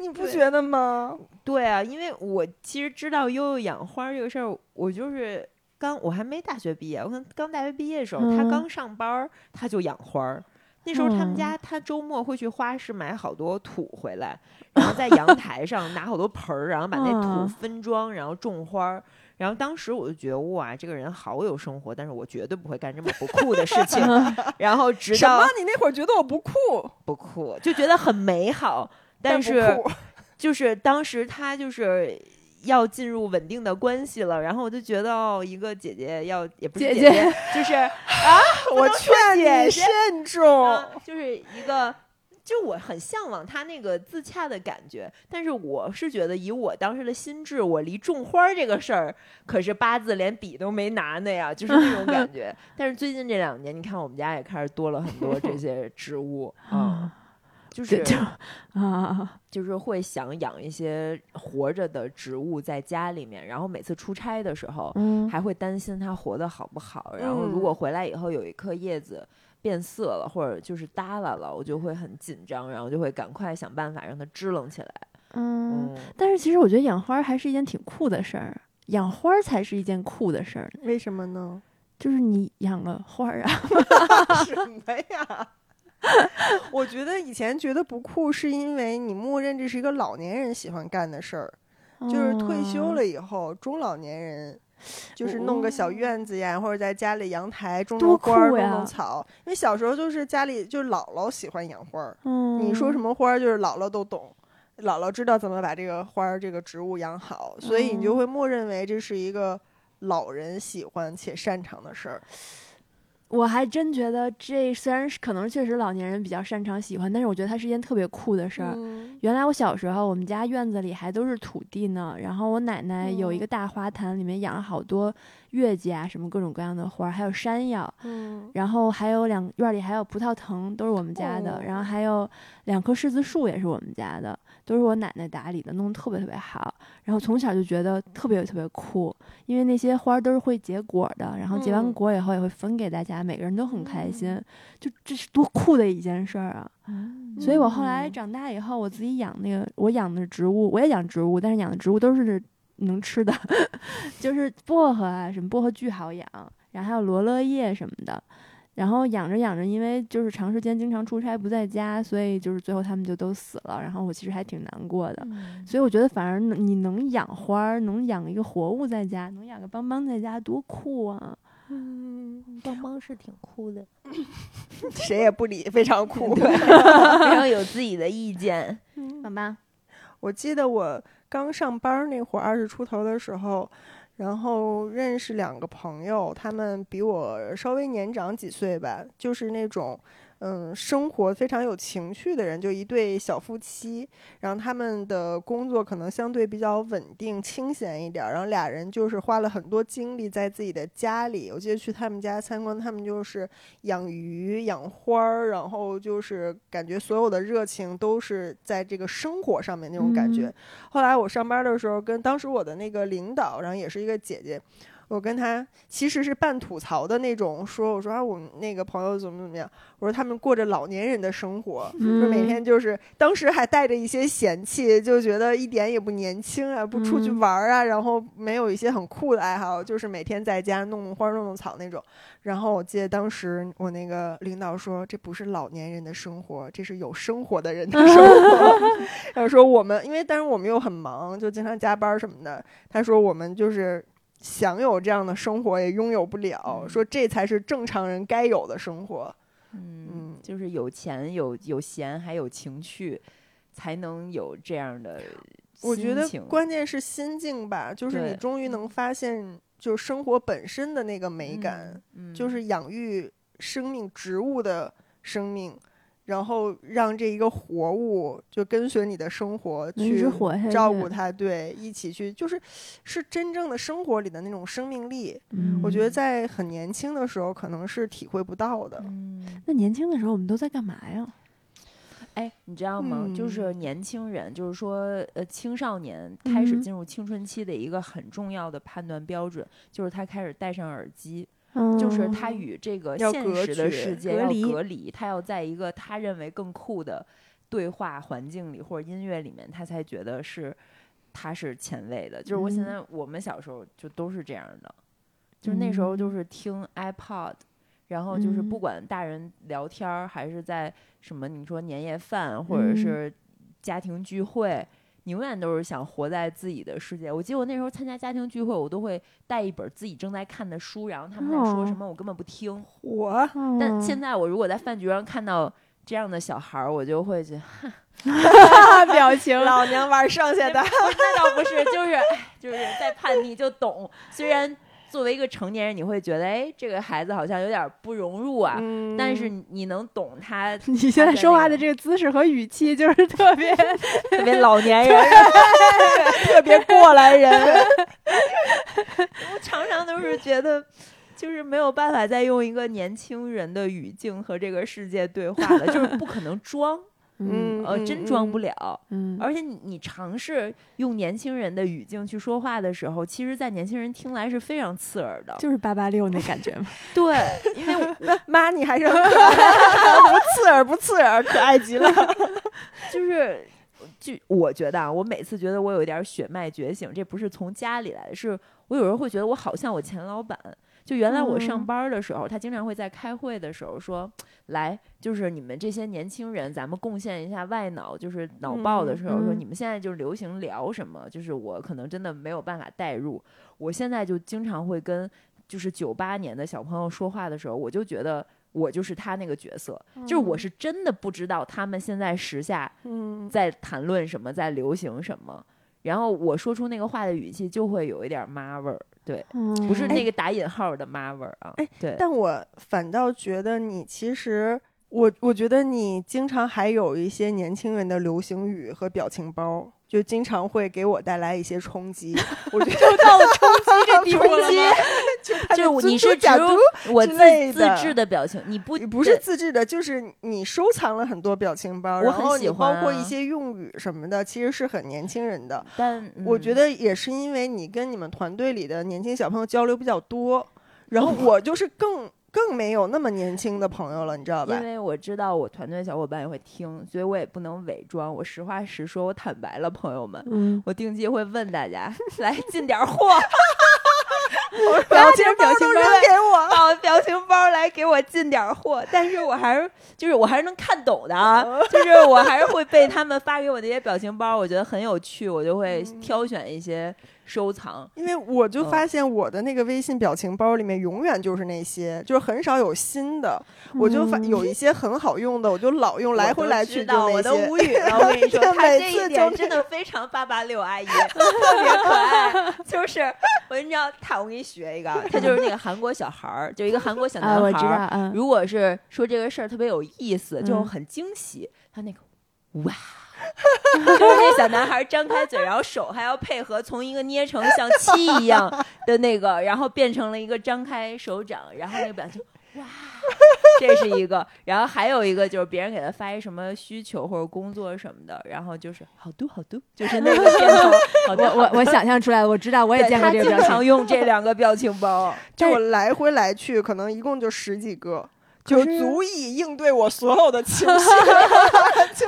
Speaker 3: 你不觉得吗？
Speaker 4: 对啊，因为我其实知道悠悠养花儿这个事儿，我就是刚我还没大学毕业，我刚刚大学毕业的时候，他
Speaker 1: 嗯
Speaker 4: 刚上班儿，他就养花儿。那时候他
Speaker 1: 嗯
Speaker 4: 们家，他周末会去花市买好多土回来，然后在阳台上拿好多盆儿，然后把那土
Speaker 1: 嗯
Speaker 4: 分装，然后种花儿。然后当时我就觉得哇，这个人好有生活，但是我绝对不会干这么不酷的事 情。然后直
Speaker 3: 什
Speaker 4: 到
Speaker 3: 么？你那会儿觉得我不酷，
Speaker 4: 不酷，就觉得很美好，但
Speaker 3: 不
Speaker 4: 是
Speaker 3: 酷
Speaker 4: 就是当时他就是要进入稳定的关系了，然后我就觉得哦，一个姐姐要也不是
Speaker 1: 姐
Speaker 4: 姐
Speaker 1: 姐
Speaker 4: 就是、
Speaker 3: 我劝你慎重
Speaker 4: 啊。就是一个。就我很向往他那个自洽的感觉，但是我是觉得以我当时的心智，我离种花儿这个事儿可是八字连笔都没拿呢呀，就是那种感觉。但是最近这两年，你看我们家也开始多了很多这些植物啊、嗯，就是
Speaker 1: 就啊，
Speaker 4: 就是会想养一些活着的植物在家里面，然后每次出差的时候
Speaker 1: 嗯，
Speaker 4: 还会担心它活得好不好，然后如
Speaker 3: 嗯
Speaker 4: 果回来以后有一颗叶子变色了或者就是耷拉了，我就会很紧张，然后就会赶快想办法让它支棱起来。
Speaker 1: 嗯，
Speaker 4: 嗯，
Speaker 1: 但是其实我觉得养花儿还是一件挺酷的事儿，养花儿才是一件酷的事儿呢。
Speaker 3: 为什么呢？
Speaker 1: 就是你养了花儿啊，
Speaker 3: 什么呀？ 我觉得以前觉得不酷，是因为你默认这是一个老年人喜欢干的事儿，就是退休了以后，中老年人。就是弄个小院子呀，或者在家里阳台种种
Speaker 1: 多
Speaker 3: 花儿、
Speaker 1: 酷
Speaker 3: 种
Speaker 1: 呀
Speaker 3: 种草。因为小时候就是家里就是姥姥喜欢养花儿，
Speaker 1: 嗯。嗯，
Speaker 3: 你说什
Speaker 1: 么？
Speaker 3: 么花儿，就是姥姥都懂，姥姥知道怎么把这个花儿、这个植物养好，所以你就
Speaker 1: 嗯
Speaker 3: 会默认为这是一个老人喜欢且擅长的事儿。
Speaker 1: 我还真觉得这虽然是可能确实老年人比较擅长喜欢，但是我觉得它是一件特别酷的事儿。啊
Speaker 3: 嗯
Speaker 1: 原来我小时候，我们家院子里还都是土地呢。然后我奶奶有一个大花坛，里面养了好多月季啊，什么各种各样的花儿，还有山药，
Speaker 3: 嗯，
Speaker 1: 然后还有两院里还有葡萄藤，都是我们家的。
Speaker 3: 哦
Speaker 1: 然后还有两棵柿子树也是我们家的，都是我奶奶打理的，弄得特别特别好。然后从小就觉得特别特别酷，因为那些花儿都是会结果的，然后结完
Speaker 3: 嗯
Speaker 1: 果以后也会分给大家，每个人都很开心。就这是多酷的一件事儿啊！所以我后来
Speaker 3: 嗯
Speaker 1: 长大以后，我自己养那个我养的植物，我也养植物，但是养的植物都是能吃的， 就是薄荷啊，什么薄荷巨好养，然后还有罗勒叶什么的。然后养着养着，因为就是长时间经常出差不在家，所以就是最后他们就都死了。然后我其实还挺难过的，
Speaker 3: 嗯
Speaker 1: 所以我觉得反而能你能养花儿，能养一个活物在家，能养个邦邦在家，多酷啊！
Speaker 3: 嗯
Speaker 5: 邦邦是挺酷的，
Speaker 3: 谁也不理，非常 酷。
Speaker 4: 非常有自己的意见。
Speaker 3: 嗯
Speaker 1: 好吧，
Speaker 3: 我记得我刚上班儿那会儿，二十出头的时候，然后认识两个朋友，他们比我稍微年长几岁吧，就是那种。嗯，生活非常有情趣的人，就一对小夫妻，然后他们的工作可能相对比较稳定、清闲一点儿，然后俩人就是花了很多精力在自己的家里。我记得去他们家参观，他们就是养鱼、养花儿，然后就是感觉所有的热情都是在这个生活上面那种感觉。后来我上班的时候，跟当时我的那个领导，然后也是一个姐姐。我跟她其实是半吐槽的那种，说我说啊，我们那个朋友怎么怎么样，我说他们过着老年人的生活，
Speaker 1: 嗯
Speaker 3: 就每天就是当时还带着一些嫌弃，就觉得一点也不年轻啊，不出去
Speaker 1: 嗯
Speaker 3: 玩儿啊，然后没有一些很酷的爱好，就是每天在家弄弄花儿弄弄草那种。然后我记得当时我那个领导说，这不是老年人的生活，这是有生活的人的生活。然后说我们，因为当时我们又很忙，就经常加班儿什么的。他说我们就是想有这样的生活，也拥有不了。说这才是正常人该有的生活。
Speaker 4: 嗯
Speaker 3: 嗯，
Speaker 4: 就是有钱有有闲，还有情趣，才能有这样的
Speaker 3: 我觉得
Speaker 4: 心情
Speaker 3: 关键是心境吧，就是你
Speaker 4: 对嗯
Speaker 3: 终于能发现，就是生活本身的那个美感。
Speaker 4: 嗯
Speaker 3: 就是养育生命植物的生命，然后让这一个活物就跟随你的生活
Speaker 1: 能一
Speaker 3: 去
Speaker 1: 直活下去，
Speaker 3: 照顾它，对，一起去，就是是真正的生活里的那种生命力。
Speaker 1: 嗯
Speaker 3: 我觉得在很年轻的时候，可能是体会不到的。
Speaker 4: 嗯
Speaker 1: 那年轻的时候我们都在干嘛呀？
Speaker 4: 哎，你知道吗？就是年轻人，就是说，呃，青少年开始
Speaker 1: 嗯
Speaker 4: 进入青春期的一个很重要的判断标准，就是他开始戴上耳机，
Speaker 1: 嗯
Speaker 4: 就是他与这个
Speaker 3: 要
Speaker 4: 现
Speaker 3: 隔
Speaker 4: 实的
Speaker 3: 绝
Speaker 4: 世界
Speaker 1: 隔
Speaker 4: 要
Speaker 1: 离
Speaker 4: 隔离，他要在一个他认为更酷的对话环境里或者音乐里面，他才觉得是他是前卫的。就是我现
Speaker 1: 嗯
Speaker 4: 在我们小时候就都是这样的，就是那时候就是听 iPod，然后就是不
Speaker 1: 嗯
Speaker 4: 管大人聊天儿还是在什么你说年夜饭或者
Speaker 1: 嗯
Speaker 4: 是家庭聚会。你永远都是想活在自己的世界。我记得我那时候参加家庭聚会，我都会带一本自己正在看的书，然后他们在说什
Speaker 1: 哦
Speaker 4: 么，我根本不听。
Speaker 3: 我
Speaker 4: 但
Speaker 1: 嗯
Speaker 4: 现在我如果在饭局上看到这样的小孩儿，我就会觉得，
Speaker 2: 表情，老娘玩剩下的，
Speaker 4: 那倒不是，就是哎就是在叛逆就懂。虽然作为一个成年人，你会觉得，哎，这个孩子好像有点不融入啊，
Speaker 3: 嗯
Speaker 4: 但是你能懂他
Speaker 1: 你现在说话的这个姿势和语气，就是 特别
Speaker 4: 特别老年人，
Speaker 2: 特别过来人。
Speaker 4: 我常常都是觉得。就是没有办法再用一个年轻人的语境和这个世界对话了，就是不可能装，
Speaker 3: 嗯
Speaker 4: 呃，真装不了。
Speaker 1: 嗯
Speaker 4: 而且你你尝试用年轻人的语境去说话的时候，其实，在年轻人听来是非常刺耳的。
Speaker 1: 就是八八六那感觉嘛。
Speaker 4: 对，
Speaker 3: 妈，你还是很可爱不刺耳不刺 耳，可爱极了。
Speaker 4: 就是就我觉得啊，我每次觉得我有一点血脉觉醒，这不是从家里来的，是我有时候会觉得我好像我前老板。就原来我上
Speaker 1: 嗯
Speaker 4: 班儿的时候，他经常会在开会的时候说：“来，就是你们这些年轻人，咱们贡献一下外脑，就是脑爆的时候，说
Speaker 1: 嗯
Speaker 4: 你们现在就流行聊什么，就是我可能真的没有办法代入。我现在就经常会跟就是九八年的小朋友说话的时候，我就觉得我就是他那个角色，就是我是真的不知道他们现在时下
Speaker 3: 嗯，
Speaker 4: 在谈论什么，在流行什么，然后我说出那个话的语气就会有一点妈味儿，对，
Speaker 1: 嗯
Speaker 4: 不
Speaker 1: 哎
Speaker 4: 哎是那个打引号的妈味儿啊，对，
Speaker 3: 但我反倒觉得你其实我我觉得你经常还有一些年轻人的流行语和表情包，就经常会给我带来一些冲击。我觉得
Speaker 4: 到冲击这地
Speaker 3: 冲
Speaker 4: 步了
Speaker 3: 击
Speaker 4: 吗？
Speaker 3: 就
Speaker 4: 就你是只
Speaker 3: 假如
Speaker 4: 有我
Speaker 3: 之
Speaker 4: 自
Speaker 3: 类
Speaker 4: 自
Speaker 3: 的
Speaker 4: 制的表情，你不
Speaker 3: 不是自制的，就是你收藏了很多表情包，
Speaker 4: 我
Speaker 3: 然
Speaker 4: 很
Speaker 3: 后
Speaker 4: 喜
Speaker 3: 你包
Speaker 4: 欢
Speaker 3: 括
Speaker 4: 啊
Speaker 3: 一些用语什么的，其实是很年轻人的。
Speaker 4: 但嗯
Speaker 3: 我觉
Speaker 4: 得。
Speaker 3: 得也是因为你跟你们团队里的年轻小朋友交流比较多，然
Speaker 4: 哦
Speaker 3: 后我就是更更没有那么年轻的朋友了，你知道吧
Speaker 4: 因？为我知道我团队小伙伴也会听，所以我也不能伪装，我实话实说，我坦白了，朋友们，
Speaker 5: 嗯，
Speaker 4: 我定期会问大家， 来进点货，
Speaker 3: 表情
Speaker 4: 这
Speaker 3: 包
Speaker 4: 表情
Speaker 3: 都
Speaker 4: 包
Speaker 3: 扔给 我，
Speaker 4: 把我表情包来给我进点货，但是我还是就是我还是能看懂的啊，
Speaker 3: 哦
Speaker 4: 就是我还是会被他们发给我那些表情包，我觉得很有趣，我就会
Speaker 3: 嗯
Speaker 4: 挑选一些收藏。
Speaker 3: 因为我就
Speaker 4: 嗯
Speaker 3: 发现我的那个微信表情包里面永远就是那些，就是很少有新的。我就发有一些很好用的，我就老用，
Speaker 4: 嗯
Speaker 3: 来
Speaker 4: 我
Speaker 3: 回
Speaker 4: 都
Speaker 3: 来
Speaker 4: 知
Speaker 3: 去
Speaker 4: 道
Speaker 3: 就
Speaker 4: 我
Speaker 3: 那
Speaker 4: 都
Speaker 3: 些。
Speaker 4: 无语了。我跟 你说，
Speaker 3: 就
Speaker 4: 他
Speaker 3: 每
Speaker 4: 这
Speaker 3: 次
Speaker 4: 一点
Speaker 3: 就
Speaker 4: 真的非常八八六阿姨，特别可爱。就是我跟你讲，他我给你学一个啊，他就是那个韩国小孩儿，就一个韩国小男孩
Speaker 1: 啊，
Speaker 4: 儿。
Speaker 1: 我知道，啊，
Speaker 4: 如果是说这个事儿特别有意思，就
Speaker 1: 嗯
Speaker 4: 很惊喜，他那个哇。 就是那小男孩张开嘴，然后手还要配合，从一个捏成像七一样的那个， 然后变成了一个张开手掌，然后那个表情， 哇，这是一个。然后还有一个就是别人给他发一什么需求或者工作什么的，然后就是好多好多，就是那个片头，好
Speaker 1: 我
Speaker 4: 多
Speaker 1: 我我想象出来了，我知道，我也
Speaker 4: 对
Speaker 1: 见过
Speaker 4: 他
Speaker 1: 这个
Speaker 4: 经
Speaker 1: 表情。
Speaker 4: 常用这两个表情包。
Speaker 3: 就我来回来去，可能一共就十几个，就足以应对我所有的情绪， 就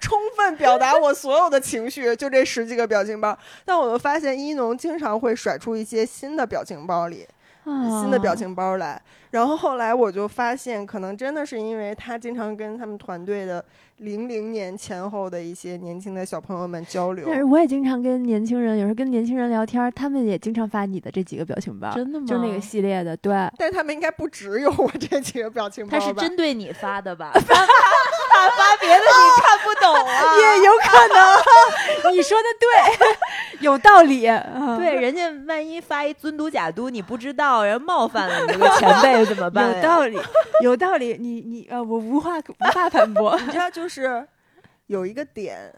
Speaker 3: 充分表达我所有的情绪。就这十几个表情包，但我们发现一农经常会甩出一些新的表情包里，新的表
Speaker 1: 哦啊
Speaker 3: 情包来。然后后来我就发现，可能真的是因为他经常跟他们团队的零零年前后的一些年轻的小朋友们交流。
Speaker 5: 但是我也经常跟年轻人，有时候跟年轻人聊天，他们也经常发你的这几个表情包，
Speaker 4: 真的吗
Speaker 1: 啊就是那个系列的，对，
Speaker 3: 但他们应该不只有我这几个表情包
Speaker 4: 他
Speaker 3: 吧？
Speaker 4: 是针对你发的 吧？发发别的你看不懂 啊。
Speaker 1: 也有可能。 你说的对，有道 理。啊
Speaker 4: 对，人家万一发一尊嘟假嘟，你不知道，人家冒犯了你 这个前辈怎么办
Speaker 1: 有
Speaker 4: 呀？
Speaker 1: 道理，有道理。你你呃，我无话可无话反 驳。
Speaker 3: 你知道，就是有一个点，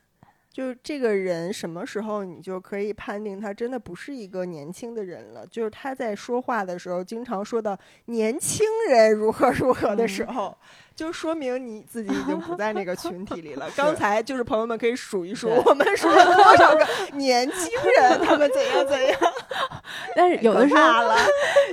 Speaker 3: 就是这个人什么时候你就可以判定他真的不是一个年轻的人了。就是他在说话的时候，经常说到年轻人如何如何的
Speaker 4: 嗯
Speaker 3: 时候，就说明你自己已经不在那个群体里 了。刚才就是朋友们可以数一数，
Speaker 4: 对
Speaker 3: 我们数了多少个年轻人，他们怎样怎样。
Speaker 1: 但是有的时候，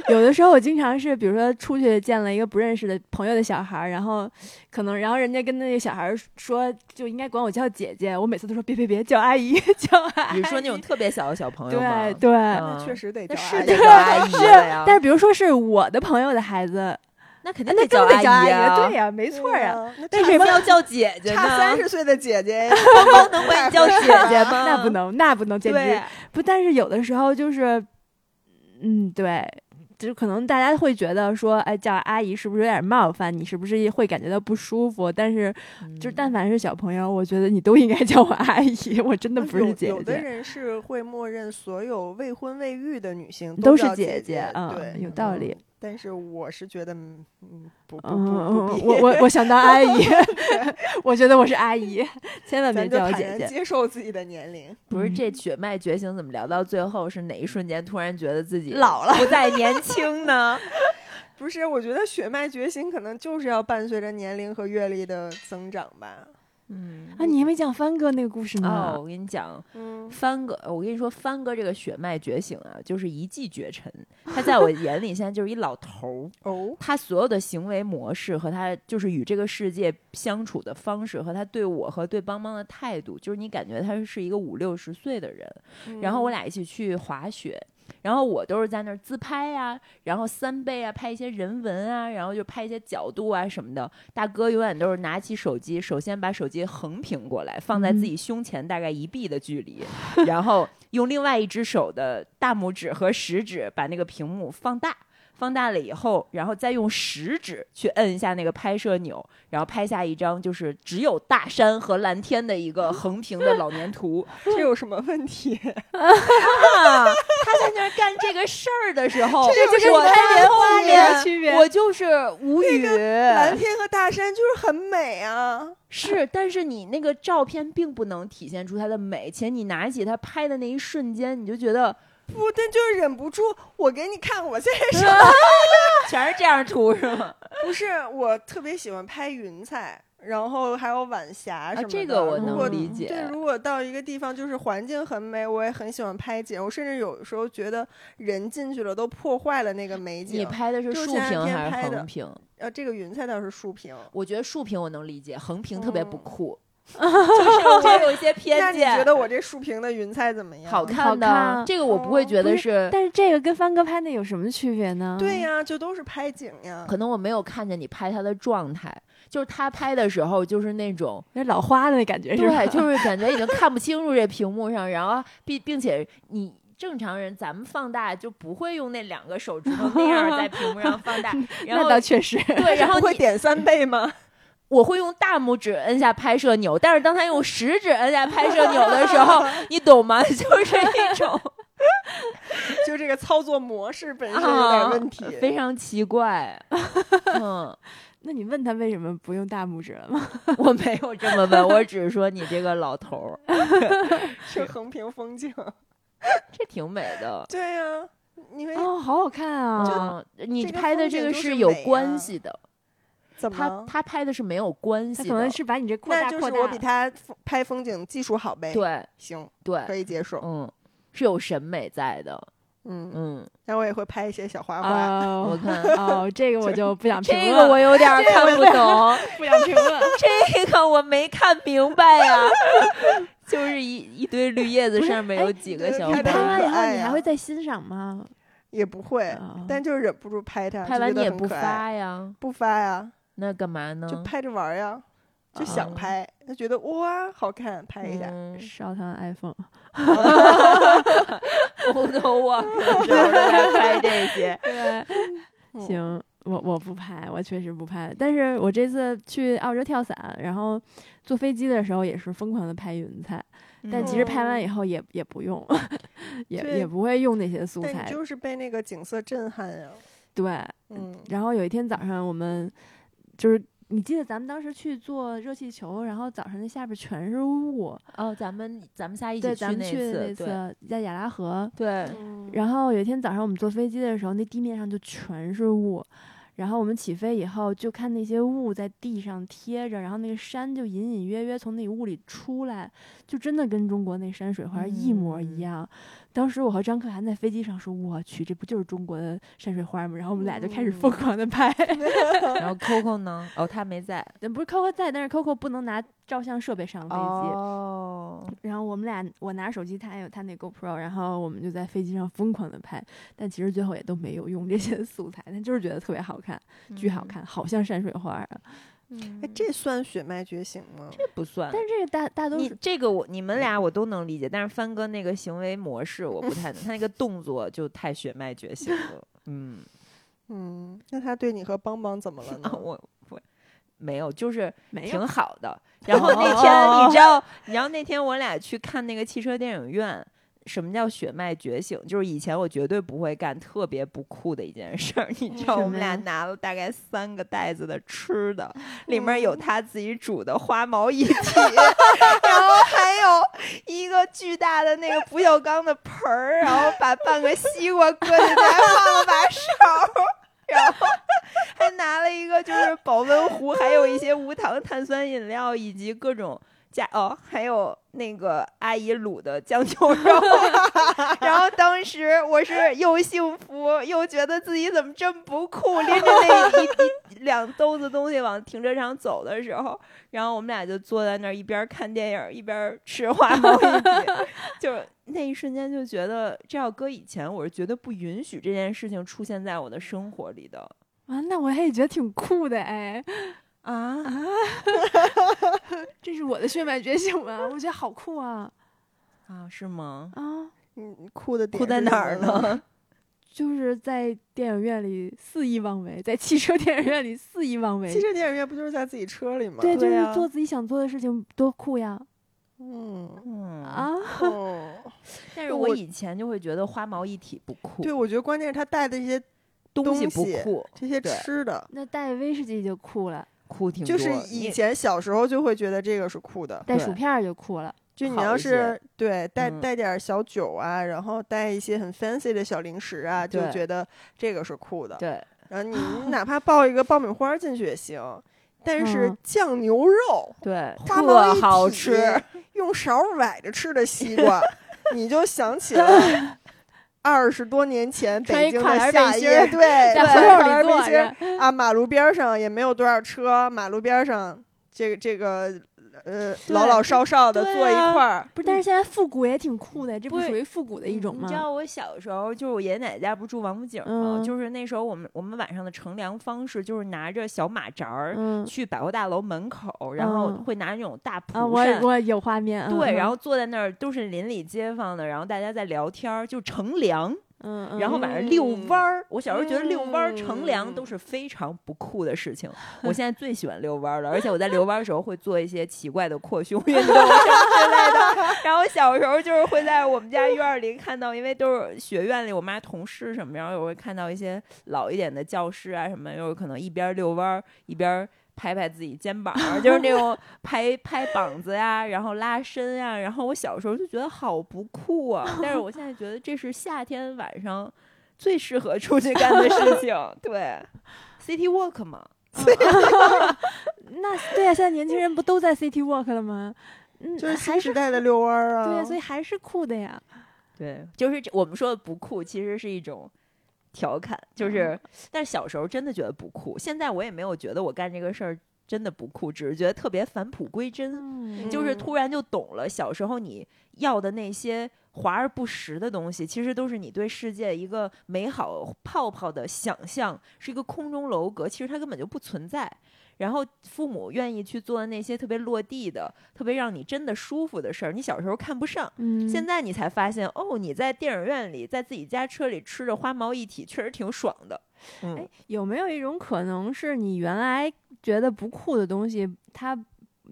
Speaker 1: 有的时候我经常是，比如说出去见了一个不认识的朋友的小孩儿，然后可能，然后人家跟那个小孩儿说，就应该管我叫姐姐，我每次都说别别别，叫阿姨， 叫阿姨。
Speaker 4: 你是说那种特别小的小朋友吗？
Speaker 1: 对对。
Speaker 4: 嗯
Speaker 3: 确实得
Speaker 4: 那
Speaker 3: 叫
Speaker 4: 是
Speaker 3: 阿
Speaker 4: 得
Speaker 3: 姨。
Speaker 4: 叫阿姨了 呀，
Speaker 1: 但是比如说是我的朋友的孩子，
Speaker 4: 那肯定
Speaker 1: 那
Speaker 4: 叫
Speaker 1: 更得叫
Speaker 4: 阿
Speaker 1: 阿姨
Speaker 4: 啊。
Speaker 1: 对呀、没错呀、
Speaker 3: 啊，那
Speaker 1: 但
Speaker 3: 差
Speaker 1: 是
Speaker 4: 为什么要叫姐姐呢？
Speaker 3: 差三十岁的姐姐，
Speaker 4: 芳芳能管你叫 姐姐吗？
Speaker 1: 那不。能，那不能，简直
Speaker 4: 啊对，啊
Speaker 1: 不，但是有的时候就是，嗯，对，就是可能大家会觉得说，哎，叫阿姨是不是有点冒犯？你是不是会感觉到不舒服？但是，
Speaker 4: 嗯
Speaker 1: 就是
Speaker 3: 嗯
Speaker 1: 但凡是小朋友，我觉得你都应该叫我阿姨，我真的不是姐
Speaker 3: 啊有有的
Speaker 1: 姐，
Speaker 3: 人是会默认所有未婚未育的女性
Speaker 1: 都是
Speaker 3: 叫姐
Speaker 1: 姐啊，
Speaker 3: 对。嗯
Speaker 1: 有道理。
Speaker 3: 但是我是觉得，嗯，嗯不不
Speaker 1: 嗯，
Speaker 3: 不不
Speaker 1: 我
Speaker 3: 必，
Speaker 1: 我我想当阿姨，我觉得我是阿姨，千万别
Speaker 3: 咱就
Speaker 1: 叫我
Speaker 3: 坦
Speaker 1: 姐
Speaker 3: 然
Speaker 1: 姐。
Speaker 3: 接受自己的年龄。
Speaker 4: 不是
Speaker 1: 嗯
Speaker 4: 这血脉觉醒，怎么聊到最后是哪一瞬间突然觉得自己
Speaker 2: 老了
Speaker 4: 不再年轻呢？
Speaker 3: 不是，我觉得血脉觉醒可能就是要伴随着年龄和阅历的增长吧。
Speaker 4: 嗯
Speaker 1: 啊，你还没讲帆哥那个故事呢
Speaker 4: 哦，。我跟你讲，
Speaker 3: 嗯，
Speaker 4: 帆哥，我跟你说，帆哥这个血脉觉醒啊，就是一骑绝尘。他在我眼里现在就是一老头儿，
Speaker 3: 哦，
Speaker 4: 他所有的行为模式和他就是与这个世界相处的方式，和他对我和对邦邦的态度，就是你感觉他是一个五六十岁的人。
Speaker 3: 嗯
Speaker 4: 然后我俩一起去滑雪。然后我都是在那儿自拍啊，然后三倍啊，拍一些人文啊，然后就拍一些角度啊什么的。大哥永远都是拿起手机，首先把手机横屏过来，放在自己胸前大概一臂的距离，然后用另外一只手的大拇指和食指把那个屏幕放大。放大了以后，然后再用食指去摁一下那个拍摄钮，然后拍下一张就是只有大山和蓝天的一个横屏的老年图。
Speaker 3: 这有什么问题？
Speaker 4: 啊，他在那儿干这个事儿的时候，
Speaker 3: 这就是
Speaker 4: 我
Speaker 3: 大
Speaker 4: 在花
Speaker 3: 自然
Speaker 4: 莲
Speaker 1: 的区别
Speaker 4: 我就是无语。
Speaker 3: 蓝天和大山就是很美啊。
Speaker 4: 是，但是你那个照片并不能体现出它的美，且你拿起它拍的那一瞬间，你就觉得
Speaker 3: 不，但就是忍不住，我给你看，我现在是
Speaker 4: 全是这样图是 吗？
Speaker 3: 不是我特别喜欢拍云彩，然后还有晚霞什么的。
Speaker 4: 啊这个我
Speaker 3: 如
Speaker 4: 能
Speaker 3: 果
Speaker 4: 理解
Speaker 3: 对，如果到一个地方就是环境很美，我也很喜欢拍景。我甚至有时候觉得人进去了都破坏了那个美
Speaker 4: 你
Speaker 3: 景。
Speaker 4: 拍的是
Speaker 3: 就
Speaker 4: 竖
Speaker 3: 前
Speaker 4: 屏
Speaker 3: 两天
Speaker 4: 还
Speaker 3: 拍
Speaker 4: 是
Speaker 3: 的
Speaker 4: 横屏？
Speaker 3: 呃，这个云彩倒是竖屏，
Speaker 4: 我觉得竖屏我能理解，横屏特别不
Speaker 3: 嗯
Speaker 4: 酷，哦 就是这有一些
Speaker 3: 那
Speaker 4: 偏
Speaker 3: 你觉
Speaker 4: 见。
Speaker 3: 得我这竖屏的云彩怎么样？ 啊
Speaker 4: 好
Speaker 5: 好
Speaker 4: 看的
Speaker 5: 看
Speaker 4: 这个我不会觉
Speaker 5: 不
Speaker 4: 得
Speaker 5: 是
Speaker 4: 是，
Speaker 5: 但是这个跟帆哥拍那有什么区别呢？
Speaker 3: 对呀、就都是拍景
Speaker 1: 嗯
Speaker 3: 呀。
Speaker 4: 嗯可能我没有看见你拍他的状态，就是他拍的时候就是那种
Speaker 1: 那老花的那感 觉是吧？
Speaker 4: 对，就是感觉已经看不清楚这屏幕上，然后并并且你正常人咱们放大就不会用那两个手指头那样在屏幕 上放大，然
Speaker 1: 那
Speaker 4: 后
Speaker 1: 倒确实。
Speaker 4: 对，然后
Speaker 3: 不会
Speaker 4: 你
Speaker 3: 点三倍吗？
Speaker 4: 我会用大拇指摁下拍摄钮，但是当他用食指摁下拍摄钮的 时候，你懂吗？ 就是一种
Speaker 3: 就这个操作模式本身有点问题。
Speaker 4: 啊非常奇 怪，嗯，
Speaker 1: 那你问他为什么不用大拇指了吗？
Speaker 4: 我没有这么问，我只是说你这个老头儿，
Speaker 3: 是横屏风景。
Speaker 4: 这挺美的。
Speaker 3: 对呀、因为
Speaker 1: 哦，好好看啊！
Speaker 3: 哦
Speaker 4: 嗯，你
Speaker 3: 这个
Speaker 4: 拍的
Speaker 3: 风
Speaker 4: 这
Speaker 3: 景
Speaker 4: 个
Speaker 3: 就是是
Speaker 4: 有
Speaker 3: 美啊
Speaker 4: 关系的，
Speaker 3: 怎么
Speaker 4: 他
Speaker 3: 了？
Speaker 4: 他拍的是没有关
Speaker 1: 他
Speaker 4: 系
Speaker 1: 可
Speaker 4: 的，
Speaker 1: 能是把你这扩
Speaker 3: 那
Speaker 1: 大
Speaker 3: 就
Speaker 1: 扩
Speaker 3: 是
Speaker 1: 大。
Speaker 3: 我比他风拍风景技术好呗。，
Speaker 4: 对
Speaker 3: 行，可
Speaker 4: 对，
Speaker 3: 以接受。
Speaker 4: 嗯，是有审美在的，
Speaker 3: 嗯，
Speaker 4: 嗯，啊
Speaker 3: 那我也会拍一些小花花。
Speaker 4: 我
Speaker 1: 哦
Speaker 4: 看
Speaker 1: 哦，这个我就不想评
Speaker 4: 这
Speaker 1: 论
Speaker 4: 个 我
Speaker 1: 了，
Speaker 4: 有点儿看不懂，
Speaker 1: 不想评 论。
Speaker 4: 这个我没看明白 呀，就是一一堆绿叶子上面有几个小
Speaker 3: 哎
Speaker 4: 花
Speaker 3: 对
Speaker 5: 拍
Speaker 3: 它
Speaker 4: 儿，
Speaker 5: 完以
Speaker 3: 很可爱
Speaker 5: 后你还
Speaker 3: 呀
Speaker 5: 会再欣赏吗？
Speaker 3: 也不会，
Speaker 5: 啊
Speaker 3: 但就是忍不住拍它。
Speaker 4: 拍完
Speaker 3: 就
Speaker 4: 你
Speaker 3: 觉
Speaker 4: 也
Speaker 3: 得很
Speaker 4: 不
Speaker 3: 可爱，
Speaker 4: 发呀，
Speaker 3: 不发呀，
Speaker 4: 那干嘛呢？
Speaker 3: 就拍着玩儿呀，就想
Speaker 4: 啊
Speaker 3: 拍，就觉得哇好看，拍一下。
Speaker 4: 嗯
Speaker 5: 烧糖 iPhone，
Speaker 4: ，photo walk 的时候在拍这些，
Speaker 3: 嗯
Speaker 1: 行，我我不拍，我确实不拍。但是我这次去澳洲跳伞，然后坐飞机的时候也是疯狂的拍云彩，但其实拍完以后也也不用，也
Speaker 3: 嗯哦对
Speaker 1: 也不会用那些素
Speaker 3: 但你
Speaker 1: 材。
Speaker 3: 就是被那个景色震撼呀。
Speaker 1: 对，
Speaker 3: 嗯，
Speaker 1: 然后有一天早上我们就是。你记得咱们当时去坐热气球，然后早上那下边全是雾。
Speaker 3: 嗯
Speaker 4: 哦，咱们咱们仨一
Speaker 1: 对，
Speaker 4: 起
Speaker 1: 咱们
Speaker 4: 那
Speaker 1: 去的那
Speaker 4: 次，对
Speaker 1: 次在雅拉河，
Speaker 4: 对，
Speaker 1: 然后有一天早上我们坐飞机的时候，那地面上就全是雾。然后我们起飞以后，就看那些雾在地上贴着，然后那个山就隐隐约约从那雾里出来，就真的跟中国那山水画一模一
Speaker 4: 嗯
Speaker 1: 样。当时我和张可涵在飞机上说：“我去，这不就是中国的山水画吗？”然后我们俩就开始
Speaker 4: 嗯
Speaker 1: 疯狂的拍。
Speaker 3: 啊
Speaker 4: 然后 Coco 呢？哦，他没在，
Speaker 1: 嗯不是 Coco 在，但是 Coco 不能拿照相设备上飞机。
Speaker 4: 哦，
Speaker 1: 然后我们俩，我拿手机，他也有他那 GoPro，然后我们就在飞机上疯狂的拍，但其实最后也都没有用这些素材，但就是觉得特别好看， 巨好看，好像山水画啊。
Speaker 4: 嗯，
Speaker 3: 哎，这算血脉觉醒吗？
Speaker 4: 这不算
Speaker 1: 但。是这个大大多
Speaker 4: 你
Speaker 1: 数
Speaker 4: 这个我你们俩我都能理解，但是帆哥那个行为模式我不 太能，他那个动作就太血脉觉醒了。 嗯，
Speaker 3: 嗯，那他对你和邦邦怎么了呢
Speaker 4: 啊？ 我我没有，就是
Speaker 1: 没有哦
Speaker 4: 挺好 的。然后那天你知道，然后那天我俩去看那个汽车电影院。什么叫血脉觉醒？就是以前我绝对不会干特别不酷的一件事儿，你知道，
Speaker 1: 什
Speaker 4: 我们
Speaker 1: 么呀
Speaker 4: 俩拿了大概三个袋子的吃的，里
Speaker 1: 嗯
Speaker 4: 面有他自己煮的花毛一体， 然后还有一个巨大的那个不锈钢的盆儿，然后把半个西瓜 搁进去，还放了把勺儿，然后还拿了一个就是保温壶，还有一些无糖碳酸饮料以及各种。加哦，还有那个阿姨卤的酱牛肉， 然后当时我是又幸福又觉得自己怎么这么不酷，拎着那一一两兜子东西往停车场走的时候，然后我们俩就坐在那儿一边看电影一边吃花毛一体， 就是那一瞬间就觉得，这要搁以前，我是绝对不允许这件事情出现在我的生活里的
Speaker 1: 啊，那我也觉得挺酷的哎，
Speaker 4: 啊。
Speaker 1: 这是我的血脉觉醒吗？我觉得好酷啊
Speaker 4: 啊，是吗？
Speaker 1: 啊！
Speaker 3: 你你哭的点
Speaker 4: 哭在
Speaker 3: 是
Speaker 4: 哪
Speaker 3: 什
Speaker 4: 儿
Speaker 3: 么呢？
Speaker 4: 呢？
Speaker 1: 就是在电影院里肆意妄为，在汽车电影院里肆意妄为。
Speaker 3: 汽车电影院不就是在自己车里吗？
Speaker 5: 对，就
Speaker 2: 对
Speaker 5: 是
Speaker 2: 啊
Speaker 5: 做自己想做的事情，多酷呀！
Speaker 3: 嗯，
Speaker 4: 嗯，
Speaker 1: 啊，
Speaker 3: 哦，
Speaker 4: 但是
Speaker 3: 我
Speaker 4: 我以前就会觉得花毛一体不酷，
Speaker 3: 对，我觉得关键是他带的这些
Speaker 4: 东西
Speaker 3: 东
Speaker 4: 不
Speaker 3: 西
Speaker 4: 酷，
Speaker 3: 这些
Speaker 4: 对
Speaker 3: 吃的，
Speaker 5: 那带威士忌就酷了，
Speaker 4: 酷挺
Speaker 3: 就是
Speaker 4: 多
Speaker 3: 以
Speaker 4: 你
Speaker 3: 前小时候就会觉得这个是酷的，
Speaker 5: 带
Speaker 4: 对
Speaker 5: 薯片儿就酷了。
Speaker 3: 就你
Speaker 4: 好
Speaker 3: 要
Speaker 4: 一
Speaker 3: 是
Speaker 4: 些
Speaker 3: 对带
Speaker 4: 嗯
Speaker 3: 带点儿小酒啊，然后带一些很 fancy 的小零食啊，就
Speaker 4: 对
Speaker 3: 觉得这个是酷的。
Speaker 4: 对
Speaker 3: 然后你 你哪怕爆一个爆米花进去也行，但是
Speaker 5: 嗯
Speaker 3: 酱牛肉
Speaker 4: 对，
Speaker 3: 花猫
Speaker 4: 特好吃，，
Speaker 3: 用勺崴着吃的西 瓜，你就想起了二十多年前
Speaker 1: 穿
Speaker 3: 北
Speaker 1: 一
Speaker 3: 京
Speaker 1: 跨栏
Speaker 3: 的夏
Speaker 1: 背心
Speaker 3: 夜，
Speaker 1: 儿
Speaker 3: 对，
Speaker 1: 在
Speaker 3: 对
Speaker 1: 胡同
Speaker 3: 跨
Speaker 1: 里
Speaker 3: 栏背
Speaker 1: 坐
Speaker 3: 心儿
Speaker 1: 着，
Speaker 3: 啊，马路边儿上也没有多少车，马路边儿上这个这个呃老老少少的
Speaker 4: 对
Speaker 3: 坐一
Speaker 4: 啊
Speaker 3: 块儿，
Speaker 1: 不是，但是现在复古也挺酷的，这不
Speaker 4: 不是
Speaker 1: 属于复古的一种
Speaker 4: 你
Speaker 1: 吗
Speaker 4: 知？道我小时候就是我爷爷奶奶家不是住王府井吗？
Speaker 5: 嗯
Speaker 4: 就是那时候我们我们晚上的乘凉方式就是拿着小马扎儿
Speaker 5: 嗯
Speaker 4: 去百货大楼门口，然后
Speaker 5: 嗯
Speaker 4: 会拿那种大蒲
Speaker 5: 啊，我
Speaker 4: 扇。
Speaker 5: 我有画面。嗯
Speaker 4: 对，然
Speaker 5: 后
Speaker 4: 后坐在那儿都是邻里街坊的，然后大家在聊天儿，就乘凉，
Speaker 5: 嗯，嗯
Speaker 4: 然后晚上遛弯儿。我小时候觉得遛弯儿、
Speaker 3: 嗯
Speaker 4: 乘凉都是非常不酷的事情。我现在最喜欢遛弯儿了，而且我在遛弯儿的时候会做一些奇怪的扩胸运动什么之类的。然后小时候就是会在我们家院儿里看到，因为都是学院里我妈同事什么，然后也会看到一些老一点的教师啊什么，有可能一边儿遛弯儿一边儿拍拍自己肩膀儿，就是那种拍拍膀子呀、然后拉伸呀、然后我小时候就觉得好不酷啊，但是我现在觉得这是夏天晚上最适合出去干的事情。对，City Walk 嘛，
Speaker 5: 那对呀、啊现在年轻人不都在 City Walk 了
Speaker 1: 啊
Speaker 5: 吗？嗯，
Speaker 3: 就是
Speaker 5: 还
Speaker 3: 新
Speaker 5: 是
Speaker 3: 时代的遛弯儿啊。
Speaker 5: 对呀、所以还是酷的呀。
Speaker 4: 对，就是这我们说的不酷，其实是一种。调侃就是，但是小时候真的觉得不酷，现在我也没有觉得我干这个事儿真的不酷，只是觉得特别返璞归真。
Speaker 5: 嗯
Speaker 4: 就是
Speaker 3: 嗯
Speaker 4: 突然就懂了，小时候你要的那些华而不实的东西，其实都是你对世界一个美好泡泡的想象，是一个空中楼阁，其实它根本就不存在。然后父母愿意去做的那些特别落地的、特别让你真的舒服的事儿，你小时候看不上，
Speaker 5: 嗯，
Speaker 4: 现在你才发现哦，你在电影院里，在自己家车里吃着花毛一体，确实挺爽的。嗯
Speaker 1: 哎，有没有一种可能是你原来觉得不酷的东西，它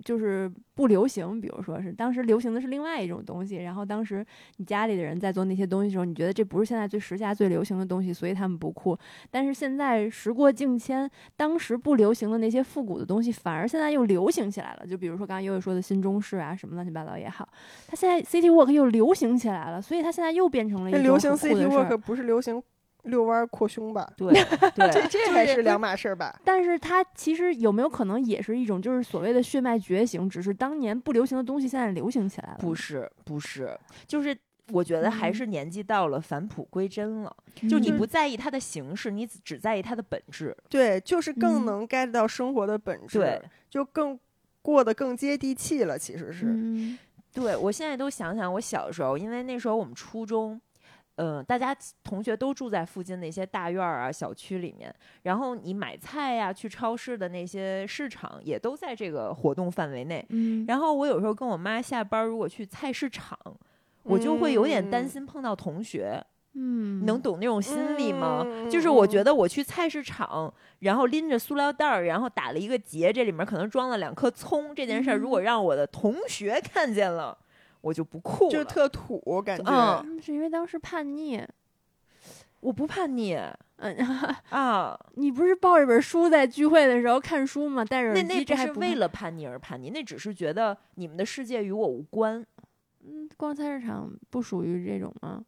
Speaker 1: 就是不流行？比如说是当时流行的是另外一种东西，然后当时你家里的人在做那些东西的时候，你觉得这不是现在最时下最流行的东西，所以他们不酷。但是现在时过境迁，当时不流行的那些复古的东西，反而现在又流行起来了。就比如说刚刚悠悠说的新中式啊，什么乱七八糟也好，它现在 City Walk 又流行起来了，所以它现在又变成了一
Speaker 3: 那
Speaker 1: 种
Speaker 3: 流行
Speaker 1: 很酷
Speaker 3: City
Speaker 1: 的事儿
Speaker 3: Walk 不是流行遛弯儿扩胸吧？
Speaker 4: 对对，
Speaker 3: 这才是两码事儿吧？
Speaker 1: 但是它其实有没有可能也是一种，就是所谓的血脉觉醒，只是当年不流行的东西现在流行起来了。
Speaker 4: 不，是不是，就是我觉得还
Speaker 1: 嗯
Speaker 4: 是年纪到了，返璞归真了。就你
Speaker 5: 嗯
Speaker 4: 不在意它的形式，你只只在意它的本质。
Speaker 3: 对，就是更
Speaker 5: 嗯
Speaker 3: 能 get 到生活的本质，
Speaker 4: 对
Speaker 3: 就更过得更接地气了。其实是，
Speaker 5: 嗯
Speaker 4: 对我现在都想想我小时候，因为那时候我们初中，嗯、大家同学都住在附近的一些大院儿啊、小区里面，然后你买菜呀、去超市的那些市场也都在这个活动范围内。
Speaker 5: 嗯，
Speaker 4: 然后我有时候跟我妈下班，如果去菜市场，我就会有点担
Speaker 3: 嗯
Speaker 4: 心碰到同学，
Speaker 5: 嗯
Speaker 4: 能懂那种心理吗？
Speaker 3: 嗯
Speaker 4: 就是我觉
Speaker 3: 嗯
Speaker 4: 得我去菜市场，然后拎着塑料袋儿，然后打了一个结，这里面可能装了两颗葱，这件事儿
Speaker 1: 嗯
Speaker 4: 如果让我的同学看见了，我就不酷
Speaker 3: 就是
Speaker 4: 了。
Speaker 3: 特土感觉。
Speaker 4: 嗯
Speaker 5: 嗯是因为当时叛逆，
Speaker 4: 我不叛逆
Speaker 5: 嗯，
Speaker 4: 啊，
Speaker 1: 你不是抱着本书在聚会的时候看书吗？戴着耳
Speaker 4: 那那
Speaker 1: 机，
Speaker 4: 不
Speaker 1: 这还
Speaker 4: 是
Speaker 1: 不
Speaker 4: 为了叛逆而叛逆，那只是觉得你们的世界与我无关。
Speaker 5: 嗯，逛菜市场不属于这种吗？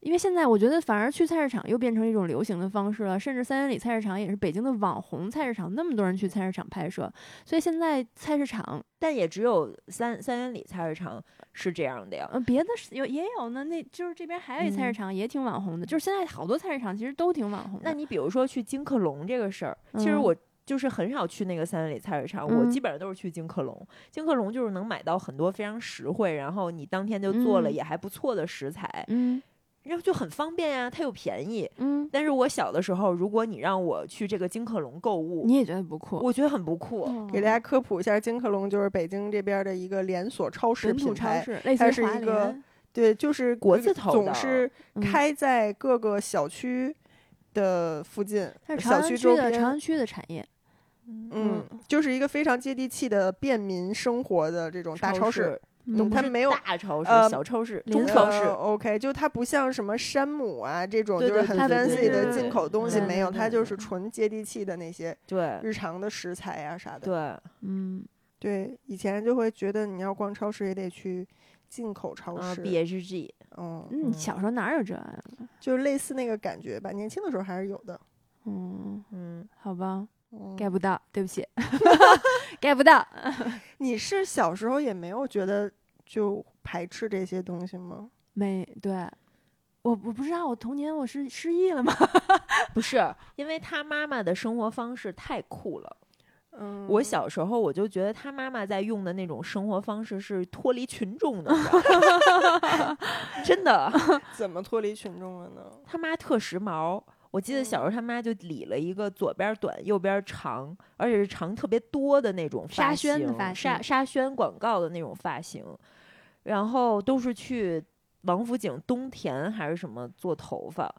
Speaker 5: 因为现在我觉得反而去菜市场又变成一种流行的方式了，甚至三元里菜市场也是北京的网红菜市场，那么多人去菜市场拍摄，所以现在菜市场，
Speaker 4: 但也只有三三元里菜市场是这样的呀。
Speaker 5: 呃，别的是有也有呢，那就是这边还有一
Speaker 4: 嗯
Speaker 5: 菜市场也挺网红的，就是现在好多菜市场其实都挺网红的。
Speaker 4: 那你比如说去金客隆这个事儿，其实
Speaker 5: 嗯
Speaker 4: 我就是很少去那个三元里菜市场，我
Speaker 5: 嗯
Speaker 4: 基本上都是去金客隆。金客隆就是能买到很多非常实惠，然后你当天就做了
Speaker 5: 嗯
Speaker 4: 也还不错的食材，
Speaker 5: 嗯
Speaker 4: 然后就很方便呀、它又便宜。
Speaker 5: 嗯，
Speaker 4: 但是我小的时候，如果你让我去这个金客隆购物，
Speaker 5: 你也觉得不酷？
Speaker 4: 我觉得很不酷。
Speaker 1: 哦
Speaker 3: 给
Speaker 1: 嗯
Speaker 3: 大家科普一下，金客隆就是北京这边的一个连锁超市
Speaker 5: 本土
Speaker 3: 品
Speaker 5: 超
Speaker 3: 牌，
Speaker 5: 市，类
Speaker 3: 它
Speaker 5: 似
Speaker 3: 是
Speaker 5: 于华
Speaker 3: 一个
Speaker 5: 联，
Speaker 3: 对，就是
Speaker 4: 国
Speaker 3: 这
Speaker 4: 字
Speaker 3: 个
Speaker 4: 头的
Speaker 3: 总是
Speaker 1: 嗯
Speaker 3: 开在各个小区的附近，
Speaker 1: 它是朝
Speaker 3: 小
Speaker 1: 阳
Speaker 3: 区
Speaker 1: 区
Speaker 3: 周
Speaker 1: 的朝
Speaker 3: 边，
Speaker 1: 阳区的产业，
Speaker 3: 嗯，就是一个非常接地气的便民生活的这种大
Speaker 4: 超
Speaker 3: 超市。
Speaker 1: 嗯
Speaker 4: 不
Speaker 3: 它
Speaker 4: 是
Speaker 3: 没有
Speaker 4: 大超市、
Speaker 3: 呃
Speaker 4: 小超市、
Speaker 1: 中
Speaker 4: 中
Speaker 1: 国
Speaker 4: 超
Speaker 3: 呃
Speaker 4: 市。
Speaker 3: OK，就它不像什么山姆啊这种
Speaker 4: 对
Speaker 3: 就是
Speaker 4: 对
Speaker 3: 很
Speaker 1: 对对
Speaker 3: fancy
Speaker 1: 对
Speaker 3: 的
Speaker 1: 对
Speaker 3: 进口东西
Speaker 1: 对
Speaker 3: 没有，
Speaker 1: 对
Speaker 3: 它
Speaker 1: 对
Speaker 3: 就
Speaker 1: 对
Speaker 3: 是纯接地气的那些
Speaker 4: 对
Speaker 3: 日常的食材啊啥的。
Speaker 4: 对，
Speaker 1: 嗯，
Speaker 3: 对，以前就会觉得你要逛超市也得去进口超
Speaker 4: 嗯
Speaker 3: 市，
Speaker 4: ，BHG
Speaker 3: 嗯，
Speaker 1: 啊嗯，小时候哪有这啊？
Speaker 3: 就是类似那个感觉吧。年轻的时候还是有的，
Speaker 1: 嗯，
Speaker 4: 嗯，
Speaker 1: 好吧
Speaker 3: 嗯
Speaker 1: ，get 不到，对不起，get 不到。
Speaker 3: 你是小时候也没有觉得就排斥这些东西
Speaker 1: 嗯
Speaker 3: 吗？
Speaker 1: 没对，我我不知道我童年我是失忆了吗？
Speaker 4: 不是，因为他妈妈的生活方式太酷了。
Speaker 3: 嗯
Speaker 4: 我小时候我就觉得他妈妈在用的那种生活方式是脱离群 众的，你知道吗真的，
Speaker 3: 怎么脱离群众了呢？
Speaker 4: 他妈特时髦。我记得小时
Speaker 1: 嗯
Speaker 4: 候他妈就理了一个左边短右边长，而且是长特别多的那种
Speaker 1: 沙
Speaker 4: 发
Speaker 1: 宣
Speaker 4: 型，
Speaker 1: 的发
Speaker 4: 沙
Speaker 1: 型
Speaker 4: 沙宣广告的那种发型，然后都是去王府井东田还是什么做头发，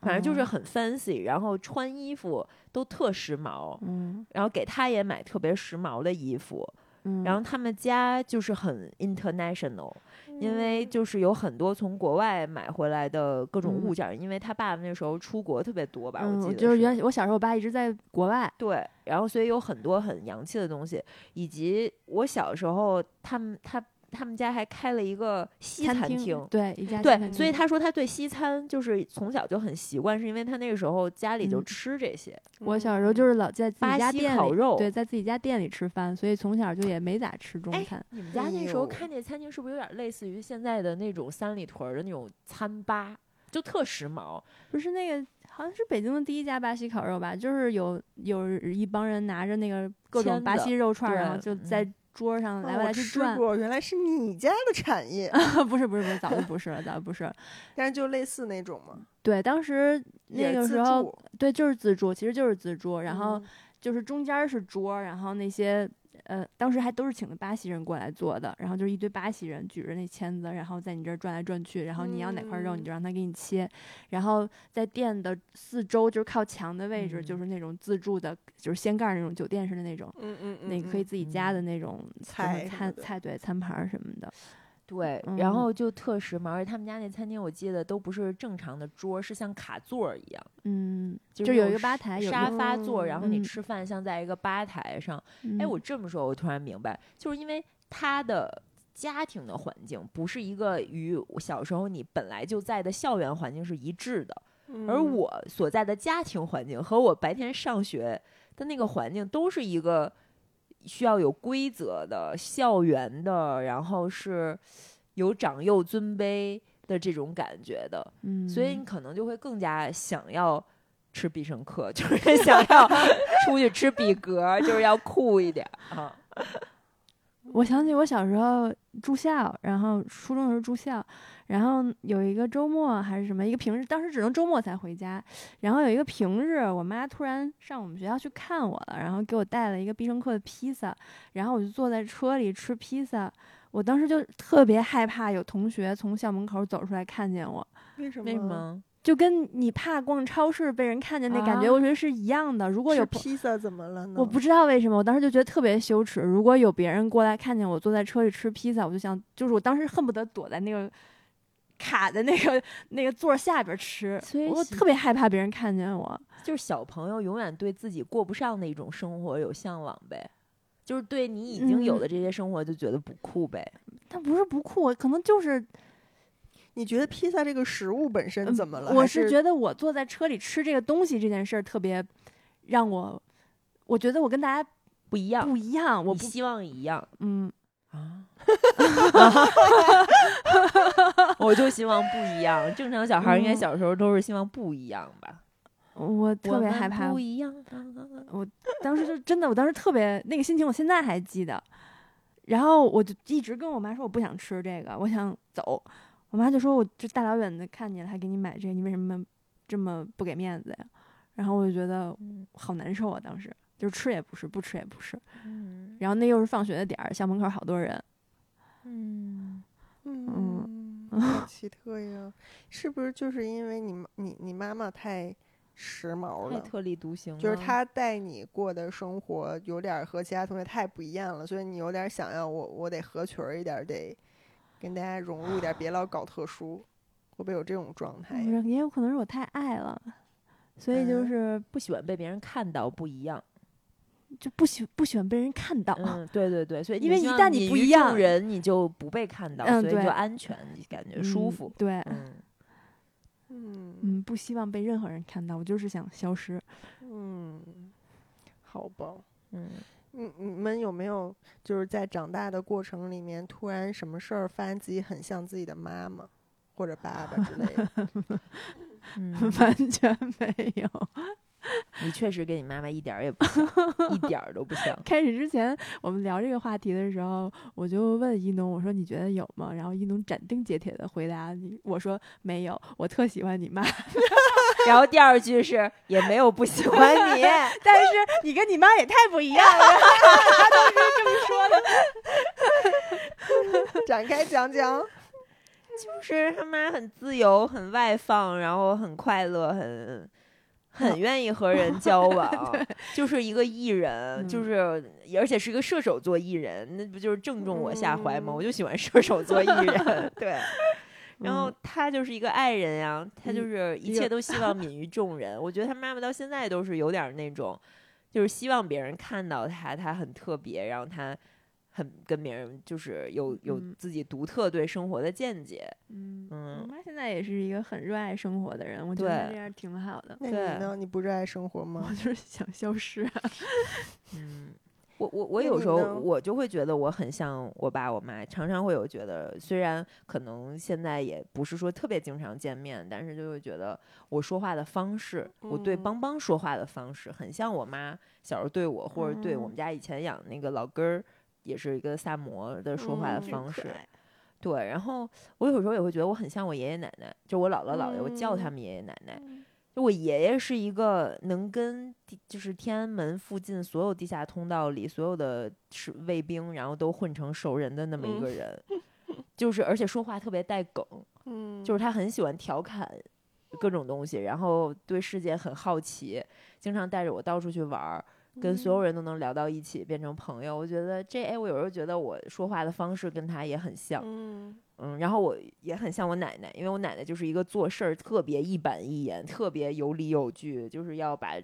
Speaker 4: 反正就是
Speaker 1: 哦
Speaker 4: 很 fancy，然后穿衣服都特时髦，
Speaker 1: 嗯
Speaker 4: 然后给他也买特别时髦的衣服，
Speaker 1: 嗯，
Speaker 4: 然后他们家就是很 international，、因嗯为
Speaker 1: 嗯
Speaker 4: 就是有很多从国外买回来的各种物
Speaker 1: 嗯
Speaker 4: 件儿，因为他爸爸那时候出国特别多吧，
Speaker 1: 嗯，
Speaker 4: 我
Speaker 1: 我
Speaker 4: 记得
Speaker 1: 就是
Speaker 4: 是
Speaker 1: 原我小时候我爸一直在国外，
Speaker 4: 对，然后所以有很多很洋气的东西，以及我小时候他们他他们家还开了一个西餐
Speaker 1: 厅对一家西
Speaker 4: 对，
Speaker 1: 餐
Speaker 4: 所以
Speaker 1: 厅嗯
Speaker 4: 他说他对西餐就是从小就很习惯，是因为他那个时候家里就
Speaker 1: 嗯
Speaker 4: 吃这些。
Speaker 1: 我小时候就是老在自
Speaker 4: 巴
Speaker 1: 己家
Speaker 4: 西
Speaker 1: 店
Speaker 4: 烤
Speaker 1: 里
Speaker 4: 肉
Speaker 1: 对，在自己家店里吃饭，所以从小就也没咋吃中
Speaker 4: 哎
Speaker 1: 餐。
Speaker 4: 你们家
Speaker 3: 哎
Speaker 4: 那时候
Speaker 3: 呦
Speaker 4: 看这餐厅是不是有点类似于现在的那种三里屯儿的那种餐吧，就特时髦？
Speaker 1: 不是那个，好像是北京的第一家巴西烤肉吧？就是有有一帮人拿着那个各种
Speaker 4: 签
Speaker 1: 巴
Speaker 4: 子
Speaker 1: 西肉串儿，然后
Speaker 4: 对
Speaker 1: 就
Speaker 4: 嗯
Speaker 1: 在桌上
Speaker 3: 啊
Speaker 1: 来回
Speaker 3: 我
Speaker 1: 来去
Speaker 3: 吃
Speaker 1: 转。啊
Speaker 3: 过，原来是你家的产业，
Speaker 1: 不是不是不是，早 就不是了，早就不是了。
Speaker 3: 但是就类似那种嘛。
Speaker 1: 对，当时
Speaker 3: 也
Speaker 1: 那个
Speaker 3: 自
Speaker 1: 时候
Speaker 3: 助，
Speaker 1: 对就是自助，其实就是自助，然后
Speaker 3: 嗯
Speaker 1: 就是中间儿是桌，然后那些呃，当时还都是请的巴西人过来做的，然后就是一堆巴西人举着那签子，然后在你这儿转来转去，然后你要哪块肉你
Speaker 3: 嗯
Speaker 1: 就让他给你切，然后在店的四周就是靠墙的位置，
Speaker 4: 嗯
Speaker 1: 就是那种自助的，就是掀盖儿那种酒店式的那种，
Speaker 3: 嗯嗯嗯，
Speaker 1: 那个可以自己加的那种
Speaker 3: 菜什么
Speaker 1: 餐
Speaker 3: 的
Speaker 1: 菜对餐盘儿什么的，
Speaker 4: 对，
Speaker 1: 嗯
Speaker 4: 然后就特时髦。而且他们家那餐厅我记得都不是正常的桌，是像卡座儿一样，
Speaker 1: 嗯，
Speaker 4: 就
Speaker 1: 就是有
Speaker 4: 那
Speaker 1: 一
Speaker 4: 种
Speaker 1: 个吧台，有一
Speaker 4: 沙
Speaker 1: 个
Speaker 4: 发座儿，然后你
Speaker 1: 嗯
Speaker 4: 吃饭像在一个吧台上。哎，
Speaker 1: 嗯
Speaker 4: 我这么说，我突然明白，就是因为他的。家庭的环境不是一个与小时候你本来就在的校园环境是一致的，
Speaker 3: 嗯，
Speaker 4: 而我所在的家庭环境和我白天上学的那个环境都是一个需要有规则的校园的，然后是有长幼尊卑的这种感觉的，
Speaker 1: 嗯，
Speaker 4: 所以你可能就会更加想要。吃必胜客 就是想要出去吃比格，就是要酷一点啊。
Speaker 1: 我想起我小时候住校，然后初中的时候住校，然后有一个周末还是什么，一个平日，当时只能周末才回家。然后有一个平日，我妈突然上我们学校去看我了，然后给我带了一个必胜客的披萨，然后我就坐在车里吃披萨。我当时就特别害怕有同学从校门口走出来看见我，
Speaker 3: 为什么
Speaker 4: 为什？么？
Speaker 1: 就跟你怕逛超市被人看见那感觉，
Speaker 4: 啊
Speaker 1: 我觉得是一样的。如果有
Speaker 3: 吃
Speaker 1: 朋
Speaker 3: 披萨怎么了呢？
Speaker 1: 我不知道为什么，我当时就觉得特别羞耻。如果有别人过来看见我坐在车里吃披萨，我就想，就是我当时恨不得躲在那个卡在那个那个座儿下边儿吃，
Speaker 4: 所以
Speaker 1: 我
Speaker 4: 其
Speaker 1: 特别害怕别人看见我。
Speaker 4: 就是小朋友永远对自己过不上的一种生活有向往呗，就是对你已经有的这些生活就觉得不酷呗。
Speaker 1: 但不是不酷，我可能就是
Speaker 3: 你觉得披萨这个食物本身
Speaker 1: 嗯
Speaker 3: 怎么了？
Speaker 1: 我
Speaker 3: 还
Speaker 1: 是
Speaker 3: 是
Speaker 1: 觉得我坐在车里吃这个东西这件事儿特别让我，我觉得我跟大家
Speaker 4: 不一样，
Speaker 1: 不一样，嗯我
Speaker 4: 你
Speaker 1: 不
Speaker 4: 希望一样
Speaker 1: 嗯，
Speaker 4: 啊。 我就希望不一样。正常小孩儿应该
Speaker 1: 嗯
Speaker 4: 小时候都是希望不一样吧？
Speaker 1: 我特别
Speaker 4: 我们
Speaker 1: 害怕
Speaker 4: 不。一样啊。
Speaker 1: 当时就真的，我当时特别那个心情，我现在还记得。然后我就一直跟我妈说我不想吃这个，我想走。我妈就说我这大老远的看你了，还给你买这个，你为什么这么不给面子呀？然后我就觉得
Speaker 4: 嗯
Speaker 1: 好难受啊，当时就是吃也不是，不吃也不是。
Speaker 4: 嗯
Speaker 1: 然后那又是放学的点儿，校门口好多人，
Speaker 4: 嗯，
Speaker 3: 嗯，奇特呀！是不是就是因为你妈你你妈妈太时髦
Speaker 4: 太
Speaker 3: 了？
Speaker 4: 特立独行了，
Speaker 1: 嗯
Speaker 3: 就是她带你过的生活有点儿和其他同学太不一样了，所以你有点儿想要我我得合群儿一点儿，得跟大家融入一点儿，别老搞特殊，会不会有这种状哎态
Speaker 1: 不是
Speaker 3: 呀？
Speaker 1: 也有可能是我太爱了，所以就
Speaker 3: 嗯
Speaker 1: 是
Speaker 4: 不喜欢被别人看到不一样。
Speaker 1: 就不喜不喜欢被人看到。
Speaker 4: 嗯，对对对，所以
Speaker 1: 因为
Speaker 4: 你
Speaker 1: 一
Speaker 4: 像
Speaker 1: 旦
Speaker 4: 你
Speaker 1: 你不
Speaker 4: 与
Speaker 1: 一
Speaker 4: 众
Speaker 1: 样
Speaker 4: 人你就不被看到，
Speaker 1: 嗯
Speaker 4: 所以
Speaker 1: 对
Speaker 4: 就安全，你感觉舒
Speaker 1: 嗯
Speaker 4: 服。
Speaker 1: 对，
Speaker 4: 嗯，
Speaker 3: 嗯
Speaker 1: 嗯，不希望被任何人看到，我就是想消失。
Speaker 3: 嗯，好吧。
Speaker 4: 嗯，
Speaker 3: 你你们有没有就是在长大的过程里面，突然什么事儿发现自己很像自己的妈妈或者爸爸之类 的？
Speaker 4: 嗯
Speaker 1: 完全没有。
Speaker 4: 你确实跟你妈妈一点儿也不像，一点儿都不像。
Speaker 1: 开始之前，我们聊这个话题的时候，我就问一农，我说你觉得有吗？然后一农斩钉截铁的回答你，我说没有，我特喜欢你妈，
Speaker 4: 然后第二句是也没有不喜欢你，
Speaker 1: 但是你跟你妈也太不一样了。
Speaker 3: 展开 讲讲。
Speaker 4: 就是他妈很自由、很外放，然后很快乐，很很愿意和人交往，就是一个艺人，就是而且是一个射手座艺人，那不就是正中我下怀吗？我就喜欢射手座艺人， 对。然
Speaker 1: 嗯
Speaker 4: 后他就是一个爱人呀、他就是一切都希望泯于众人。我觉得他妈妈到现在都是有点儿那种，就是希望别人看到他，他很特别，然后他很跟别人就是有有
Speaker 1: 嗯
Speaker 4: 自己独特对生活的见解。
Speaker 1: 嗯，我
Speaker 4: 嗯，
Speaker 1: 妈现在也是一个很热爱生活的人，我觉得
Speaker 4: 对
Speaker 1: 她这样挺好的。
Speaker 3: 那你
Speaker 4: 对
Speaker 3: 呢？你不热爱生活
Speaker 1: 我
Speaker 3: 吗？
Speaker 1: 就是想消失、啊
Speaker 4: 嗯，我我我
Speaker 3: 那
Speaker 4: 有
Speaker 3: 你
Speaker 4: 时候
Speaker 3: 呢
Speaker 4: 我就会觉得我很像我爸我妈，常常会有觉得，虽然可能现在也不是说特别经常见面，但是就会觉得我说话的方式，我对
Speaker 3: 嗯
Speaker 4: 邦邦说话的方式很像我妈小时候对我，或者对
Speaker 3: 哦
Speaker 4: 我们家以前养那个老根儿，也是一个萨摩的说话的
Speaker 3: 嗯真
Speaker 4: 方
Speaker 3: 可
Speaker 4: 式。对，然后我有时候也会觉得我很像我爷爷奶奶，就我姥姥姥爷，我叫他
Speaker 3: 嗯
Speaker 4: 们爷爷奶奶。就我爷爷是一个能跟地就是天安门附近所有地下通道里所有的是卫兵，然后都混成熟人的那么一
Speaker 3: 嗯
Speaker 4: 个人， 就是而且说话特别带梗，
Speaker 3: 嗯，
Speaker 4: 就是他很喜欢调侃各种东西，然后对世界很好奇，经常带着我到处去玩儿，跟所
Speaker 3: 嗯
Speaker 4: 有人都能聊到一起，变成朋友。我觉得这哎，我有时候觉得我说话的方式跟他也很像。
Speaker 3: 嗯，
Speaker 4: 嗯，然后我也很像我奶奶，因为我奶奶就是一个做事儿特别一板一眼，特别有理有据，就是要把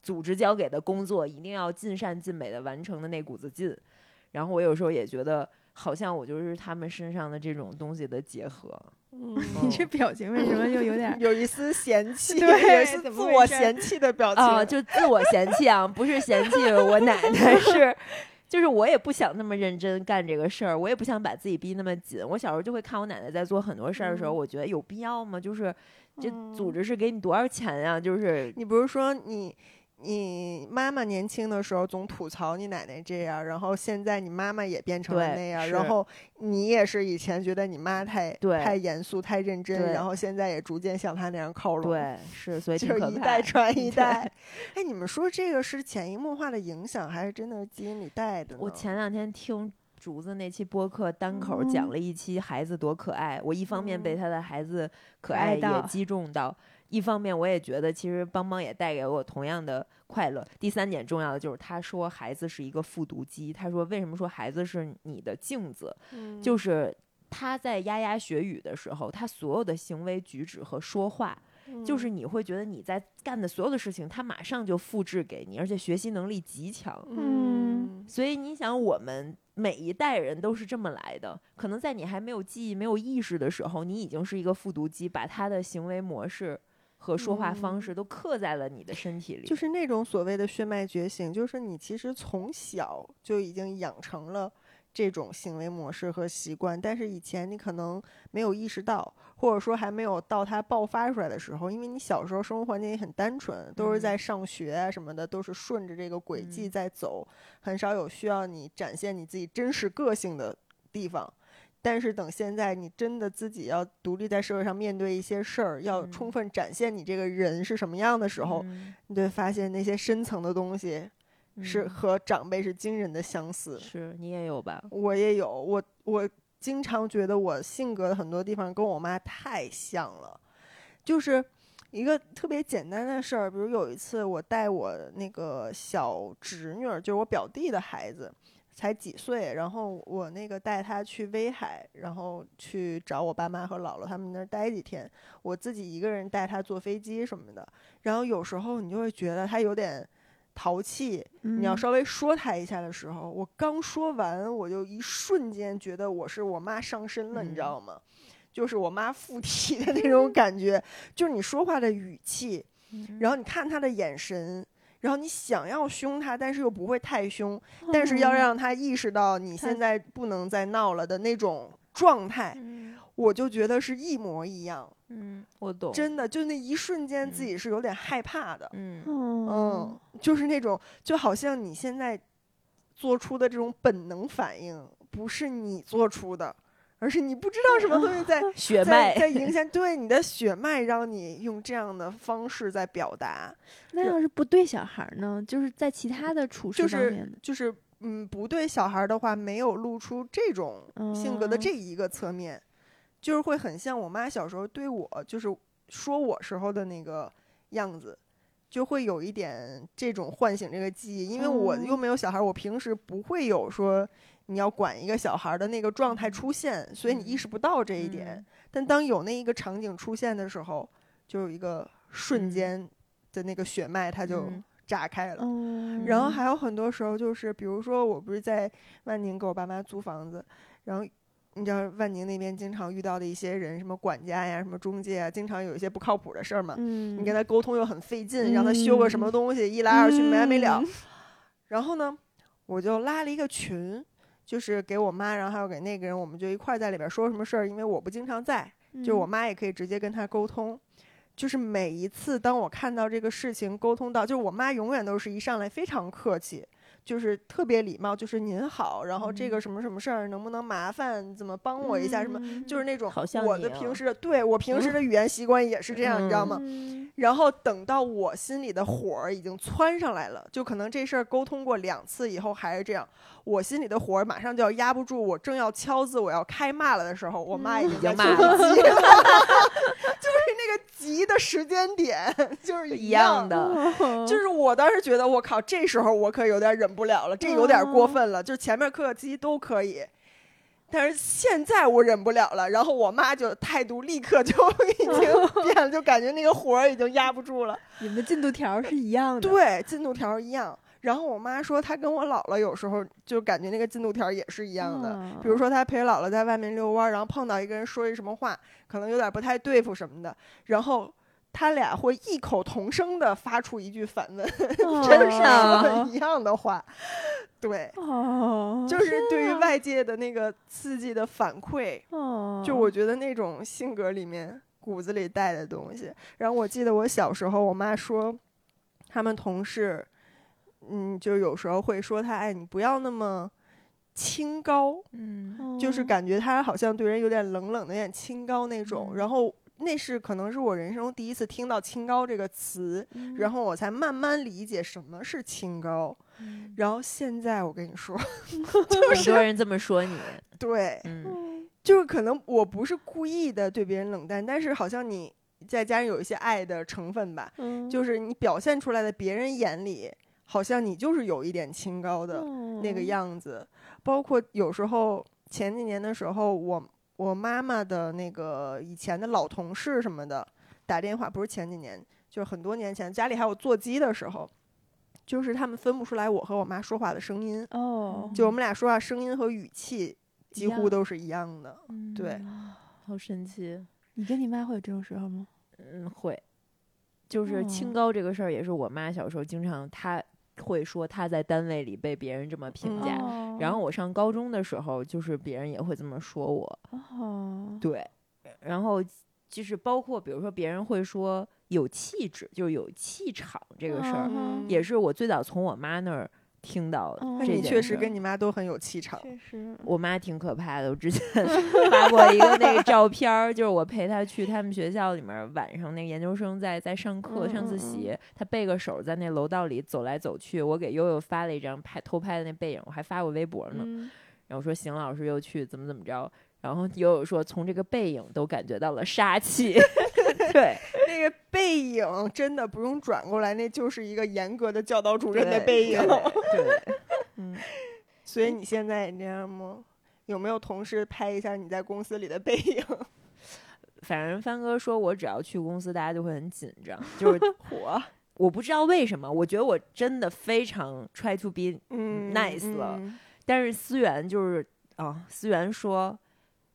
Speaker 4: 组织交给的工作一定要尽善尽美的完成的那股子劲。然后我有时候也觉得，好像我就是他们身上的这种东西的结合。
Speaker 3: 嗯？
Speaker 1: 你这表情为什么又有点
Speaker 3: 有一丝嫌弃，
Speaker 1: 对
Speaker 3: 有一丝
Speaker 1: 怎
Speaker 3: 自
Speaker 1: 么
Speaker 3: 我
Speaker 1: 回事哦
Speaker 3: 嫌弃的表情。
Speaker 4: 啊、就自我嫌弃啊，不是嫌弃我奶 奶，是就是我也不想那么认真干这个事儿，我也不想把自己逼那么紧。我小时候就会看我奶奶在做很多事儿的时候，
Speaker 3: 嗯
Speaker 4: 我觉得有必要吗？就是这组织是给你多少钱呀、就是
Speaker 3: 你不是说你你妈妈年轻的时候总吐槽你奶奶这样，然后现在你妈妈也变成了
Speaker 4: 对
Speaker 3: 那样，
Speaker 4: 是
Speaker 3: 然后你也是以前觉得你妈太
Speaker 4: 对
Speaker 3: 太严肃、太认真，
Speaker 4: 对
Speaker 3: 然后现在也逐渐向她那样靠拢。。
Speaker 4: 对，是所以挺
Speaker 3: 就
Speaker 4: 可
Speaker 3: 一
Speaker 4: 怕
Speaker 3: 代
Speaker 4: 的。
Speaker 3: 传一代， 哎，你们说这个是潜移默化的影响，还是真的是基因里带的呢？
Speaker 4: 我前两天听。竹子那期播客单口讲了一期孩子多可爱，我一方面被
Speaker 3: 嗯
Speaker 4: 他的孩子可
Speaker 1: 可
Speaker 4: 爱
Speaker 1: 爱
Speaker 4: 也
Speaker 1: 到
Speaker 4: 击中到，一方面我也觉得其实邦邦也带给我同样的快乐。第三点重要的就是他说孩子是一个复读机，他说为什么说孩子是你的镜子，
Speaker 3: 嗯
Speaker 4: 就是他在牙牙学语的时候，他所有的行为举止和说话，就是你会觉得你在干的所有的事情，他马上就复制给你，而且学习能力极强。
Speaker 3: 嗯
Speaker 4: 所以你想，我们每一代人都是这么来的。可能在你还没有记忆、没有意识的时候，你已经是一个复读机，把他的行为模式和说话方式都刻在了你的身体里。
Speaker 3: 嗯就是那种所谓的血脉觉醒，就是你其实从小就已经养成了这种行为模式和习惯，但是以前你可能没有意识到，或者说还没有到它爆发出来的时候，因为你小时候生活环境也很单纯，都是在上学啊什么的，都是顺着这个轨迹
Speaker 4: 嗯
Speaker 3: 在走，很少有需要你展现你自己真实个性的地方。但是等现在你真的自己要独立在社会上面对一些事儿，要
Speaker 4: 嗯
Speaker 3: 充分展现你这个人是什么样的时候，
Speaker 4: 嗯
Speaker 3: 你就会发现那些深层的东西是
Speaker 4: 嗯
Speaker 3: 和长辈是惊人的相似。
Speaker 4: 是你也有吧？
Speaker 3: 我也有，我我经常觉得我性格的很多地方跟我妈太像了，就是一个特别简单的事儿，比如有一次我带我那个小侄女儿，就是我表弟的孩子。才几岁，然后我那个带他去威海，然后去找我爸妈和姥姥他们那儿待几天，我自己一个人带他坐飞机什么的。然后有时候你就会觉得他有点淘气，
Speaker 1: 嗯
Speaker 3: 你要稍微说他一下的时候，我刚说完，我就一瞬间觉得我是我妈上身了，你知道吗？就是我妈附体的那种感觉，就是你说话的语气，然后你看他的眼神。然后你想要凶他，但是又不会太凶，但是
Speaker 1: 嗯
Speaker 3: 要让他意识到你现在不能再闹了的那种状态，我就觉得是一模一样。
Speaker 4: 嗯，我懂，
Speaker 3: 真的，就那一瞬间自己是有点害怕的。
Speaker 4: 嗯，
Speaker 1: 哦
Speaker 3: 嗯，就是那种，就好像你现在做出的这种本能反应，不是你做出的，而是你不知道什么东西在
Speaker 4: 血
Speaker 3: 在
Speaker 4: 脉
Speaker 3: 在影响对你的血脉，让你用这样的方式在表达，
Speaker 5: 那要是不对小孩儿呢？就是在其他的处
Speaker 3: 就
Speaker 5: 事方
Speaker 3: 是
Speaker 5: 面呢，
Speaker 3: 就是。嗯，不对小孩儿的话，没有露出这种性
Speaker 5: 哦
Speaker 3: 格的这一个侧面，就是会很像我妈小时候对我，就是说我时候的那个样子，就会有一点这种唤醒这个记忆。因为我
Speaker 5: 哦
Speaker 3: 又没有小孩儿，我平时不会有说你要管一个小孩儿的那个状态出现，所以你
Speaker 5: 嗯
Speaker 3: 意识不到这一点。但当有那一个场景出现的时候，就有一个瞬间的那个血脉它就
Speaker 4: 嗯
Speaker 3: 炸开了。
Speaker 5: 嗯，
Speaker 3: 然后还有很多时候就是，比如说我不是在万宁给我爸妈租房子，然后你知道万宁那边经常遇到的一些人，什么管家呀、什么中介啊，经常有一些不靠谱的事儿嘛。
Speaker 5: 嗯，
Speaker 3: 你跟他沟通又很费劲，让他修个什么东西，一来二去没完没了。
Speaker 5: 嗯
Speaker 3: 然后呢，我就拉了一个群，就是给我妈，然后还有给那个人，我们就一块儿在里边说什么事儿，因为我不经常在，就是
Speaker 4: 嗯
Speaker 3: 我妈也可以直接跟他沟通。就是每一次当我看到这个事情沟通到，就是我妈永远都是一上来非常客气，就是特别礼貌，就是您好，然后这
Speaker 4: 嗯
Speaker 3: 个什么什么事儿能不能麻烦怎么帮我一下什么，嗯
Speaker 4: 嗯
Speaker 3: 就是那种
Speaker 4: 好像
Speaker 3: 我
Speaker 4: 你
Speaker 3: 的
Speaker 4: 啊嗯
Speaker 3: 平时的对我平时的语言习惯也是这样，你知道吗？
Speaker 5: 嗯
Speaker 3: 然后等到我心里的火儿已经窜上来了，就可能这事儿沟通过两次以后还是这样，我心里的火儿马上就要压不住，我正要敲字，我要开骂了的时候，我妈已经 在
Speaker 4: 已经
Speaker 3: 骂
Speaker 4: 嗯骂
Speaker 3: 了，
Speaker 4: 了
Speaker 3: 就是那个急的时间点 就是
Speaker 4: 一
Speaker 3: 样
Speaker 4: 样。的，
Speaker 3: 就是我当时觉得，我靠，这时候我可有点忍不了了，这有点过
Speaker 4: 嗯
Speaker 3: 分了。就是前面客客气气都可以，但是现在我忍不了了。然后我妈就态度立刻就 已经变了，就感觉那个火儿已经压不住了。
Speaker 5: 你们的进度条儿是一样的，
Speaker 3: 对，进度条儿一样。然后我妈说，她跟我姥姥有时候就感觉那个进度条儿也是一
Speaker 5: 一
Speaker 3: 样
Speaker 4: 嗯
Speaker 3: 的。
Speaker 5: 嗯
Speaker 1: 啊
Speaker 3: 比如说，她陪姥姥在外面遛弯儿，然后碰到一个人说一什么话，可能有点不太对付什么的，然后他俩会异口同声的发出一句反问，
Speaker 1: 啊
Speaker 3: 真是说的 一样的话。对，
Speaker 5: 啊哦，
Speaker 3: 就是对于
Speaker 5: 啊
Speaker 3: 外界的那个刺激的反馈，
Speaker 1: 啊
Speaker 5: 哦，
Speaker 3: 就我觉得那种性格里面骨子里带的东西。然后我记得我小时候，我妈说，他们同事，嗯，就有时候会说她，哎，你不要那么清高，
Speaker 4: 嗯
Speaker 3: 就是感觉她好像对人有点冷冷的，有点清高那种。
Speaker 4: 嗯
Speaker 3: 然后那是可能是我人生中第一次听到“清高”这个词，
Speaker 5: 嗯，
Speaker 3: 然后我才慢慢理解什么是清高。
Speaker 4: 嗯
Speaker 3: 然后现在我跟你说，
Speaker 4: 很多人这么说你，
Speaker 3: 对，
Speaker 4: 嗯，
Speaker 3: 就是可能我不是故意的对别人冷淡，但是好像你再加上有一些爱的成分吧，
Speaker 5: 嗯
Speaker 3: 就是你表现出来的别人眼里，好像你就是有一点清高的那
Speaker 5: 哦
Speaker 3: 个，样子。包括有时候前几年的时候，我我妈妈的那个以前的老同事什么的打电话，不是前几年，就是很多年前，家里还有座机的时候，就是他们分不出来我和我妈说话的声音，
Speaker 5: 嗯哦，
Speaker 3: 就我们俩说话声音和语气几
Speaker 5: 一
Speaker 3: 乎
Speaker 5: 样嗯
Speaker 3: 都是一样的。对，
Speaker 4: 嗯
Speaker 1: 哦
Speaker 4: 好神奇，
Speaker 5: 你跟你妈会有这种时候吗？
Speaker 4: 嗯，会，就是清
Speaker 5: 哦
Speaker 4: 高这个事儿，也是我妈小时候经常她会说她在单位里被别人这么评
Speaker 3: 嗯
Speaker 4: 价，
Speaker 5: 哦
Speaker 4: 然后我上高中的时候，就是别人也会这么说我，
Speaker 5: 哦，
Speaker 4: 对，然后就是包括比如说别人会说有气质，就是有气场这个事
Speaker 1: 啊
Speaker 4: 儿，
Speaker 5: 嗯
Speaker 4: 也是我最早从我妈那儿听到
Speaker 5: 嗯
Speaker 4: 这
Speaker 3: 你
Speaker 4: 件
Speaker 3: 确
Speaker 4: 事
Speaker 3: 实
Speaker 4: 儿
Speaker 3: 跟你妈都很有气场。
Speaker 5: 确实，
Speaker 4: 我妈挺可怕的，我之前 发过一个那个照片儿，就是我陪她去他们学校里面儿晚上那个研究生在在上课
Speaker 3: 嗯
Speaker 4: 上自习，她背个手在那楼道里走来走去，我给悠悠发了一张拍偷拍的那背影，我还发过微博呢。
Speaker 5: 嗯
Speaker 4: 然后说邢老师又去怎么怎么着，然后又有说从这个背影都感觉到了杀气， 对，
Speaker 3: 那个背影真的不用转过来，那就是一个严格的教导主任的
Speaker 4: 对
Speaker 3: 背影。
Speaker 4: 对，对
Speaker 3: 所以
Speaker 1: 嗯
Speaker 3: 你现在也这样吗？有没有同事拍一下你在公司里的 背影？
Speaker 4: 反正帆哥说，我只要去公司，大家就会很紧张，就是火。我不知道为什么，我觉得我真的非常 try to be，
Speaker 3: 嗯
Speaker 4: nice 了但是思源就是啊，思源说，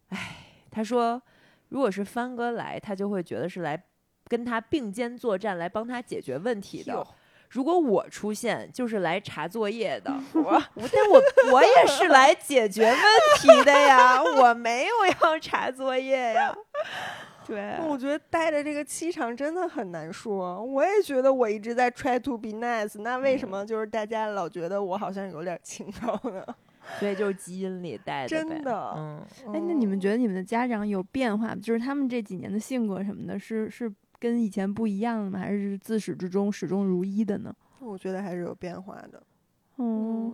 Speaker 4: 哎，他说如果是帆哥来，他就会觉得是来跟他并肩作战，来帮他解决问题的。如果我出现，就是来查作业的。我，我但我我也是来解决问题的呀，我没有要查作业呀。对，
Speaker 3: 我觉得带着这个气场真的很难说。我也觉得我一直在 try to be nice，那为
Speaker 1: 嗯
Speaker 3: 什么就是大家老觉得我好像有点清高呢？
Speaker 4: 所以就是基因里带的呗，
Speaker 3: 真的
Speaker 4: 嗯，
Speaker 1: 哎，那你们觉得你们的家长有变化吗？就是他们这几年的性格什么的，是是跟以前不一样了吗？还是自始至终始终如一的呢？
Speaker 3: 嗯？我觉得还是有变化的。
Speaker 1: 嗯，，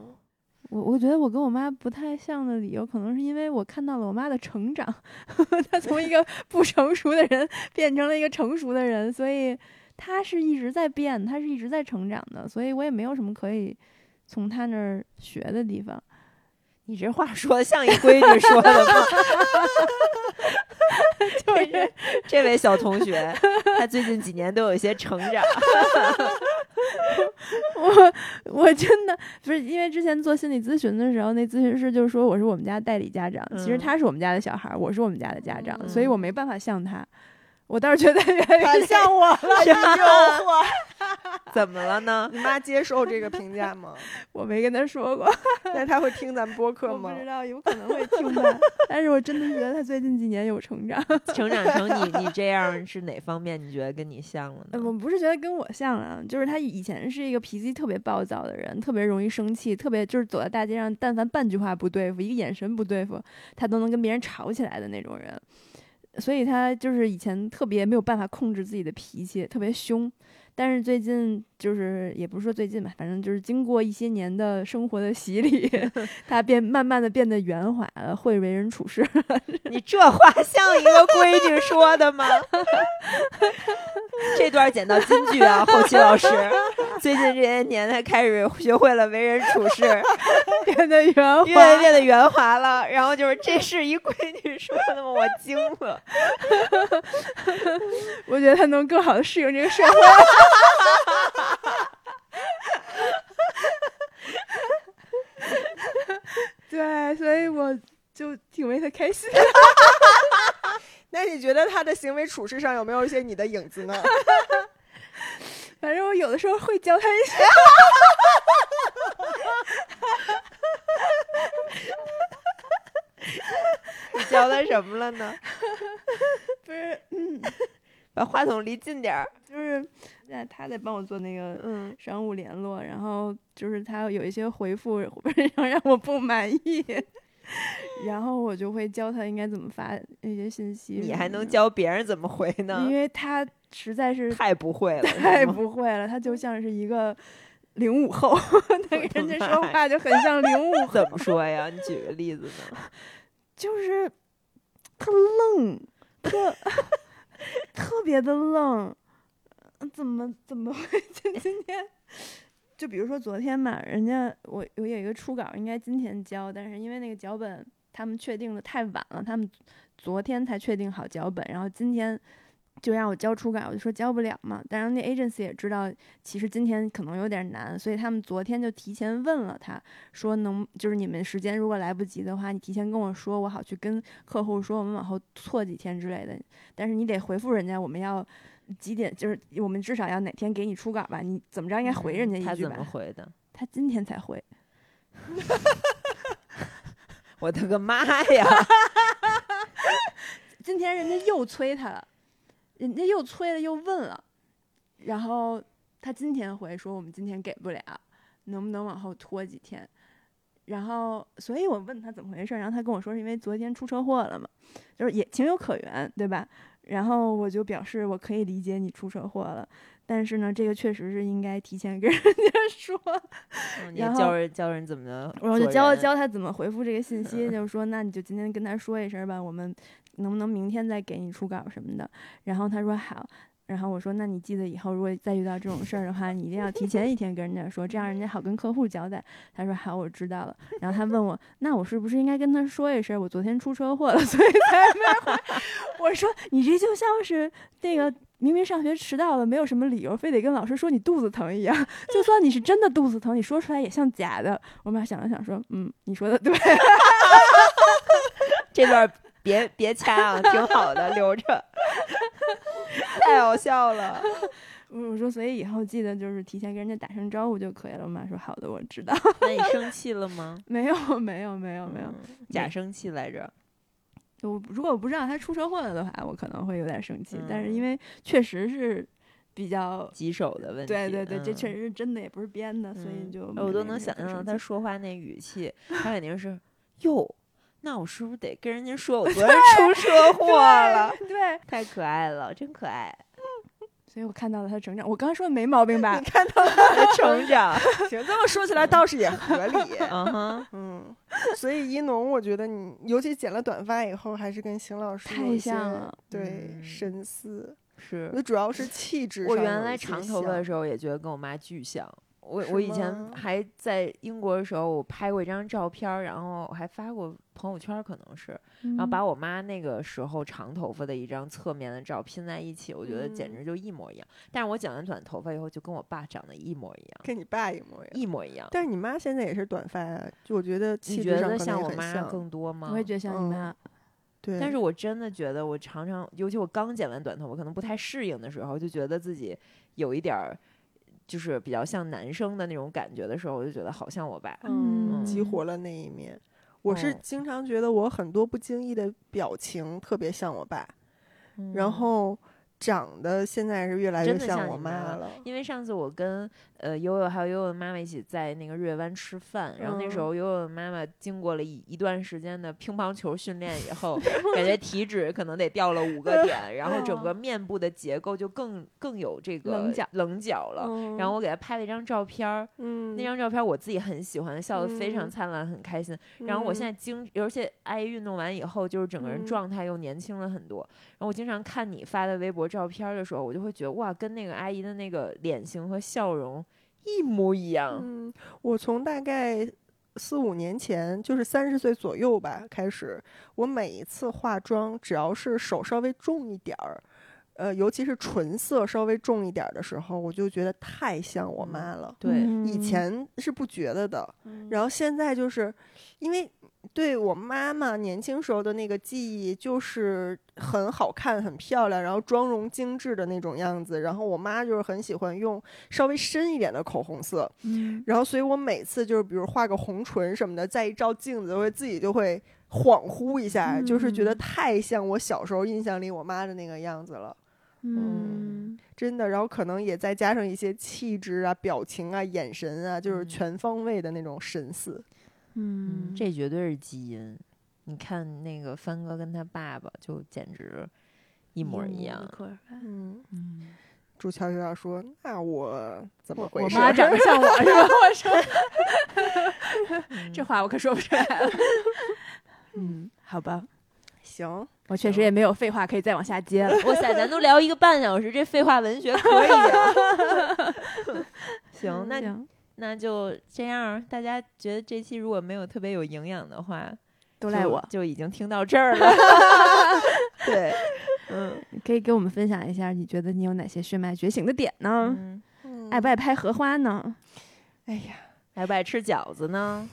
Speaker 1: 我我觉得我跟我妈不太像的理由，可能是因为我看到了我妈的成长， 她从一 个不成熟的人变成了一个成熟的人，所以她是一直在变，她是一直在成长的，所以我也没有什么可以从她那儿学的地方。
Speaker 4: 你 这话 说的像一闺女说的吗？就是这位小同学，他最近几年都有一些成长。
Speaker 1: 我我真的不是因为之前做心理咨询的时候，那咨询师就说我是我们家代理家长，其实
Speaker 4: 嗯
Speaker 1: 他是我们家的小孩儿，我是我们家的家长，所以
Speaker 4: 嗯
Speaker 1: 我没办法像他。我倒是觉得越来
Speaker 3: 太
Speaker 1: 越像
Speaker 3: 像我
Speaker 1: 哎
Speaker 3: 了，你诱 惑。
Speaker 4: 怎么了呢？
Speaker 3: 你妈接受这个评 价吗？
Speaker 1: 我没跟他说过，
Speaker 3: 那她会听咱们播客
Speaker 1: 我不
Speaker 3: 吗？
Speaker 1: 知道有可能会听 吧，但是我真的觉得他最近几年有成长。
Speaker 4: 成长成你你这样是哪方面？你觉得跟你像了
Speaker 1: 呃
Speaker 4: 呢？
Speaker 1: 我不是觉得跟我像啊，就是他以前是一个脾气特别暴躁的人，特别容易生气，特别就是走在大街上，但凡半句话不对付，一个眼神不对付，他都能跟别人吵起来的那种人。所以他就是以前特别没有办法控制自己的脾气，特别凶。但是最近就是也不是说最近吧，反正就是经过一些年的生活的洗礼， 他变慢慢的变得圆滑了，会为人处事。
Speaker 4: 你这话像一个闺女说的吗？这段剪到金句啊，后期老师，最近这些年他开始学会了为人处事，
Speaker 1: 变得 圆
Speaker 4: 越来
Speaker 1: 滑，
Speaker 4: 越的圆滑了。然后就是这是一闺女说的吗？我惊了。
Speaker 1: 我觉得他能更好的适应这个社会。 对，所以我就挺为他开心的。
Speaker 3: 那你觉得她的行为处事上有没有一些你的影子 呢？
Speaker 1: 反正我有的时候会教他一些。
Speaker 4: 你教他什么了呢？
Speaker 1: 不是，
Speaker 4: 把话筒离近点儿。
Speaker 1: 就是在他在帮我做那个
Speaker 4: 嗯，
Speaker 1: 商务联络，然后就是他有一些回复让让我不满意，然后我就会教他应该怎么发一些信息。
Speaker 4: 你还能？教别人怎么回呢
Speaker 1: 因？为他实在是
Speaker 4: 太不会了，
Speaker 1: 太不会了，他就像是一个零五后，他跟人家说话就很像零五后，
Speaker 4: 怎么说呀？你举个例子呢？
Speaker 1: 就是特愣，特特别的愣，怎么怎么会 今今天？就比如说昨天嘛，人家我我有一个初稿，应该今天交，但是因为那个脚本他们确定的太晚了，他们昨天才确定好脚本，然后今天就让我交初稿，我就说交不了嘛。但是那 agency 也知道，其实今天可能有点难，所以他们昨天就提前问了他，说能就是你们时间如果来不及的话，你提前跟我说，我好去跟客户说我们往后错几天之类的。但是你得回复人家，我们要几点，就是我们至少要哪天给你初稿吧？你怎么着应该回人家
Speaker 4: 嗯他
Speaker 1: 一句
Speaker 4: 怎
Speaker 1: 吧？
Speaker 4: 么回的？
Speaker 1: 他今天才回，
Speaker 4: 我的个妈呀！
Speaker 1: 今天人家又催他了，人家又催了又问了，然后他今天回说我们今天给不了，能不能往后拖几天？然后，所以我问他怎么回事儿，然后他跟我说是因为昨天出车祸了嘛，就是也情有可原，对吧？然后我就表示我可以理解你出车祸了，但是呢，这个确实是应该提前跟人家说。
Speaker 4: 嗯你
Speaker 1: 然
Speaker 4: 教
Speaker 1: 后
Speaker 4: 人教人怎么的，
Speaker 1: 然后就教教他怎么回复这个信息，就是说，那你就今天跟他说一声吧，我们能不能明天再给你初稿什么的？然后他说好，然后我说，那你记得以后如果再遇到这种事儿的话，你一定要提前一天跟人家说，这样人家好跟客户交代。他说好，我知道了。然后他问我，那我是不是应该跟他说一声，我昨天出车祸了，所以才没回？ 我说你这就像是那个。明明上学迟到了，没有什么理由，非得跟老师说你肚子疼一样。 就算你是真的肚子疼，你说出来也像假的。我妈想了想说：“嗯，你说的对。
Speaker 2: 这段儿别别掐啊，挺好的，留 着。太好笑了，”
Speaker 1: 我我说：“所以以后记得就是提前跟人家打声招呼就可以了。”我妈说：“好的，我知道。
Speaker 4: 那你生气了吗？”
Speaker 1: 没有，没有，没 有，没有。
Speaker 4: 嗯假生气来着。
Speaker 1: 我如果我不知道他出车祸了的话，我可能会有点生气。但是
Speaker 4: 嗯
Speaker 1: 因为确实是比较，
Speaker 4: 棘手的问题。
Speaker 1: 对对对，这
Speaker 4: 嗯
Speaker 1: 确实是真的，也不是编的，所以
Speaker 4: 嗯
Speaker 1: 就
Speaker 4: 呃
Speaker 1: 没
Speaker 4: 我都
Speaker 1: 没
Speaker 4: 能
Speaker 1: 有
Speaker 4: 想
Speaker 1: 很
Speaker 4: 象到
Speaker 1: 生
Speaker 4: 他
Speaker 1: 气
Speaker 4: 说话那 语气，他肯定是哟，那我是不是得跟人家说 我昨天出车祸了？
Speaker 1: 对，
Speaker 4: 太可爱了，真可爱，
Speaker 1: 所以我看到了他的成长。我刚才说的没毛病 吧？
Speaker 3: 看到了，
Speaker 4: 成长，
Speaker 3: 行，这么说起来倒是也合 理。
Speaker 4: 嗯哼，
Speaker 3: 嗯，所以一农，我觉得你尤其剪了短发以后，还是跟邢老师
Speaker 1: 太
Speaker 3: 有一些
Speaker 1: 像了
Speaker 3: 对、
Speaker 4: 嗯
Speaker 3: 深思。
Speaker 4: 是
Speaker 3: 那主要是气质
Speaker 4: 我
Speaker 3: 上
Speaker 4: 原
Speaker 3: 有
Speaker 4: 来
Speaker 3: 一些
Speaker 4: 长头发
Speaker 3: 像
Speaker 4: 的时候也觉得跟我妈巨像。我
Speaker 3: 是
Speaker 4: 我以前
Speaker 3: 吗
Speaker 4: 还在英国的时候，我拍过一张照片儿，然后还发过朋友圈，可能是，
Speaker 1: 嗯
Speaker 4: 然
Speaker 3: 嗯
Speaker 4: 后把我妈那个时候长头发的一张侧面的照拼在一起，我觉得简
Speaker 3: 嗯
Speaker 4: 直就一模一样。但是我剪完短头发以后，就跟我爸长得一模一样，
Speaker 3: 跟你爸一模一样。
Speaker 4: 一模一样。
Speaker 3: 但是你妈现在也是短发呀，就我觉得气
Speaker 4: 你
Speaker 3: 质
Speaker 4: 觉
Speaker 3: 上
Speaker 4: 得
Speaker 3: 可能
Speaker 4: 像
Speaker 3: 也
Speaker 4: 我
Speaker 3: 很
Speaker 4: 妈更多吗？
Speaker 1: 我也觉得像你
Speaker 3: 嗯
Speaker 1: 妈。
Speaker 3: 对，
Speaker 4: 但是我真的觉得，我常常，尤其我刚剪完短头发，可能不太适应的时候，就觉得自己有一点儿，就是比较像男生的那种感觉的时候，我就觉得好像我爸。
Speaker 3: 嗯，激
Speaker 1: 嗯
Speaker 3: 活了那一面。我是
Speaker 4: 哦
Speaker 3: 经常觉得我很多不经意的表情特别像我爸，然
Speaker 4: 嗯
Speaker 3: 后长得现在是越来越
Speaker 4: 真的像
Speaker 3: 我
Speaker 4: 你
Speaker 3: 妈
Speaker 4: 妈了
Speaker 3: 了。
Speaker 4: 因为上次我跟呃悠悠还有悠悠的妈妈一起在那个日月湾吃饭，然后那时
Speaker 3: 嗯
Speaker 4: 候悠悠的妈妈经过了一一段时间的乒乓球训练以 后，感觉体脂可能得掉了五个点，然后整
Speaker 3: 嗯
Speaker 4: 个面部的结构就更更有这个
Speaker 1: 棱角
Speaker 4: 棱角了。
Speaker 3: 嗯
Speaker 4: 然后我给她拍了一张照片儿，
Speaker 3: 嗯，
Speaker 4: 那张照片我自己很喜欢，笑得非常
Speaker 3: 嗯
Speaker 4: 灿烂，很开心。然后我现在经，而且爱运动完以后，就是整个人
Speaker 3: 嗯
Speaker 4: 状态又年轻了很多。然后我经常看你发的微博照片儿的时候，我就会觉得哇，跟那个阿姨的那个脸型和笑容一模一样。
Speaker 3: 嗯，我从大概四五年前，就是三十岁左右吧开始，我每一次化妆，只要是手稍微重一点儿，呃，尤其是唇色稍微重一点儿的时候，我就觉得太像我妈了。
Speaker 4: 嗯对，
Speaker 1: 嗯
Speaker 3: 以前是不觉得的，然后现在就是，因为对我妈妈年轻时候的那个记忆，就是很好看、很漂亮，然后妆容精致的那种样子。然后我妈就是很喜欢用稍微深一点的口红色，
Speaker 1: 嗯
Speaker 3: 然后所以我每次就是比如画个红唇什么的，再一照镜子，我自己就会恍惚一下，就是觉得
Speaker 1: 嗯
Speaker 3: 太像我小时候印象里我妈的那个样子了。
Speaker 1: 嗯，
Speaker 3: 真的，然后可能也再加上一些气质啊、表情啊、眼神啊，就是
Speaker 4: 嗯
Speaker 3: 全方位的那种神似。
Speaker 1: 嗯，
Speaker 4: 这绝对是基因。你看那个帆哥跟他爸爸，就简直一模一样。
Speaker 3: 嗯，
Speaker 4: 嗯，
Speaker 3: 朱乔又要说，那我怎么回
Speaker 1: 我
Speaker 3: 事？
Speaker 1: 妈长得像 我是吧？我说这话我可说不出来 了。嗯，好吧，
Speaker 3: 行，
Speaker 1: 我确实也没有废话可以再往下接了。
Speaker 4: 哇塞，咱都聊一个半小时，这废话文学可 以啊。行，那
Speaker 1: 行，
Speaker 4: 那就这样儿。大家觉得这期如果没有特别有营养的话，
Speaker 1: 都赖
Speaker 4: 就
Speaker 1: 我，
Speaker 4: 就已经听到这儿 了。对，
Speaker 1: 可以给我们分享一下，你觉得你有哪些血脉觉醒的点呢？
Speaker 4: 嗯，
Speaker 3: 嗯
Speaker 1: 哎爱不爱拍荷花呢？
Speaker 3: 哎呀，
Speaker 4: 爱不爱吃饺子 呢？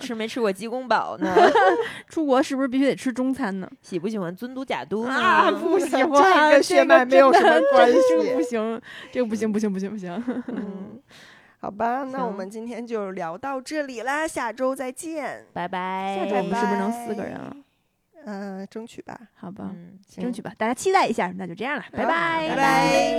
Speaker 4: 吃没吃过鸡公煲呢？
Speaker 1: 出国是不是必须得吃中餐呢？
Speaker 4: 喜不喜欢尊嘟假嘟呢？
Speaker 3: 啊，不喜欢，
Speaker 1: 哇
Speaker 3: 这跟血脉没有什么关
Speaker 1: 这个不
Speaker 3: 系。
Speaker 1: 行，这个不行，不行，不行，不行。
Speaker 3: 嗯，好吧，那我
Speaker 4: 行
Speaker 3: 们今天就聊到这里啦，下周再见。
Speaker 4: 拜拜。
Speaker 1: 哎下周我们是不是能四个人啊？
Speaker 3: 嗯、争取吧。
Speaker 1: 好吧，
Speaker 4: 嗯，
Speaker 1: 嗯
Speaker 4: 行
Speaker 1: 争取吧，大家期待一下。那就这样了，拜
Speaker 3: 好
Speaker 1: 拜，
Speaker 3: 拜拜